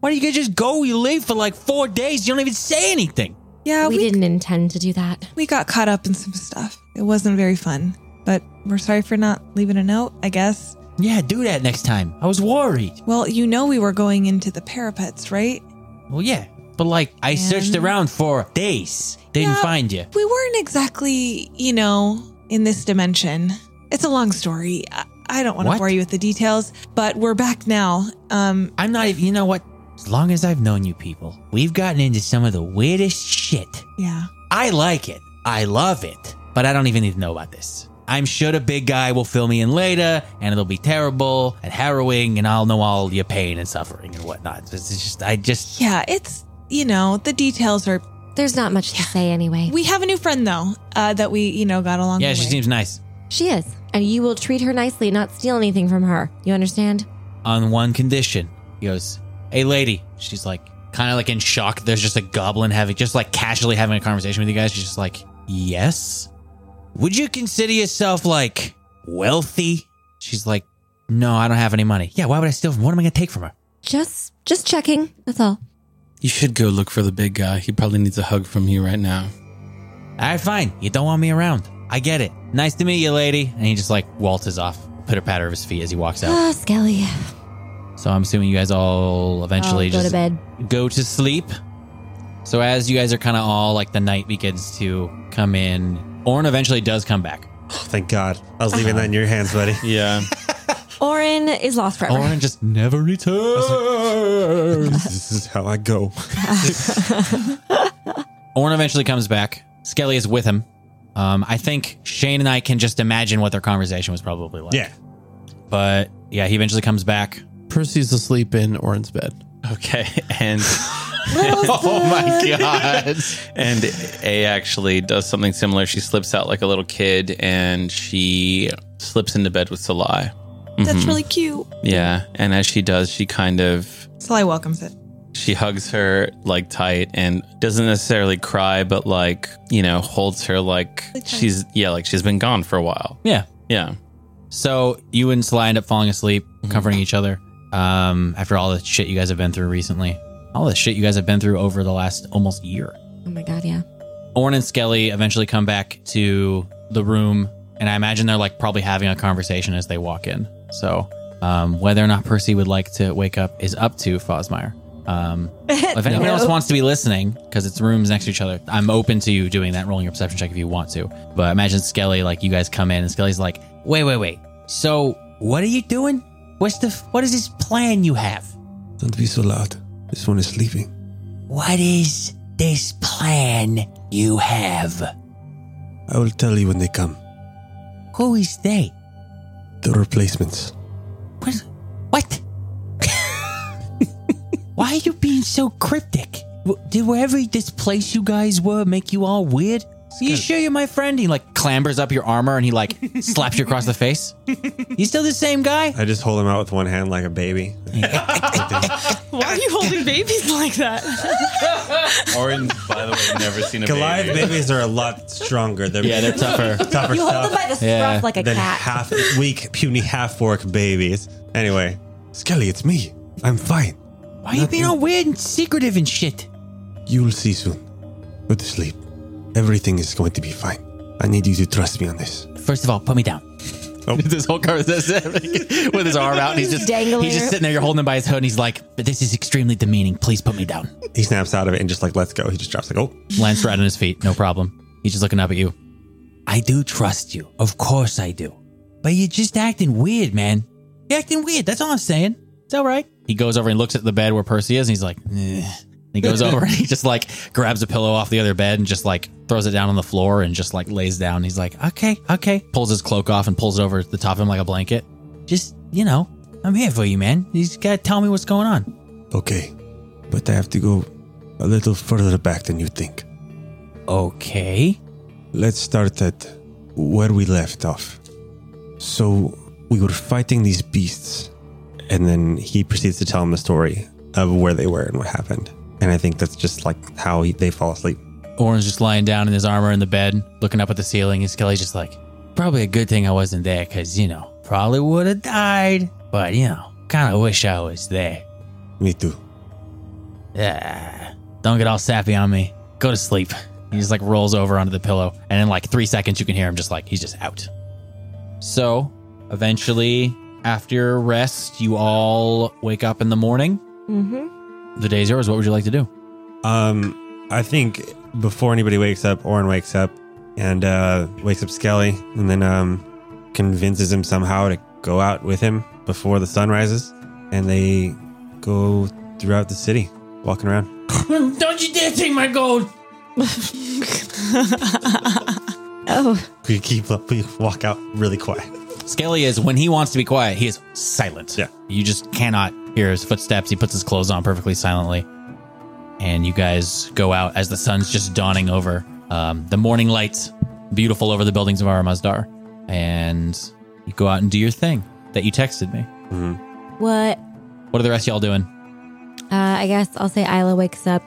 Why do you guys just go? You leave for like four days. You don't even say anything.
Yeah,
we
we
didn't intend to do that.
we got caught up in some stuff. It wasn't very fun, but we're sorry for not leaving a note, I guess.
Yeah, do that next time. I was worried.
Well, you know we were going into the parapets, right?
Well, yeah, but like I searched
And-
around for days. Didn't
Yeah.
find you.
We weren't exactly, you know, in this dimension. It's a long story. I, I don't want to
What?
bore you with the details, but we're back now. Um,
I'm not. even You know what? As long as I've known you people, we've gotten into some of the weirdest shit.
yeah.
I like it. I love it. But I don't even need to know about this. I'm sure the big guy will fill me in later, and it'll be terrible and harrowing, and I'll know all your pain and suffering and whatnot. This is just, I just,
Yeah, it's, you know, the details are.
There's not much to say anyway.
We have a new friend, though, uh, that we, you know, got along
yeah,
the
she
way.
seems nice.
she is. And you will treat her nicely, not steal anything from her. You understand?
On one condition, he goes, "Hey, lady." She's like, kind of like in shock. There's just a goblin having, just like casually having a conversation with you guys. She's just like, "Yes." Would you consider yourself like wealthy? She's like, "No, I don't have any money." Yeah, why would I steal from? What am I gonna take from her?
Just just checking. That's all.
You should go look for the big guy. He probably needs a hug from you right now.
All right, fine. You don't want me around. I get it. Nice to meet you, lady. And he just like waltzes off, pitter patter of his feet as he walks out.
Ah, Skelly.
so I'm assuming you guys all
I'll
eventually
go to
just
bed.
go to sleep. So as you guys are kind of all like the night begins to come in, Orn eventually does come back.
Thank God. I was leaving that in your hands,
<laughs>
buddy.
Yeah.
Orin is lost forever.
Orn just never
<laughs>
returns.
this is how I
<laughs>
go.
Orn eventually comes back. Skelly is with him. Um, I think Shane and I can just imagine what their conversation was probably like.
Yeah.
But yeah, he eventually comes back.
Percy's asleep in Orin's bed.
Okay. And
<laughs> Oh my god.
and A actually does something similar. She slips out like a little kid and she slips into bed with Salai.
That's
Mhm.
Mm-hmm.
really cute.
Yeah. And as she does, she kind of
Sly welcomes it.
She hugs her like tight and doesn't necessarily cry, but like, you know, holds her like
Like tight.
she's, yeah, like she's been gone for a while.
Yeah.
Yeah.
So you and Sly end up falling asleep,
Mhm.
comforting each other. Um, after all the shit you guys have been through recently, all the shit you guys have been through over the last almost year.
oh my god, yeah.
Orn and Skelly eventually come back to the room, and I imagine they're like probably having a conversation as they walk in. So, um, whether or not Percy would like to wake up is up to Fosmire. Um, if anyone
No.
<laughs>
else wants to be listening, because it's rooms next to each other, I'm open to you doing that, rolling your perception check if you want to. But imagine Skelly, like you guys come in, and Skelly's like, "Wait, wait, wait. So, what are you doing? What's the what is this plan you have?
Don't be so loud. This one is sleeping.
What is this plan you have?
I will tell you when they come.
Who is they?
The replacements.
What? What? <laughs> Why are you being so cryptic? W- Did wherever this place you guys were make you all weird? you sure you're my friend? He like clambers up your armor and he like slaps you across the face. You still the same guy?
I just hold him out with one hand like a baby.
Why are you holding babies <laughs> like that?
Orin's, by the way, never seen a
Goliath babies are a lot stronger. They're
Yeah, they're tougher.
<laughs> tougher
You hold them
stuff
by the scruff
Yeah,
like a
than
cat.
half weak, puny half orc babies. Anyway,
Skelly, it's me. I'm fine.
<laughs> Why are you being all weird and secretive and shit?
You'll see soon. Go to sleep. Everything is going to be fine. I need you to trust me on this.
First of all, put me down. <laughs> this whole car with his arm out, and he's just
Dangling
he's just
it.
sitting there. You're holding him by his hood, and he's like, "But this is extremely demeaning. Please put me down."
he snaps out of it and just like lets go. He just drops like, oh,
Lance right on his feet, no problem. He's just looking up at you. I do trust you. Of course I do. But you're just acting weird, man. You're acting weird. That's all I'm saying. It's all right. He goes over and looks at the bed where Percy is and he's like, "Eh." And he goes over and he just like grabs a pillow off the other bed and just like throws it down on the floor and just like lays down. He's like, okay, okay. Pulls his cloak off and pulls it over the top of him like a blanket. Just, you know, I'm here for you, man. You just gotta tell me what's going on.
Okay. But I have to go a little further back than you think.
Okay.
Let's start at where we left off. So we were fighting these beasts.
and then he proceeds to tell him the story of where they were and what happened. And I think that's just like how he, they fall asleep.
Orin's just lying down in his armor in the bed, looking up at the ceiling, and Skelly's just like, probably a good thing I wasn't there, because, you know, probably would have died. But, you know, kind of wish I was there.
Me too.
Yeah. Don't get all sappy on me. Go to sleep. He just like rolls over onto the pillow, and in like three seconds, you can hear him just like, he's just out. So, eventually, after your rest, you all wake up in the morning.
hmm
The day's yours. What would you like to do?
Um, I think before anybody wakes up, Orin wakes up and uh, wakes up Skelly, and then um, convinces him somehow to go out with him before the sun rises, and they go throughout the city, walking around. <laughs>
Don't you dare take my gold!
Oh,
We keep we walk out really quiet.
Skelly is when he wants to be quiet, he is silent.
Yeah.
You just cannot hear his footsteps. He puts his clothes on perfectly silently. And you guys go out as the sun's just dawning over. Um, the morning lights, beautiful over the buildings of Aramazdar. And you go out and do your thing that you texted me.
what?
What are the rest of y'all doing?
Uh, I guess I'll say Isla wakes up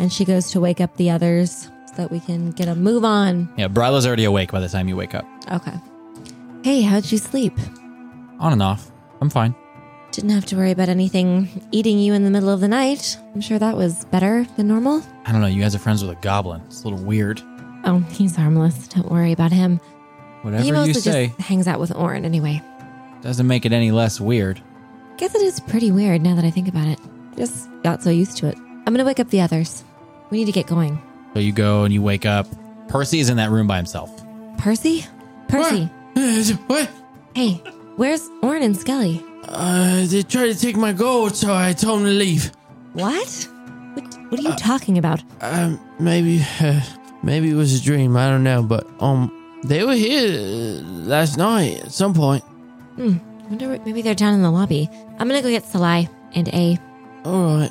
and she goes to wake up the others so that we can get a move on.
Yeah, Bryla's already awake by the time you wake up.
Okay. Hey, how'd you sleep?
On and off. I'm fine.
Didn't have to worry about anything eating you in the middle of the night. I'm sure that was better than normal.
I don't know. You guys are friends with a goblin. It's a little weird.
Oh, he's harmless. Don't worry about him. he
Whatever
mostly
you say
just hangs out with Orin anyway.
doesn't make it any less weird.
Guess it is pretty weird now that I think about it. I just got so used to it. I'm gonna wake up the others. We need to get going.
So you go and you wake up. Percy is in that room by himself.
Percy? Percy.
What?
Hey, where's Orin and Skelly?
Uh, they tried to take my gold, so I told them to leave.
What? What, what are you talking about?
Um, maybe, uh, maybe it was a dream. I don't know, but um, they were here uh, last night at some point.
I wonder what, maybe they're down in the lobby. I'm gonna go get Salai and A.
All right.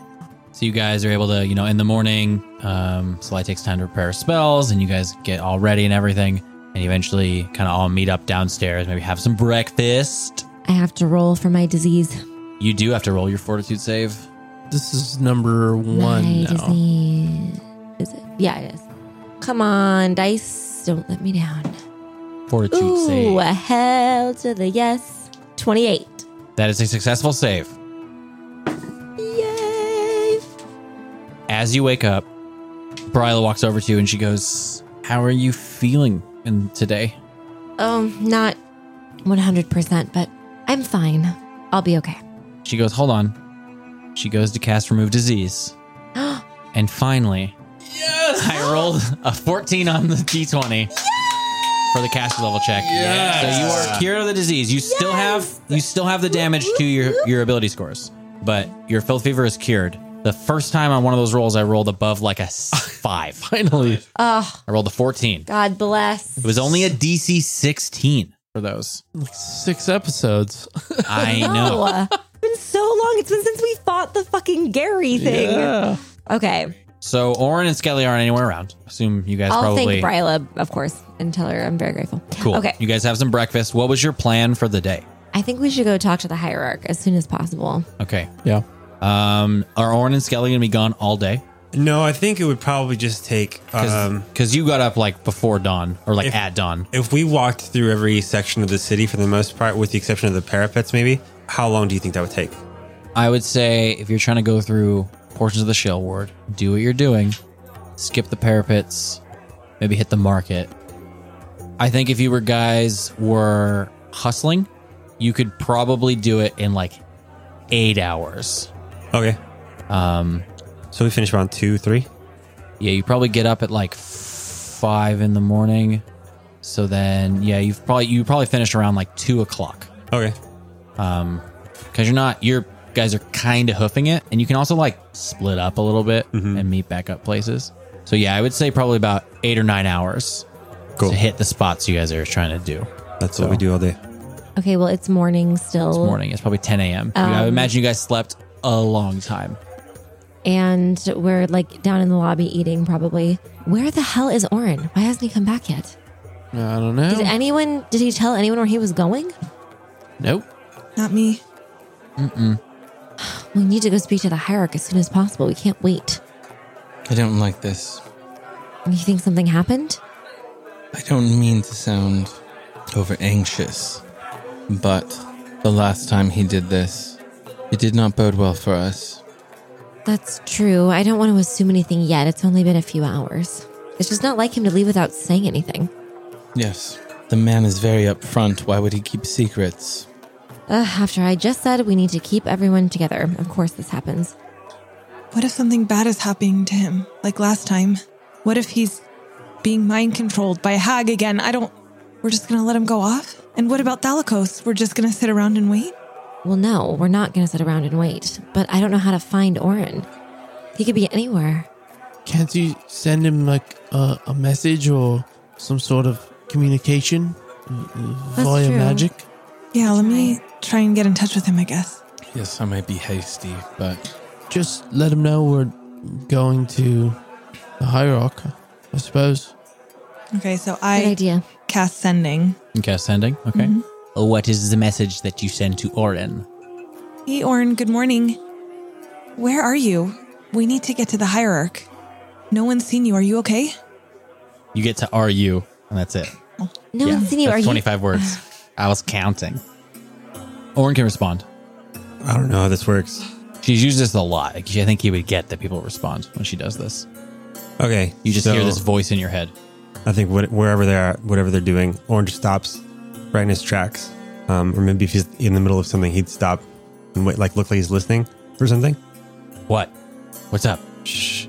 So you guys are able to, you know, in the morning, um, Sly takes time to prepare spells and you guys get all ready and everything. And you eventually kind of all meet up downstairs, maybe have some breakfast.
I have to roll for my disease.
You do have to roll your fortitude save.
This is number one
my
now.
disease. Is it? Yeah, it is. Come on, dice. Don't let me down.
Fortitude
Ooh,
save.
a hell to the yes. 28.
That is a successful save.
Yay!
As you wake up, Bryla walks over to you and she goes, How are you feeling in today?
Oh, not 100%, but I'm fine. I'll be okay.
She goes, Hold on. She goes to cast Remove Disease. and finally, yes! I rolled a 14 on the d20 for the caster level check. So you are cured of the disease. You still have you still have the damage to your, your ability scores, but your filth fever is cured. The first time on one of those rolls, I rolled above like a s- five. Finally,
Oh,
I rolled a 14.
God bless.
It was only a DC 16 for those.
Six episodes. <laughs>
I know.
<laughs> it's been so long. It's been since we fought the fucking Gary thing. Okay.
So Oren and Skelly aren't anywhere around. Assume you guys
I'll
probably
thank Bryla, of course, and tell her I'm very grateful.
cool.
Okay.
You guys have some breakfast. What was your plan for the day?
I think we should go talk to the hierarch as soon as possible.
Okay.
Yeah.
Um, are Oren and Skelly gonna be gone all day?
No, I think it would probably just take.
Because
Um,
you got up like before dawn or like
If-
at dawn.
if we walked through every section of the city for the most part, with the exception of the parapets, maybe, how long do you think that would take?
I would say if you're trying to go through portions of the shell ward, do what you're doing, skip the parapets, maybe hit the market. I think if you were guys were hustling, you could probably do it in like eight hours.
Okay.
Um,
So we finish around two, three.
Yeah, you probably get up at like five in the morning. So then, yeah, you've probably you probably finished around like two o'clock
Okay.
because you're not you're guys are kind of hoofing it, and you can also like split up a little bit and meet back up places. So yeah, I would say probably about eight or nine hours
Cool.
to hit the spots you guys are trying to do.
That's what we do all day.
Okay, well, it's morning still.
This morning it's probably ten a.m. I would imagine you guys slept a long time.
And we're like down in the lobby eating, probably. Where the hell is Orin? Why hasn't he come back yet?
I don't know.
Did anyone, did he tell anyone where he was going?
nope.
Not me.
We need to go speak to the hierarch as soon as possible. We can't wait.
I don't like this.
You think something happened?
I don't mean to sound over anxious, but the last time he did this, it did not bode well for us.
That's true. I don't want to assume anything yet. It's only been a few hours. It's just not like him to leave without saying anything.
Yes, the man is very upfront. Why would he keep secrets?
Ugh, after I just said we need to keep everyone together, of course this happens.
What if something bad is happening to him, like last time? What if he's being mind controlled by a hag again? I don't. We're just gonna let him go off? And what about Thalikos? We're just gonna sit around and wait?
Well, no, we're not going to sit around and wait. But I don't know how to find Orin. He could be anywhere.
Can't you send him like a, a message or some sort of communication uh, uh,
That's
via
true.
magic?
Yeah, let me try and get in touch with him, I guess.
Yes, I might be hasty, but
Just let him know we're going to the hierarch, I suppose.
Okay, so
Good
I
idea.
cast sending.
Okay, sending. Okay. What is the message that you send to Oren?
Hey, Orn, good morning. Where are you? We need to get to the hierarch. No one's seen you. Are you okay?
You get to RU, and that's it.
No one's seen you. Are
that's
you?
25 words. I was counting. Oren can respond.
I don't know how this works.
She's used this a lot. Like, I think he would get that people respond when she does this.
Okay.
You just
so
hear this voice in your head.
I think what, wherever they are, whatever they're doing, Orange stops right in his tracks. Um, or maybe if he's in the middle of something, he'd stop and wait, like look like he's listening or something.
What? What's up?
Shh.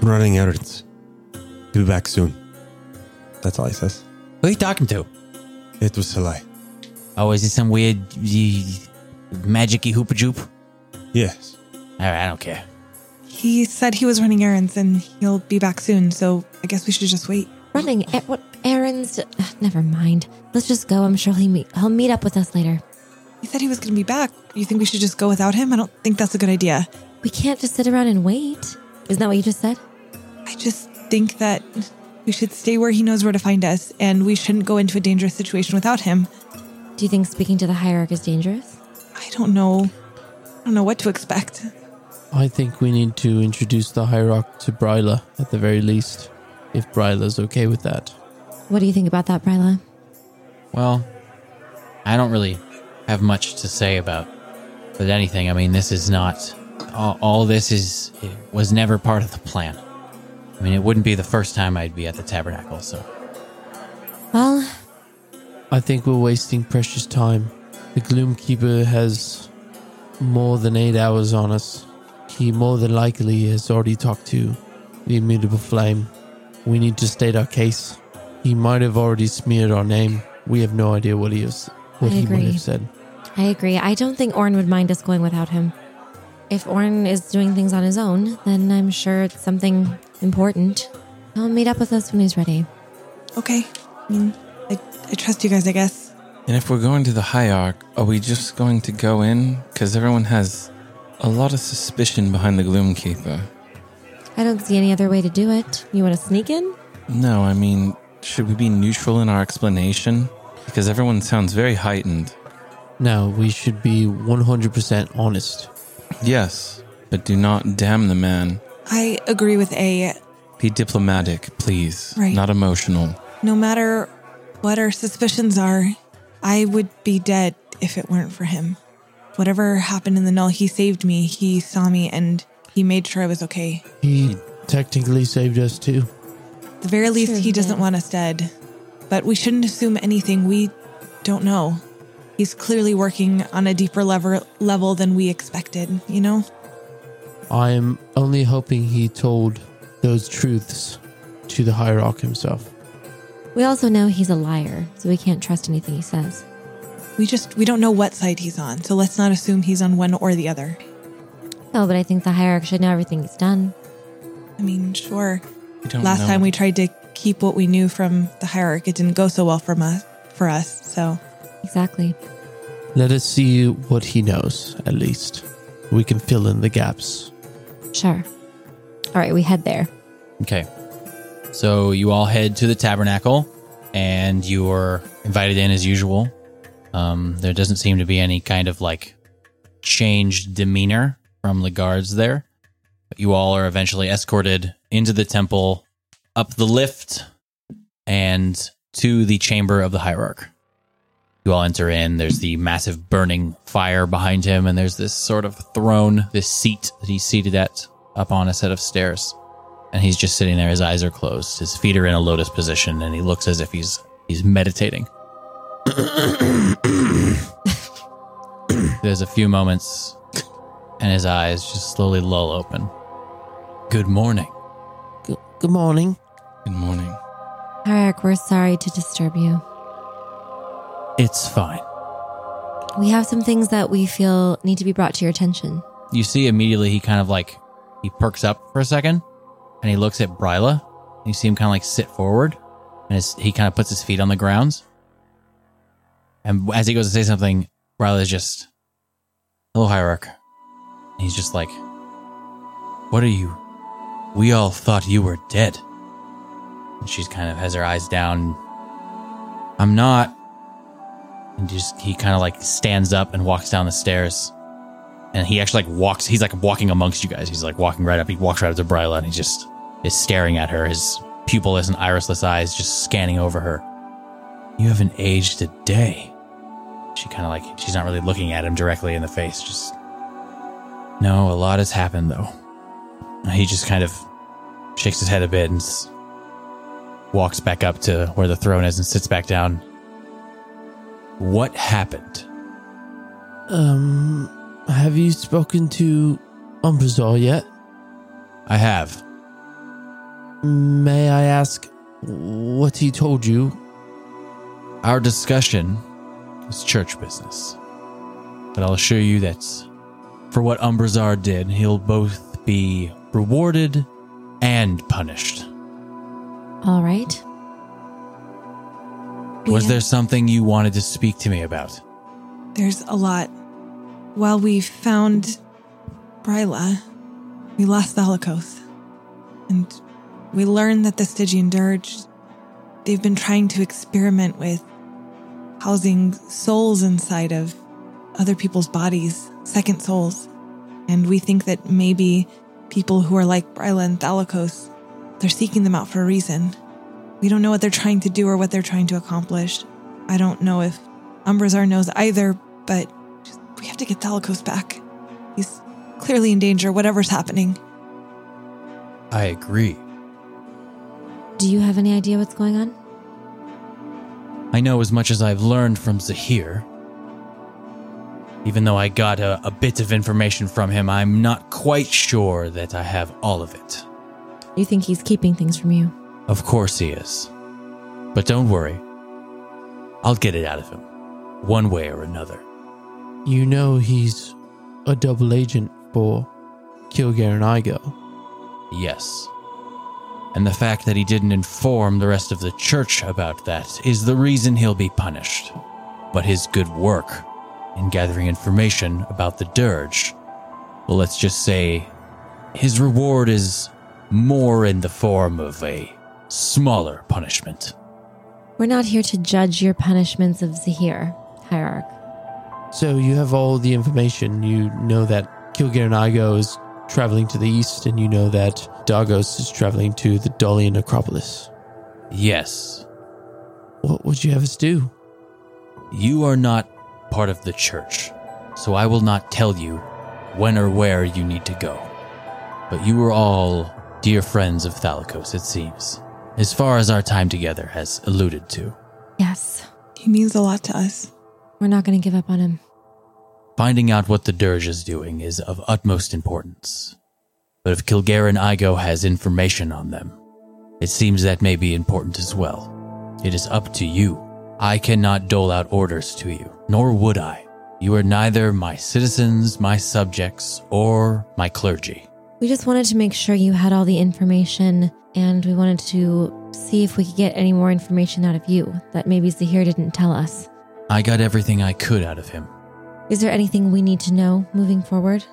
running errands. He'll be back soon. That's all he says.
Who are you talking to?
It was a lie.
Oh, is it some weird magicy hoopa joop? All
Yes.
right, I don't care.
He said he was running errands and he'll be back soon, so I guess we should just wait.
Running at what errands? Ugh, never mind. Let's just go. I'm sure he'll meet. He'll meet up with us later.
He said he was going to be back. You think we should just go without him? I don't think that's a good idea.
We can't just sit around and wait. Isn't that what you just said?
I just think that we should stay where he knows where to find us and we shouldn't go into a dangerous situation without him.
Do you think speaking to the hierarch is dangerous?
I don't know. I don't know what to expect.
I think we need to introduce the Hierarch to Bryla at the very least, if Bryla's okay with that.
What do you think about that, Bryla?
Well, I don't really have much to say about but anything. I mean, this is not all, all this is it was never part of the plan. I mean, it wouldn't be the first time I'd be at the tabernacle, so
Well,
I think we're wasting precious time. The Gloomkeeper has more than eight hours on us. He more than likely has already talked to the Immutable Flame. We need to state our case. He might have already smeared our name. We have no idea what he has, what
I
he might
agree.
have said.
I agree. I don't think Orn would mind us going without him. If Orn is doing things on his own, then I'm sure it's something important. He'll meet up with us when he's ready.
Okay. I mean, I, I trust you guys, I guess.
And if we're going to the High Arc, are we just going to go in? Because everyone has a lot of suspicion behind the Gloomkeeper.
I don't see any other way to do it. You want to sneak in?
No, I mean, should we be neutral in our explanation? Because everyone sounds very heightened.
Now, we should be 100% honest.
Yes, but do not damn the man.
I agree with A.
Be diplomatic, please.
Right.
Not emotional.
No matter what our suspicions are, I would be dead if it weren't for him. Whatever happened in the null, he saved me. He saw me and he made sure I was okay.
He technically saved us too.
At the very least,
Sure
he
did.
doesn't want us dead. But we shouldn't assume anything we don't know. He's clearly working on a deeper lever- level than we expected, you know?
I'm only hoping he told those truths to the Hierarch himself.
We also know he's a liar, so we can't trust anything he says.
We just, we don't know what side he's on, so let's not assume he's on one or the other.
Oh, but I think the hierarch should know everything he's done.
I mean, sure.
We don't
Last
know.
time we tried to keep what we knew from the hierarch, it didn't go so well from us, for us, so.
Exactly.
Let us see what he knows, at least. We can fill in the gaps.
Sure. All right, we head there.
Okay. So you all head to the tabernacle and you are invited in as usual. Um, there doesn't seem to be any kind of like changed demeanor from the guards there. But you all are eventually escorted into the temple, up the lift, and to the chamber of the hierarch. You all enter in. There's the massive burning fire behind him, and there's this sort of throne, this seat that he's seated at up on a set of stairs and he's just sitting there. His eyes are closed. His feet are in a lotus position, and he looks as if he's he's meditating. There's a few moments, and his eyes just slowly lull open. Good morning.
G- good morning.
Good morning.
Hierarch, we're sorry to disturb you.
It's fine.
We have some things that we feel need to be brought to your attention.
You see immediately he kind of like he perks up for a second, and he looks at Bryla. And you see him kind of like sit forward, and his, he kind of puts his feet on the ground. And as he goes to say something, Bryla's just, "Hello, Hierarch." And he's just like, "What are you? We all thought you were dead." And she's kind of has her eyes down. I'm not. And just he kind of like stands up and walks down the stairs and he actually like walks he's like walking amongst you guys he's like walking right up he walks right up to bryla and he just is staring at her his pupilless and irisless eyes just scanning over her you haven't aged a day she kind of like she's not really looking at him directly in the face just no a lot has happened though And he just kind of shakes his head a bit and s- walks back up to where the throne is and sits back down what happened
Um, have you spoken to Umbrazar yet?
i have
May I ask what he told you?
Our discussion was church business. But I'll assure you that for what Umbrazar did, he'll both be rewarded and punished.
All right.
Was
Yeah.
there something you wanted to speak to me about?
There's a lot. While we found Bryla, we lost Holocaust. And we learned that the Stygian Dirge, they've been trying to experiment with housing souls inside of other people's bodies, second souls. And we think that maybe people who are like Bryla and Thalikos, they're seeking them out for a reason. We don't know what they're trying to do or what they're trying to accomplish. I don't know if Umbrazar knows either, but just, we have to get Thalikos back. He's clearly in danger, whatever's happening.
I agree.
Do you have any idea what's going on?
I know as much as I've learned from Zahir. Even though I got a, a bit of information from him, I'm not quite sure that I have all of it.
You think he's keeping things from you?
Of course he is. But don't worry. I'll get it out of him, one way or another.
You know he's a double agent for Kilgare and Igo.
Yes. And the fact that he didn't inform the rest of the church about that is the reason he'll be punished. But his good work in gathering information about the dirge, well, let's just say his reward is more in the form of a smaller punishment.
We're not here to judge your punishments of Zahir, Hierarch.
So you have all the information. You know that Kilgare and Igo is traveling to the east, and you know that Dagos is traveling to the Dolian Acropolis.
Yes,
What would you have us do?
you are not part of the church, so I will not tell you when or where you need to go. But you are all dear friends of Thalikos, it seems, as far as our time together has alluded to.
Yes.
He means a lot to us.
We're not going to give up on him.
Finding out what the dirge is doing is of utmost importance. But if Kilgare and Igo has information on them, it seems that may be important as well. It is up to you. I cannot dole out orders to you, nor would I. You are neither my citizens, my subjects, or my clergy.
We just wanted to make sure you had all the information and we wanted to see if we could get any more information out of you that maybe Zahir didn't tell us.
I got everything I could out of him.
Is there anything we need to know moving forward?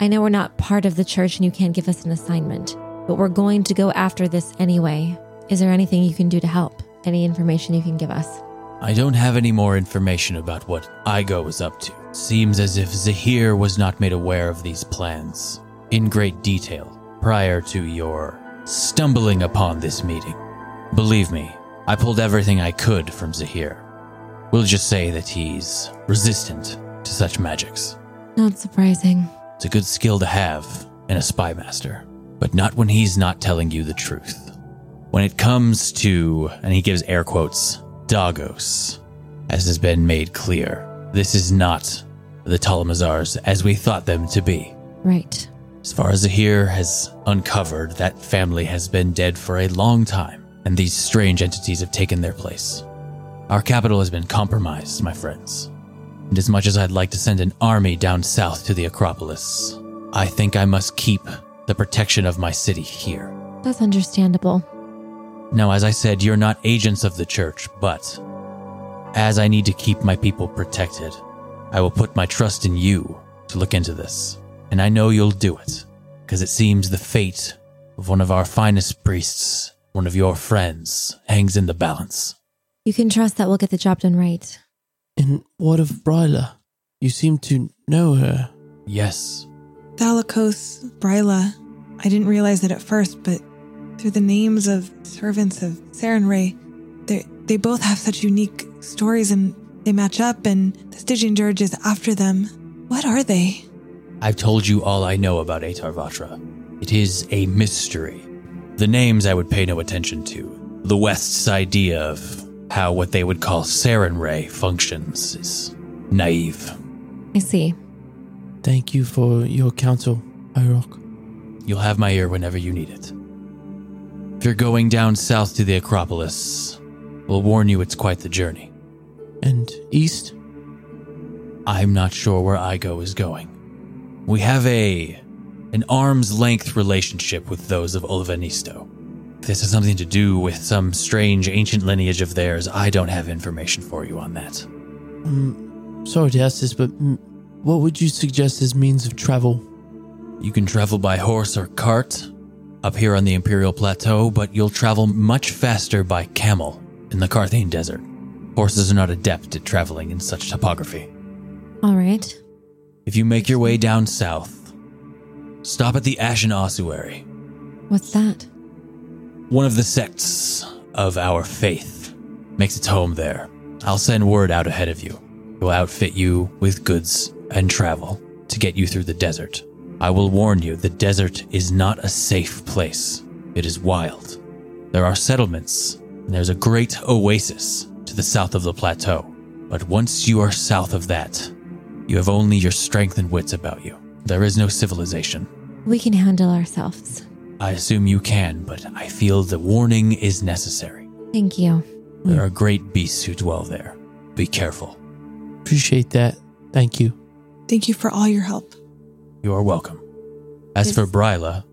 I know we're not part of the church and you can't give us an assignment, but we're going to go after this anyway. Is there anything you can do to help? Any information you can give us?
I don't have any more information about what Igo was up to. Seems as if Zahir was not made aware of these plans in great detail prior to your stumbling upon this meeting. Believe me, I pulled everything I could from Zahir. We'll just say that he's resistant to such magics.
Not surprising.
It's a good skill to have in a spy master, but not when he's not telling you the truth. When it comes to, and he gives air quotes, Dagos, as has been made clear, this is not the Ptolemazars as we thought them to be.
Right.
As far as Zahir has uncovered, that family has been dead for a long time, and these strange entities have taken their place. Our capital has been compromised, my friends. And as much as I'd like to send an army down south to the Acropolis, I think I must keep the protection of my city here.
That's understandable.
Now, as I said, you're not agents of the church, but as I need to keep my people protected, I will put my trust in you to look into this. And I know you'll do it, because it seems the fate of one of our finest priests, one of your friends, hangs in the balance.
You can trust that we'll get the job done right.
And what of Bryla? You seem to know her.
Yes,
Thalikos, Bryla. I didn't realize it at first, but through the names of servants of Sarenrae, they they both have such unique stories and they match up and the Stygian Dirge is after them. What are they?
I've told you all I know about Atar Vatra. It is a mystery. The names I would pay no attention to. The West's idea of how what they would call Sarenrae functions is naive.
I see.
Thank you for your counsel, Irok.
You'll have my ear whenever you need it. If you're going down south to the Acropolis, we'll warn you it's quite the journey.
And east?
I'm not sure where Igo is going. We have a an arm's length relationship with those of Olvanisto. This has something to do with some strange ancient lineage of theirs. I don't have information for you on that.
Sorry to ask this, but mm, what would you suggest as means of travel?
You can travel by horse or cart up here on the Imperial Plateau, but you'll travel much faster by camel in the Carthane Desert. Horses are not adept at traveling in such topography.
All right.
If you make your way down south, stop at the Ashen Ossuary,
What's that?
one of the sects of our faith. Makes its home there. I'll send word out ahead of you. We'll outfit you with goods and travel to get you through the desert. I will warn you, the desert is not a safe place. It is wild. There are settlements, and there's a great oasis to the south of the plateau. But once you are south of that, you have only your strength and wits about you. There is no civilization.
We can handle ourselves.
I assume you can, but I feel the warning is necessary.
Thank you.
There are great beasts who dwell there. Be careful.
Appreciate that. Thank you.
Thank you for all your help.
You are welcome. As for Bryla,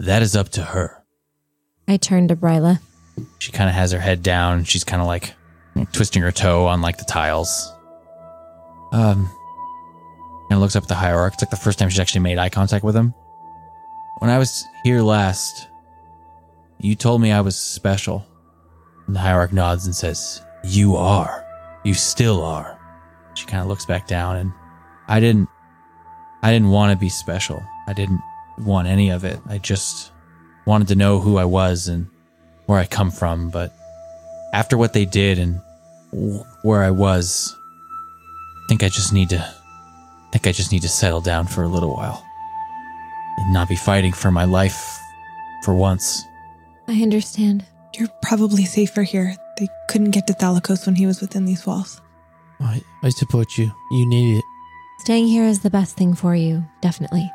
that is up to her.
I turned to Bryla.
She kind of has her head down. She's kind of like twisting her toe on like the tiles. Um, and looks up at the hierarch. It's like the first time she's actually made eye contact with him. When I was here last, you told me I was special. And the hierarch nods and says, You are. You still are. She kind of looks back down and I didn't, I didn't want to be special. I didn't want any of it. I just wanted to know who I was and where I come from. But after what they did and w- where I was, I think I just need to, I think I just need to settle down for a little while and not be fighting for my life for once.
I understand.
You're probably safer here. They couldn't get to Thalikos when he was within these walls.
I, I support you. You need it.
Staying here is the best thing for you, definitely.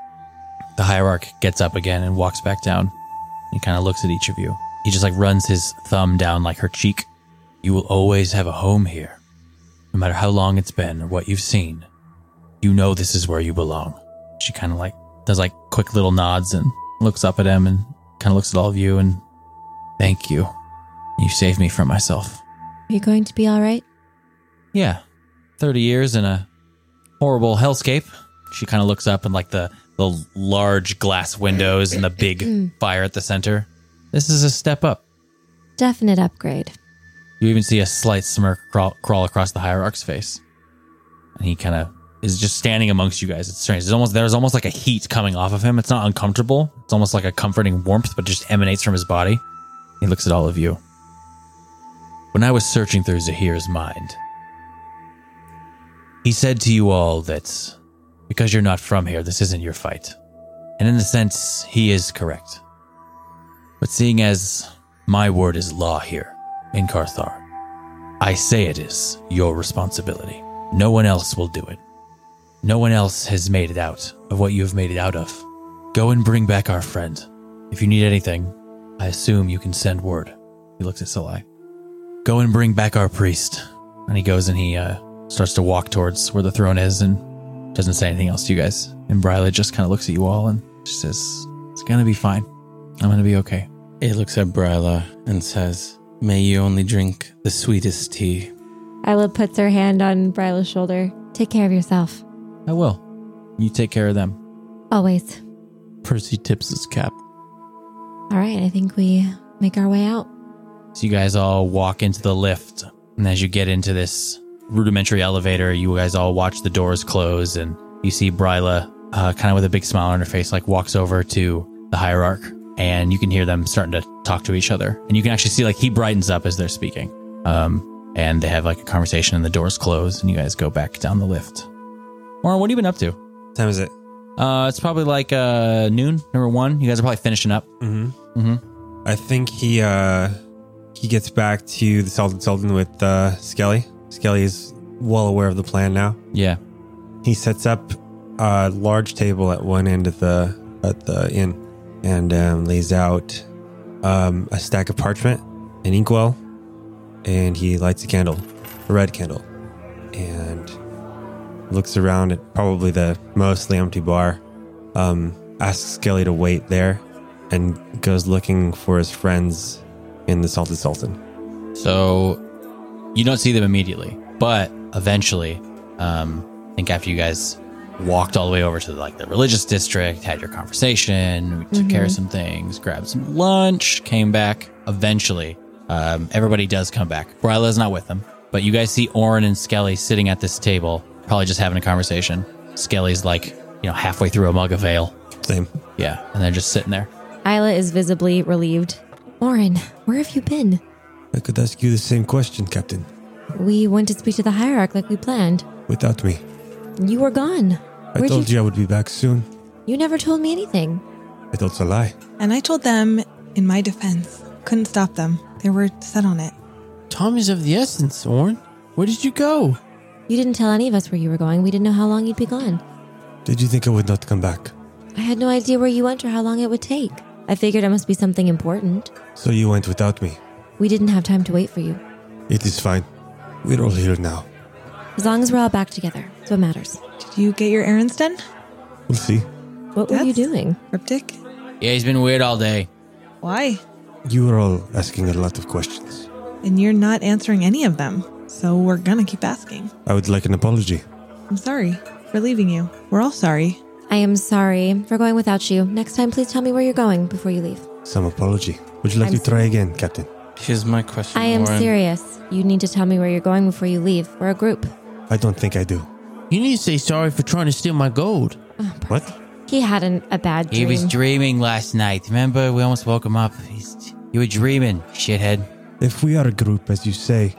The hierarch gets up again and walks back down. He kind of looks at each of you. He just like runs his thumb down like her cheek. You will always have a home here. No matter how long it's been or what you've seen, you know this is where you belong. She kind of like does like quick little nods and looks up at him and kind of looks at all of you and thank you. You saved me from myself.
Are you going to be all right?
Yeah. 30 years in a horrible hellscape. She kind of looks up and like the the large glass windows and the big fire at the center. This is a step up.
Definite upgrade.
You even see a slight smirk crawl, crawl across the hierarch's face. And he kind of is just standing amongst you guys. It's strange. It's almost there's almost like a heat coming off of him. It's not uncomfortable. It's almost like a comforting warmth, but just emanates from his body. He looks at all of you. When I was searching through Zahir's mind, he said to you all that because you're not from here, this isn't your fight. And in a sense, he is correct. But seeing as my word is law here in Karthar, I say it is your responsibility. No one else will do it. No one else has made it out of what you have made it out of. Go and bring back our friend. If you need anything, I assume you can send word. He looks at Salai. Go and bring back our priest. And he goes and he uh, starts to walk towards where the throne is and doesn't say anything else to you guys. And Bryla just kind of looks at you all and she says, It's going to be fine. I'm going to be okay.
It looks at Bryla and says, May you only drink the sweetest tea.
Isla puts her hand on Bryla's shoulder. Take care of yourself.
I will. You take care of them.
Always.
Percy tips his cap.
All right, I think we make our way out.
So you guys all walk into the lift. And as you get into this rudimentary elevator, you guys all watch the doors close and you see Bryla, uh, kind of with a big smile on her face, like walks over to the hierarch and you can hear them starting to talk to each other. And you can actually see like he brightens up as they're speaking. Um, and they have like a conversation and the doors close and you guys go back down the lift. Warren, what have you been up to?
What time is it?
Uh, it's probably like uh, noon, number one. You guys are probably finishing up.
Mm-hmm.
Mhm.
I think he uh he gets back to the Sultan Sultan with uh, Skelly. Skelly is well aware of the plan now.
Yeah.
He sets up a large table at one end of the at the inn and um, lays out
um, a stack of parchment, an inkwell, and he lights a candle, a red candle, and looks around at probably the mostly empty bar, um, asks Skelly to wait there, and goes looking for his friends in the Salted Sultan.
So you don't see them immediately, but eventually, um, I think after you guys walked all the way over to like the religious district, had your conversation, we took care of some things, grabbed some lunch, came back. Eventually, um, everybody does come back. Bryla's not with them, but you guys see Orin and Skelly sitting at this table, probably just having a conversation. Skelly's like, you know, halfway through a mug of ale.
Same.
Yeah. And they're just sitting there.
Isla is visibly relieved. Orin, where have you been?
I could ask you the same question, Captain,
We went to speak to the hierarch like we planned.
without me.
You were gone.
I told you I would be back soon.
You never told me anything.
I told a lie.
And I told them, in my defense, couldn't stop them. They were set on it.
Time is of the essence, Orn. Where did you go?
You didn't tell any of us where you were going. We didn't know how long you'd be gone.
Did you think I would not come back?
I had no idea where you went or how long it would take. I figured it must be something important.
So you went without me.
We didn't have time to wait for you.
It is fine. We're all here now.
As long as we're all back together, that's what matters.
Did you get your errands done?
We'll see.
What were you
That's-
doing?
Cryptic?
Yeah, he's been weird all day.
Why?
You are all asking a lot of questions.
And you're not answering any of them. So we're gonna keep asking.
I would like an apology.
I'm sorry for leaving you. We're all sorry.
I am sorry for going without you. Next time, please tell me where you're going before you leave.
Some apology. Would you like
I'm
to try again, Captain?
Here's my question.
I am
Lauren.
serious. You need to tell me where you're going before you leave. We're a group.
I don't think I do.
You need to say sorry for trying to steal my gold.
What?
Oh, He had an, a bad
He
dream.
was dreaming last night. Remember, we almost woke him up. He's, you were dreaming, shithead.
If we are a group, as you say,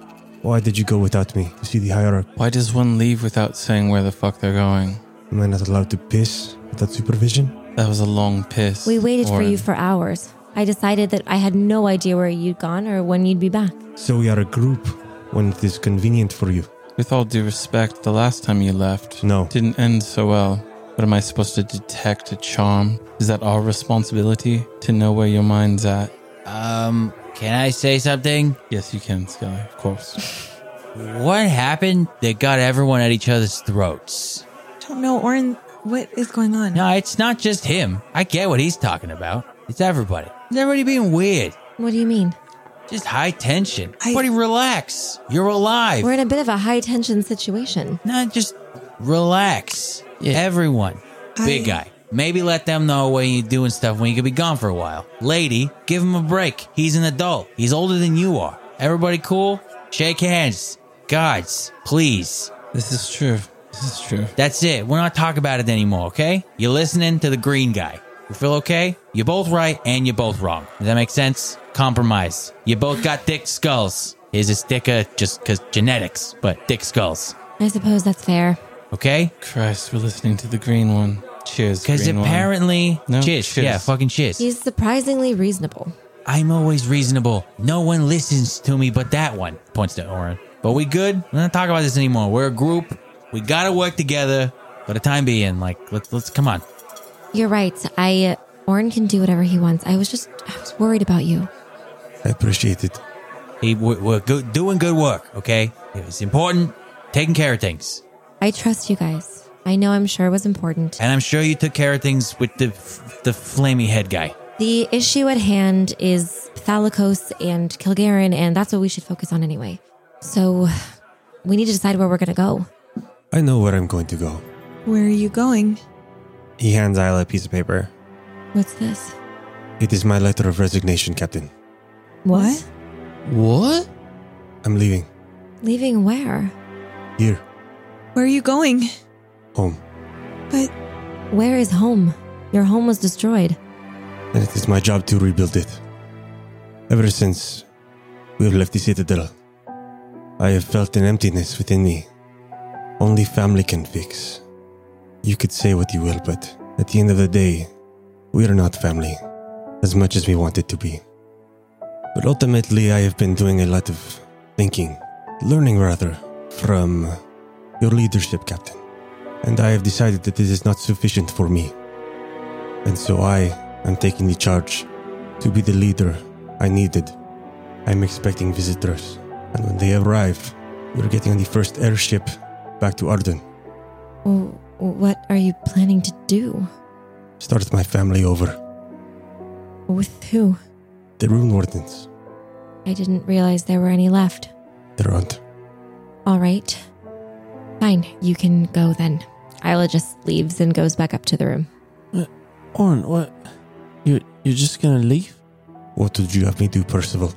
why did you go without me? You see the hierarch.
Why does one leave without saying where the fuck they're going?
Am I not allowed to piss without supervision?
That was a long piss.
we waited for
Oren.
you for hours. I decided that I had no idea where you'd gone or when you'd be back.
So we are a group when it is convenient for you.
With all due respect, the last time you left
No.
didn't end so well. But am I supposed to detect a charm? Is that our responsibility to know where your mind's at?
Um, can I say something?
Yes, you can, Skelly. Of
<laughs>
course.
What happened that got everyone at each other's throats?
Don't know, Orin, what is going on?
No, it's not just him. I get what he's talking about. It's everybody. It's everybody being weird.
What do you mean?
Just high tension.
I-
Everybody relax. You're alive.
We're in a bit of a high tension situation.
Not just relax. Everyone.
I-
Big guy. Maybe let them know when you're doing stuff when you could be gone for a while. Lady, give him a break. He's an adult. He's older than you are. Everybody cool? Shake hands. Guys, please.
this is true. This is true.
That's it. We're not talking about it anymore, okay? You're listening to the green guy. You feel okay? You're both right and you're both wrong. Does that make sense? Compromise. You both got thick skulls. His is thicker just because genetics, but thick skulls.
I suppose that's fair.
Okay?
Christ, we're listening to the green one. Cheers,
Because
green one.
apparently,
No,
cheers.
cheers.
Yeah, fucking cheers.
He's surprisingly reasonable.
I'm always reasonable. No one listens to me but that one. Points to Oren. But we good? We're not talking about this anymore. We're a group. We gotta work together. For the time being, like let's let's come on.
You're right. I Orin can do whatever he wants. I was just I was worried about you.
I appreciate it.
Hey, we're, we're good, doing good work. Okay, it's important. Taking care of things,
I trust you guys. I know I'm sure it was important.
and I'm sure you took care of things with the f- the flamey head guy.
The issue at hand is Thalikos and Kilgaren, and that's what we should focus on anyway. So we need to decide where we're gonna go.
I know where I'm going to go.
Where are you going?
He hands Isla a piece of paper.
What's this?
It is my letter of resignation, Captain.
What?
What?
I'm leaving.
Leaving where?
Here,
Where are you going?
home.
But
Where is home? Your home was destroyed.
and it is my job to rebuild it. Ever since we have left the citadel, I have felt an emptiness within me. Only family can fix. You could say what you will, but at the end of the day, we are not family, as much as we want it to be. But ultimately, I have been doing a lot of thinking, learning rather, from your leadership, Captain. And I have decided that it is not sufficient for me. And so I am taking the charge to be the leader I needed. I'm expecting visitors, and when they arrive, we're getting on the first airship back to Arden.
W- What are you planning to do?
Start my family over.
With who?
The rune wardens.
I didn't realize there were any left.
There aren't.
All right. Fine, you can go then. Isla just leaves and goes back up to the room.
Orin, what? You you're just gonna leave?
What would you have me do, Percival?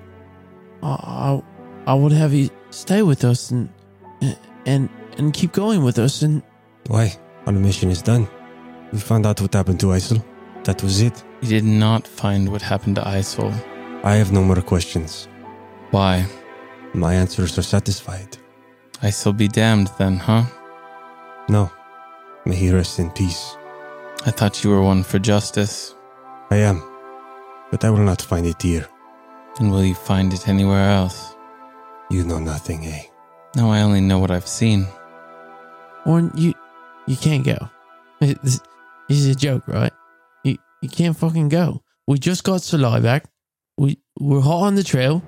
I I, I would have you stay with us and and and keep going with us and
Why? Our mission is done. We found out what happened to Isel. That was it.
You did not find what happened to Isil.
I have no more questions.
Why?
My answers are satisfied.
Isil be damned then, huh?
No. May he rest in peace.
I thought you were one for justice.
I am. But I will not find it here.
And will you find it anywhere else?
You know nothing, eh?
No, I only know what I've seen.
Orin, you you can't go. This this is a joke, right? You you can't fucking go. We just got Salai back. We we're hot on the trail.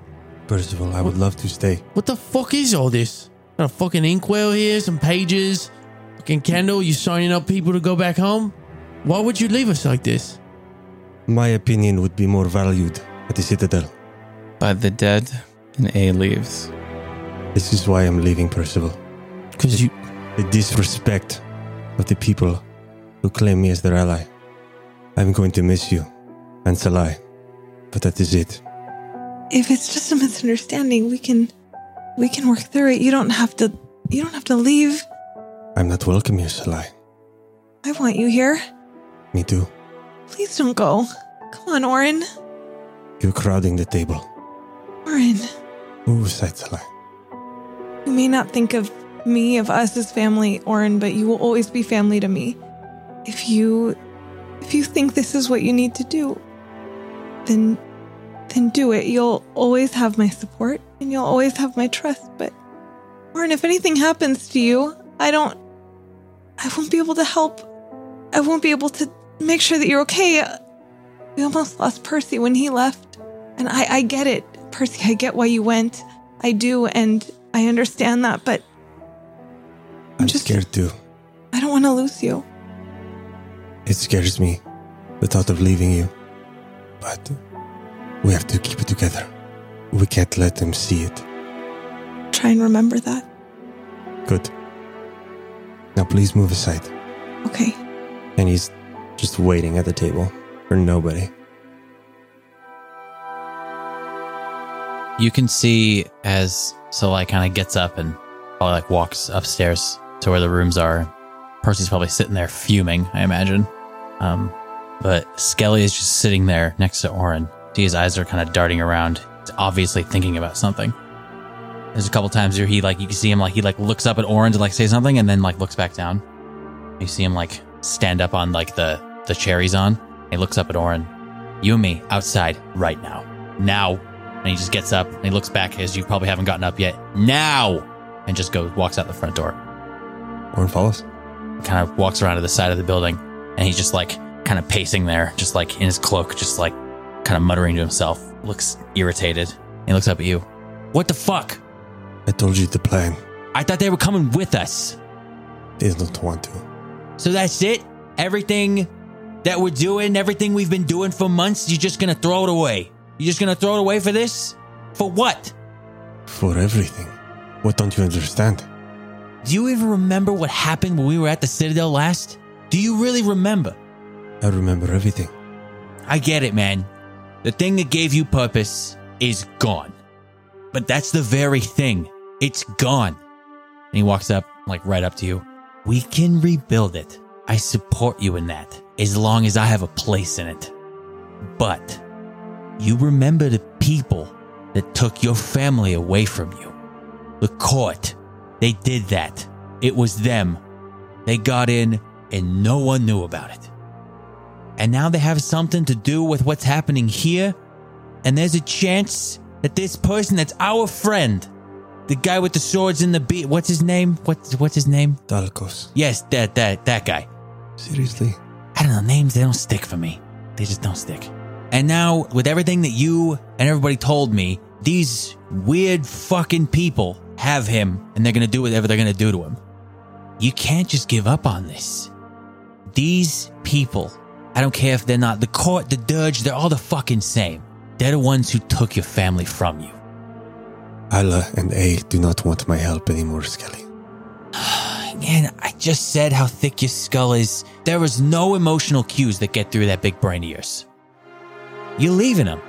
Percival, I would love to stay.
What the fuck is all this? Got a fucking inkwell here, some pages. Fucking Kendall, you signing up people to go back home? Why would you leave us like this?
My opinion would be more valued at the Citadel.
By the dead, and A leaves.
This is why I'm leaving, Percival.
Because you
The disrespect of the people who claim me as their ally. I'm going to miss you, and Salai. But that is it.
If it's just a misunderstanding, we can we can work through it. You don't have to you don't have to leave.
I'm not welcome here, Salai.
I want you here.
Me too.
Please don't go. Come on, Orin.
You're crowding the table.
Orin,
Move aside, Salai.
you may not think of me, of us as family, Orin, but you will always be family to me. If you if you think this is what you need to do, then then do it. You'll always have my support and you'll always have my trust, but Orin, if anything happens to you, I don't I won't be able to help. I won't be able to make sure that you're okay. We almost lost Percy when he left. And I, I get it, Percy. I get why you went. I do, and I understand that, but
I'm
Just-
scared too.
I don't want to lose you.
It scares me, the thought of leaving you. But we have to keep it together. We can't let them see it.
Try and remember that.
Good. Now please move aside.
Okay.
And he's just waiting at the table for nobody.
You can see as Solai kind of gets up and probably like walks upstairs to where the rooms are. Percy's probably sitting there fuming, I imagine. Um, but Skelly is just sitting there next to Orin. His eyes are kind of darting around. He's obviously thinking about something. There's a couple times where he like you can see him like he like looks up at Orin to like say something and then like looks back down. You see him like stand up on like the the cherries on. He looks up at Orin. You and me outside right now. Now and he just gets up and he looks back as you probably haven't gotten up yet. Now! And just goes, walks out the front door,
Orin follows.
kind of walks around to the side of the building. And he's just like kind of pacing there, just like in his cloak, just like kind of muttering to himself. Looks irritated. He looks up at you. What the fuck?
I told you the plan.
I thought they were coming with us.
They don't want to.
So that's it? Everything that we're doing, everything we've been doing for months, you're just gonna throw it away? You're just gonna throw it away for this? For what?
For everything. What don't you understand?
Do you even remember what happened when we were at the Citadel last? Do you really remember?
I remember everything.
I get it, man. The thing that gave you purpose is gone. But that's the very thing. It's gone. And he walks up, like right up to you. We can rebuild it. I support you in that, as long as I have a place in it. But you remember the people that took your family away from you. The court. They did that. It was them. They got in, and no one knew about it and now they have something to do with what's happening here. And there's a chance that this person that's our friend, the guy with the swords in the beat, what's his name? What's what's his name?
Dalkos.
Yes, that that that guy.
Seriously?
I don't know names. They don't stick for me. They just don't stick. And now, with everything that you and everybody told me, these weird fucking people have him and they're gonna do whatever they're gonna do to him. You can't just give up on this. These people, I don't care if they're not the court, the judge, they're all the fucking same. They're the ones who took your family from you.
Isla and A do not want my help anymore, Skelly.
Man, I just said how thick your skull is. There was no emotional cues that get through that big brain of yours. You're leaving them.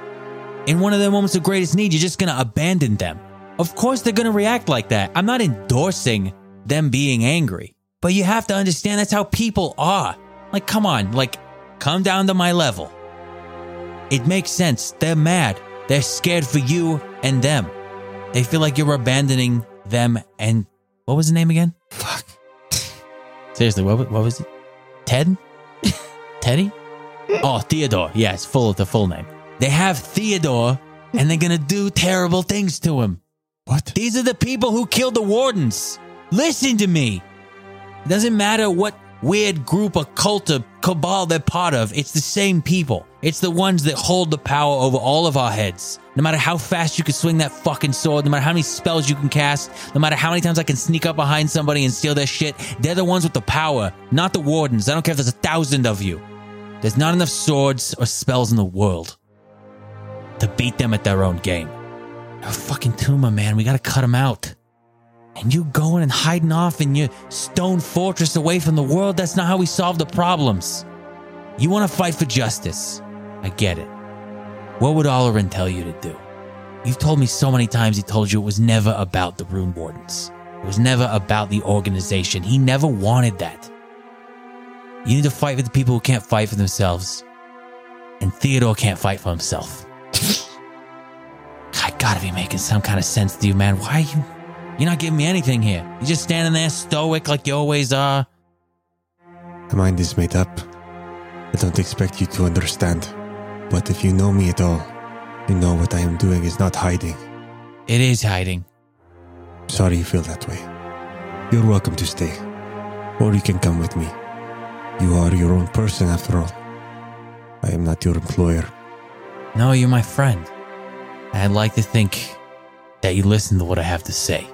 In one of their moments of greatest need, you're just gonna abandon them. Of course, they're gonna react like that. I'm not endorsing them being angry, but you have to understand that's how people are. Like, come on, like, come down to my level. It makes sense. They're mad. They're scared for you and them. They feel like you're abandoning them and what was the name again? Fuck. Seriously, what, wa- what was it? Ted? <laughs> Teddy? Oh, Theodore. Yes, full the full name. They have Theodore, and they're gonna do terrible things to him.
What?
These are the people who killed the wardens. Listen to me. It doesn't matter what weird group or cult or cabal they're part of, it's the same people. It's the ones that hold the power over all of our heads. No matter how fast you can swing that fucking sword, no matter how many spells you can cast, no matter how many times I can sneak up behind somebody and steal their shit, they're the ones with the power, not the wardens. I don't care if there's a thousand of you. There's not enough swords or spells in the world to beat them at their own game. A fucking tumor, man. We gotta cut him out. And you going and hiding off in your stone fortress away from the world, that's not how we solve the problems. You wanna fight for justice. I get it. What would Olirin tell you to do? You've told me so many times he told you it was never about the Rune Wardens. It was never about the organization. He never wanted that. You need to fight with the people who can't fight for themselves. And Theodore can't fight for himself. <laughs> I gotta be making some kind of sense to you, man. Why are you? You're not giving me anything here. You're just standing there stoic like you always are.
My mind is made up. I don't expect you to understand. But if you know me at all, you know what I am doing is not hiding.
It is hiding.
Sorry you feel that way. You're welcome to stay. Or you can come with me. You are your own person after all. I am not your employer.
No, you're my friend. I'd like to think that you listen to what I have to say.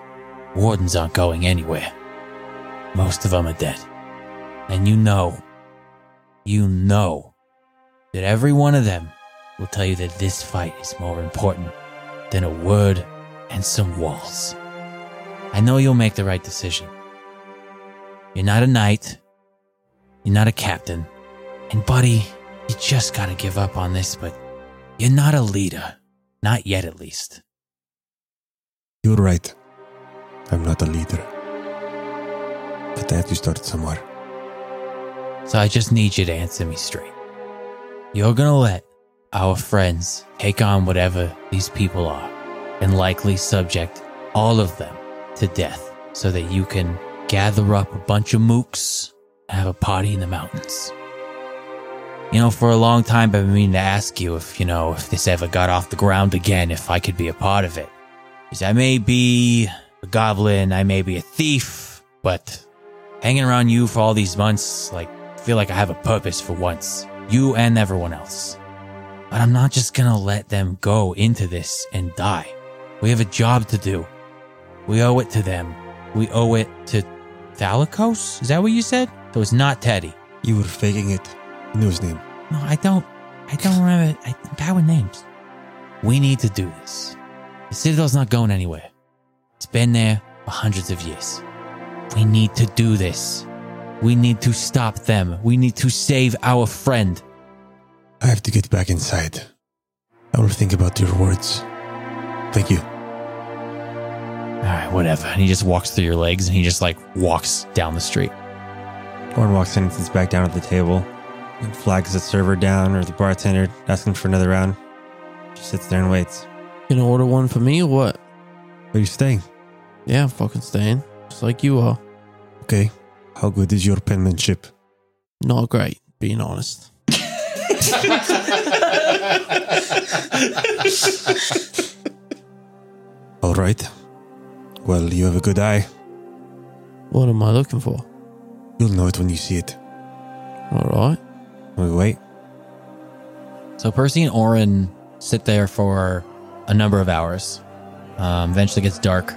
Wardens aren't going anywhere. Most of them are dead. And you know, you know that every one of them will tell you that this fight is more important than a word and some walls. I know you'll make the right decision. You're not a knight. You're not a captain. And buddy, you just gotta give up on this, but you're not a leader. Not yet, at least.
You're right. I'm not a leader. But I have to start somewhere.
So I just need you to answer me straight. You're gonna let our friends take on whatever these people are and likely subject all of them to death so that you can gather up a bunch of mooks and have a party in the mountains. You know, for a long time, I've been meaning to ask you if, you know, if this ever got off the ground again, if I could be a part of it. Because I may be a goblin, I may be a thief, but hanging around you for all these months, like, feel like I have a purpose for once. You and everyone else. But I'm not just gonna let them go into this and die. We have a job to do. We owe it to them. We owe it to Thalikos? Is that what you said? So it's not Teddy.
You were faking it. You knew his name.
No, I don't. I don't remember. I, I'm bad with names. We need to do this. The Citadel's not going anywhere. It's been there for hundreds of years. We need to do this. We need to stop them. We need to save our friend.
I have to get back inside. I will think about your words. Thank you.
All right, whatever. And he just walks through your legs and he just like walks down the street.
Orin walks in and sits back down at the table and flags the server down or the bartender, asking for another round. She sits there and waits.
Gonna order one for me or what?
Are you staying?
Yeah, I'm fucking staying. Just like you are.
Okay. How good is your penmanship?
Not great, being honest.
All right. Well, you have a good eye.
What am I looking for?
You'll know it when you see it.
All right.
We wait.
So Percy and Orin sit there for a number of hours. Um, eventually gets dark,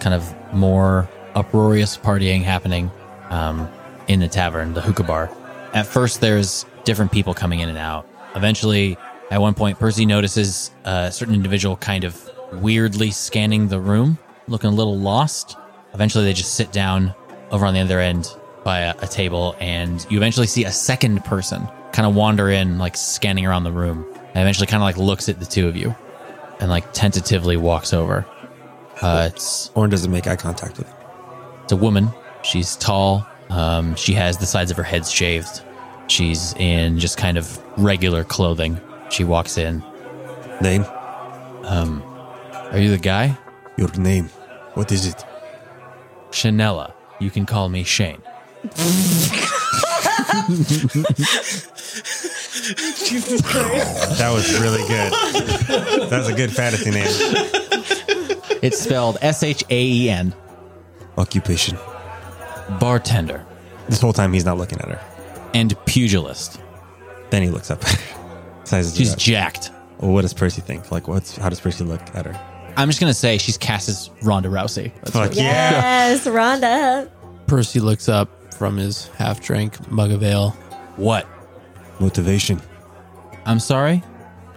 kind of more uproarious partying happening um, in the tavern, the hookah bar. At first, there's different people coming in and out. Eventually, at one point, Percy notices a certain individual kind of weirdly scanning the room, looking a little lost. Eventually, they just sit down over on the other end by a, a table, and you eventually see a second person kind of wander in, like scanning around the room, and eventually kind of like looks at the two of you and like tentatively walks over. Uh, it's
Orin doesn't make eye contact with him.
it's a woman. She's tall. Um, she has the sides of her head shaved. She's in just kind of regular clothing. She walks in.
Name?
Are you the guy?
Your name. What is it?
Chanella. You can call me Shane.
That was really good. that was a good fantasy name.
It's spelled S H A E N.
Occupation.
Bartender
This whole time he's not looking at her.
and pugilist.
Then he looks up. Sizes her
She's
up.
jacked.
Well, what does Percy think? Like, what's how does Percy look at her?
I'm just gonna say she's cast as Ronda Rousey.
Fuck
Yes, Rhonda.
Percy looks up from his half drink mug of ale.
What?
Motivation.
I'm sorry.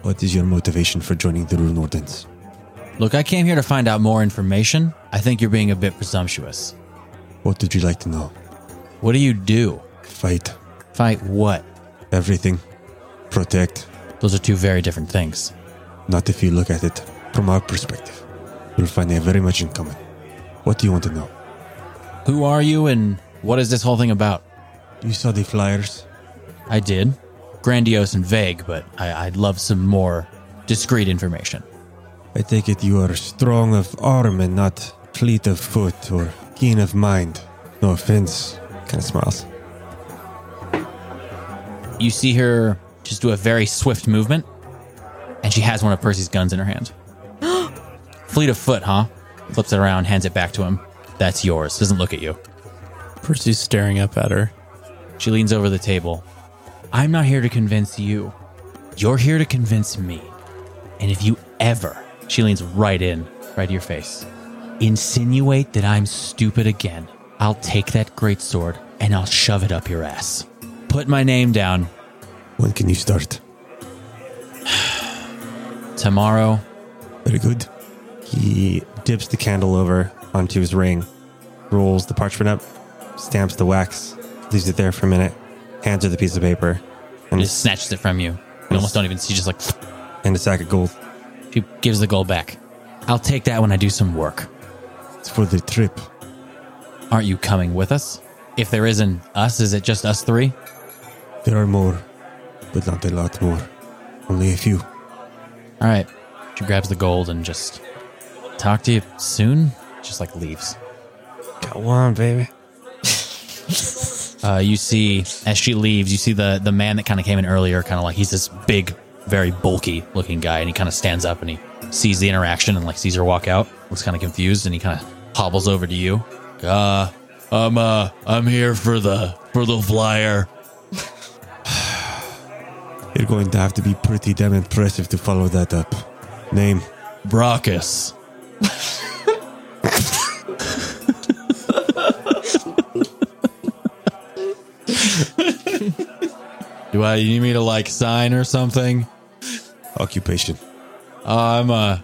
What is your motivation for joining the Rune Ordinance?
Look, I came here to find out more information. I think you're being a bit presumptuous.
What would you like to know?
What do you do?
Fight.
Fight what?
Everything. Protect.
Those are two very different things.
Not if you look at it from our perspective. You'll find they have very much in common. What do you want to know?
Who are you and what is this whole thing about?
You saw the flyers.
I did. Grandiose and vague, but I, I'd love some more discreet information.
I take it you are strong of arm and not fleet of foot or keen of mind. No offense.
Kind of smiles.
You see her just do a very swift movement, and she has one of Percy's guns in her hand. Fleet of foot, huh? Flips it around, hands it back to him. That's yours. Doesn't look at you.
Percy's staring up at her.
She leans over the table. I'm not here to convince you. You're here to convince me. And if you ever, she leans right in, right to your face, insinuate that I'm stupid again, I'll take that greatsword and I'll shove it up your ass. Put my name down.
When can you start?
Tomorrow,
Very good.
He dips the candle over onto his ring, rolls the parchment up, stamps the wax, leaves it there for a minute, hands her the piece of paper, and,
just snatches it from you. You almost don't even see, just like,
and a sack of gold.
she gives the gold back. I'll take that when I do some work.
It's for the trip.
Aren't you coming with us? If there isn't us, is it just us three?
There are more, but not a lot more. Only a few.
All right. She grabs the gold and just talk to you soon. Just like leaves.
Go on, baby.
Uh, you see, as she leaves, you see the the man that kind of came in earlier. Kind of like he's this big, very bulky looking guy, and he kind of stands up and he sees the interaction and like sees her walk out. Looks kind of confused, and he kind of hobbles over to you. Uh, I'm uh, I'm here for the for the flyer.
You're going to have to be pretty damn impressive to follow that up. Name.
Brockus. Do I you need me to like sign or something?
Occupation.
I'm uh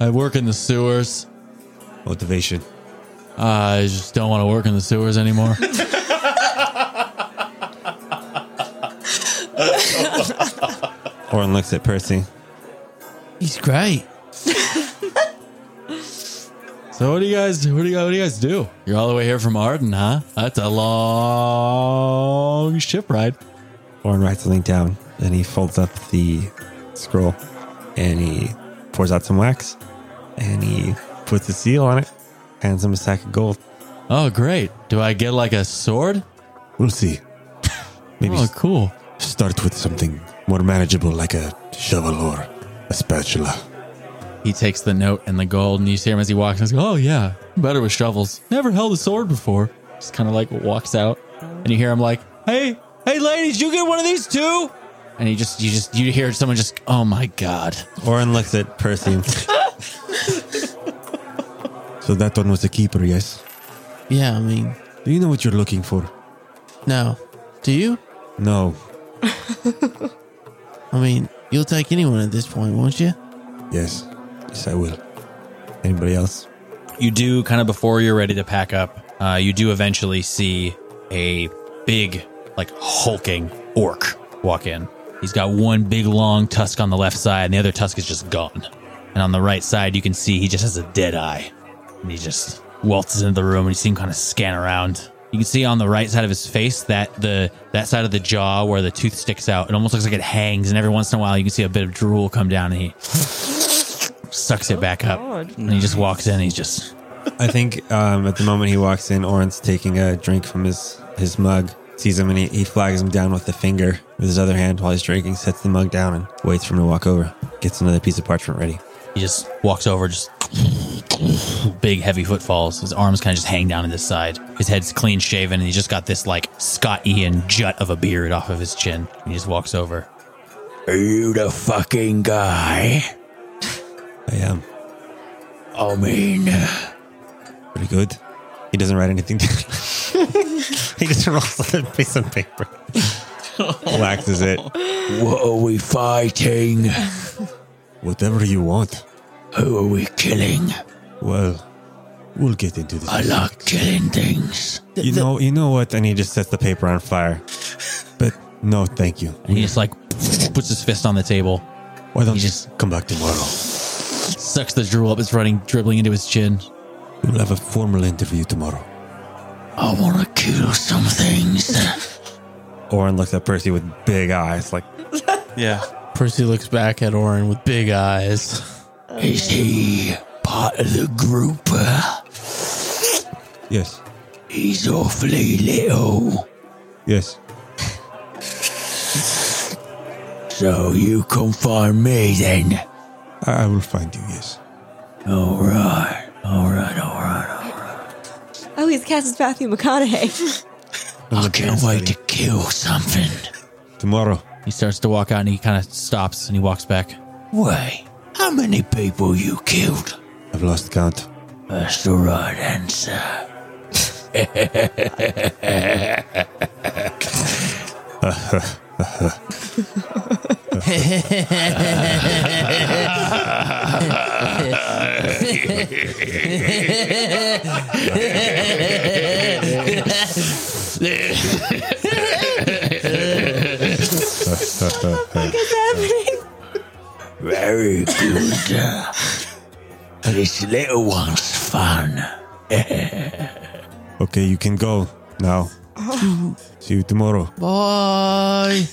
I work in the sewers. Uh,
Motivation.
I just don't want to work in the sewers
<laughs>
anymore.
Orin looks at Percy.
He's great.
so what do you guys what do you what do you guys do? You're all the way here from Arden, huh? That's a long ship ride.
Orin writes something down, and he folds up the scroll, and he pours out some wax, and he puts a seal on it, hands him a sack of gold.
Oh great. Do I get like a sword?
We'll see. Maybe
Oh
s-
cool.
start with something more manageable like a shovel or a spatula.
He takes the note and the gold, and you see him as he walks. And he's like, "Oh yeah, I'm better with shovels. Never held a sword before." Just kind of like walks out, and you hear him like, "Hey, hey, ladies, you get one of these too?" and you just you just you hear someone just oh my god
Oren looks at Percy.
So that one was a keeper, yes?
Yeah, I mean,
Do you know what you're looking for?
no. Do you?
No.
I mean, you'll take anyone at this point, won't you?
Yes. Yes, I will. Anybody else?
you do kind of before you're ready to pack up uh, you do eventually see a big like hulking orc walk in he's got one big long tusk on the left side and the other tusk is just gone and on the right side you can see he just has a dead eye and he just waltzes into the room and you see him kind of scan around you can see on the right side of his face that the that side of the jaw where the tooth sticks out it almost looks like it hangs and every once in a while you can see a bit of drool come down and he sucks it back up and he just walks in and he's just
I think um, at the moment he walks in, Oren's taking a drink from his, his mug, sees him, and he, he flags him down with a finger with his other hand while he's drinking, sets the mug down, and waits for him to walk over. Gets another piece of parchment ready.
He just walks over, just big heavy footfalls. His arms kind of just hang down to his side. His head's clean shaven, and he's just got this like Scott Ian jut of a beard off of his chin. And he just walks over. Are you the fucking guy?
I am.
I mean,
Pretty good. He doesn't write anything down. <laughs> he just rolls up a piece of paper, waxes it.
what are we fighting?
Whatever you want.
Who are we killing?
Well, we'll get into this.
like killing things.
You know, you know what? And he just sets the paper on fire.
But no, thank you.
And he just like puts his fist on the table,
Why don't you
just-
just come back tomorrow?
sucks the drool up that's running, dribbling into his chin.
We'll have a formal interview tomorrow.
I want to kill some things.
Oren looks at Percy with big eyes, like,
Yeah.
Percy looks back at Orin with big eyes.
Is he part of the group?
Yes.
He's awfully little.
Yes.
So you can find me then.
I, I will find you, yes.
All right. All right. All right.
Oh, he's cast as Matthew McConaughey.
I can't wait to kill something.
Tomorrow.
He starts to walk out and he kind of stops and he walks back. Wait, how many people you killed?
I've lost count.
That's the right answer. Very good. this little one's fun.
Okay, you can go now. See you tomorrow.
Bye.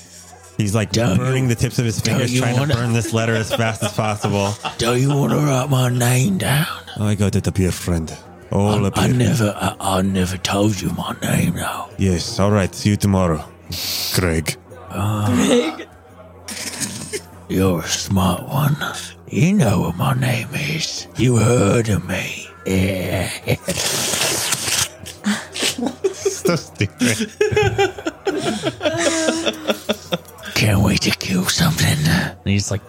he's like
Don't
burning the tips of his fingers,
you
trying
wanna-
to burn this letter as fast as
<laughs>
possible.
Do you want to write my name down?
I got it up here, friend. All up
I
here.
never, I, I never told you my name though.
Yes, all right. See you tomorrow. Greg.
You're a smart one. You know what my name is. You heard of me. Yeah.
<laughs> so stupid.
Can't wait to kill something. And he's like,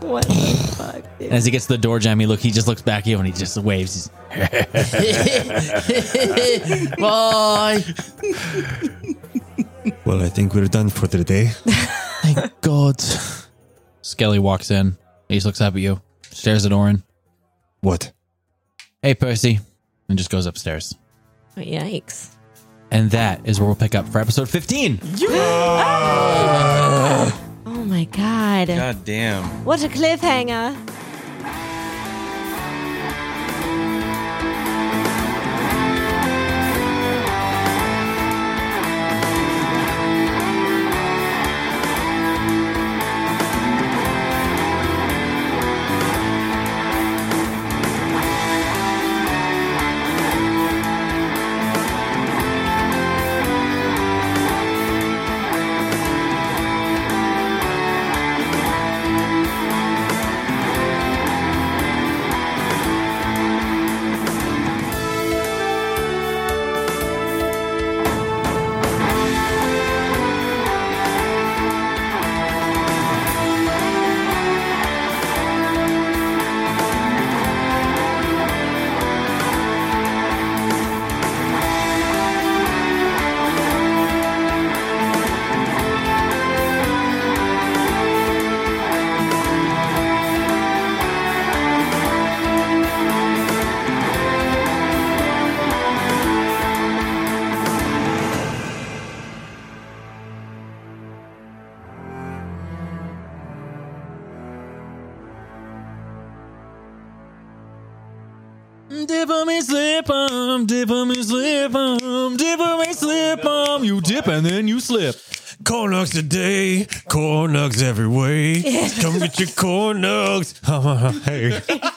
what the fuck? dude?
as he gets to the door jam, he look. He just looks back at you and he just waves.
<laughs>
He's,
Bye.
Well, I think we're done for today.
Thank God.
Skelly walks in. He just looks up at you, stares at Orin.
What?
Hey, Percy, and just goes upstairs.
<laughs> Yikes.
And that is where we'll pick up for episode 15.
Oh my god.
God damn.
What a cliffhanger.
Dip 'em and slip 'em, dip 'em and slip 'em, dip 'em and slip 'em. You dip and then you slip.
Corn nugs today,
<laughs>
corn nugs every way. Come get your corn nugs. hey.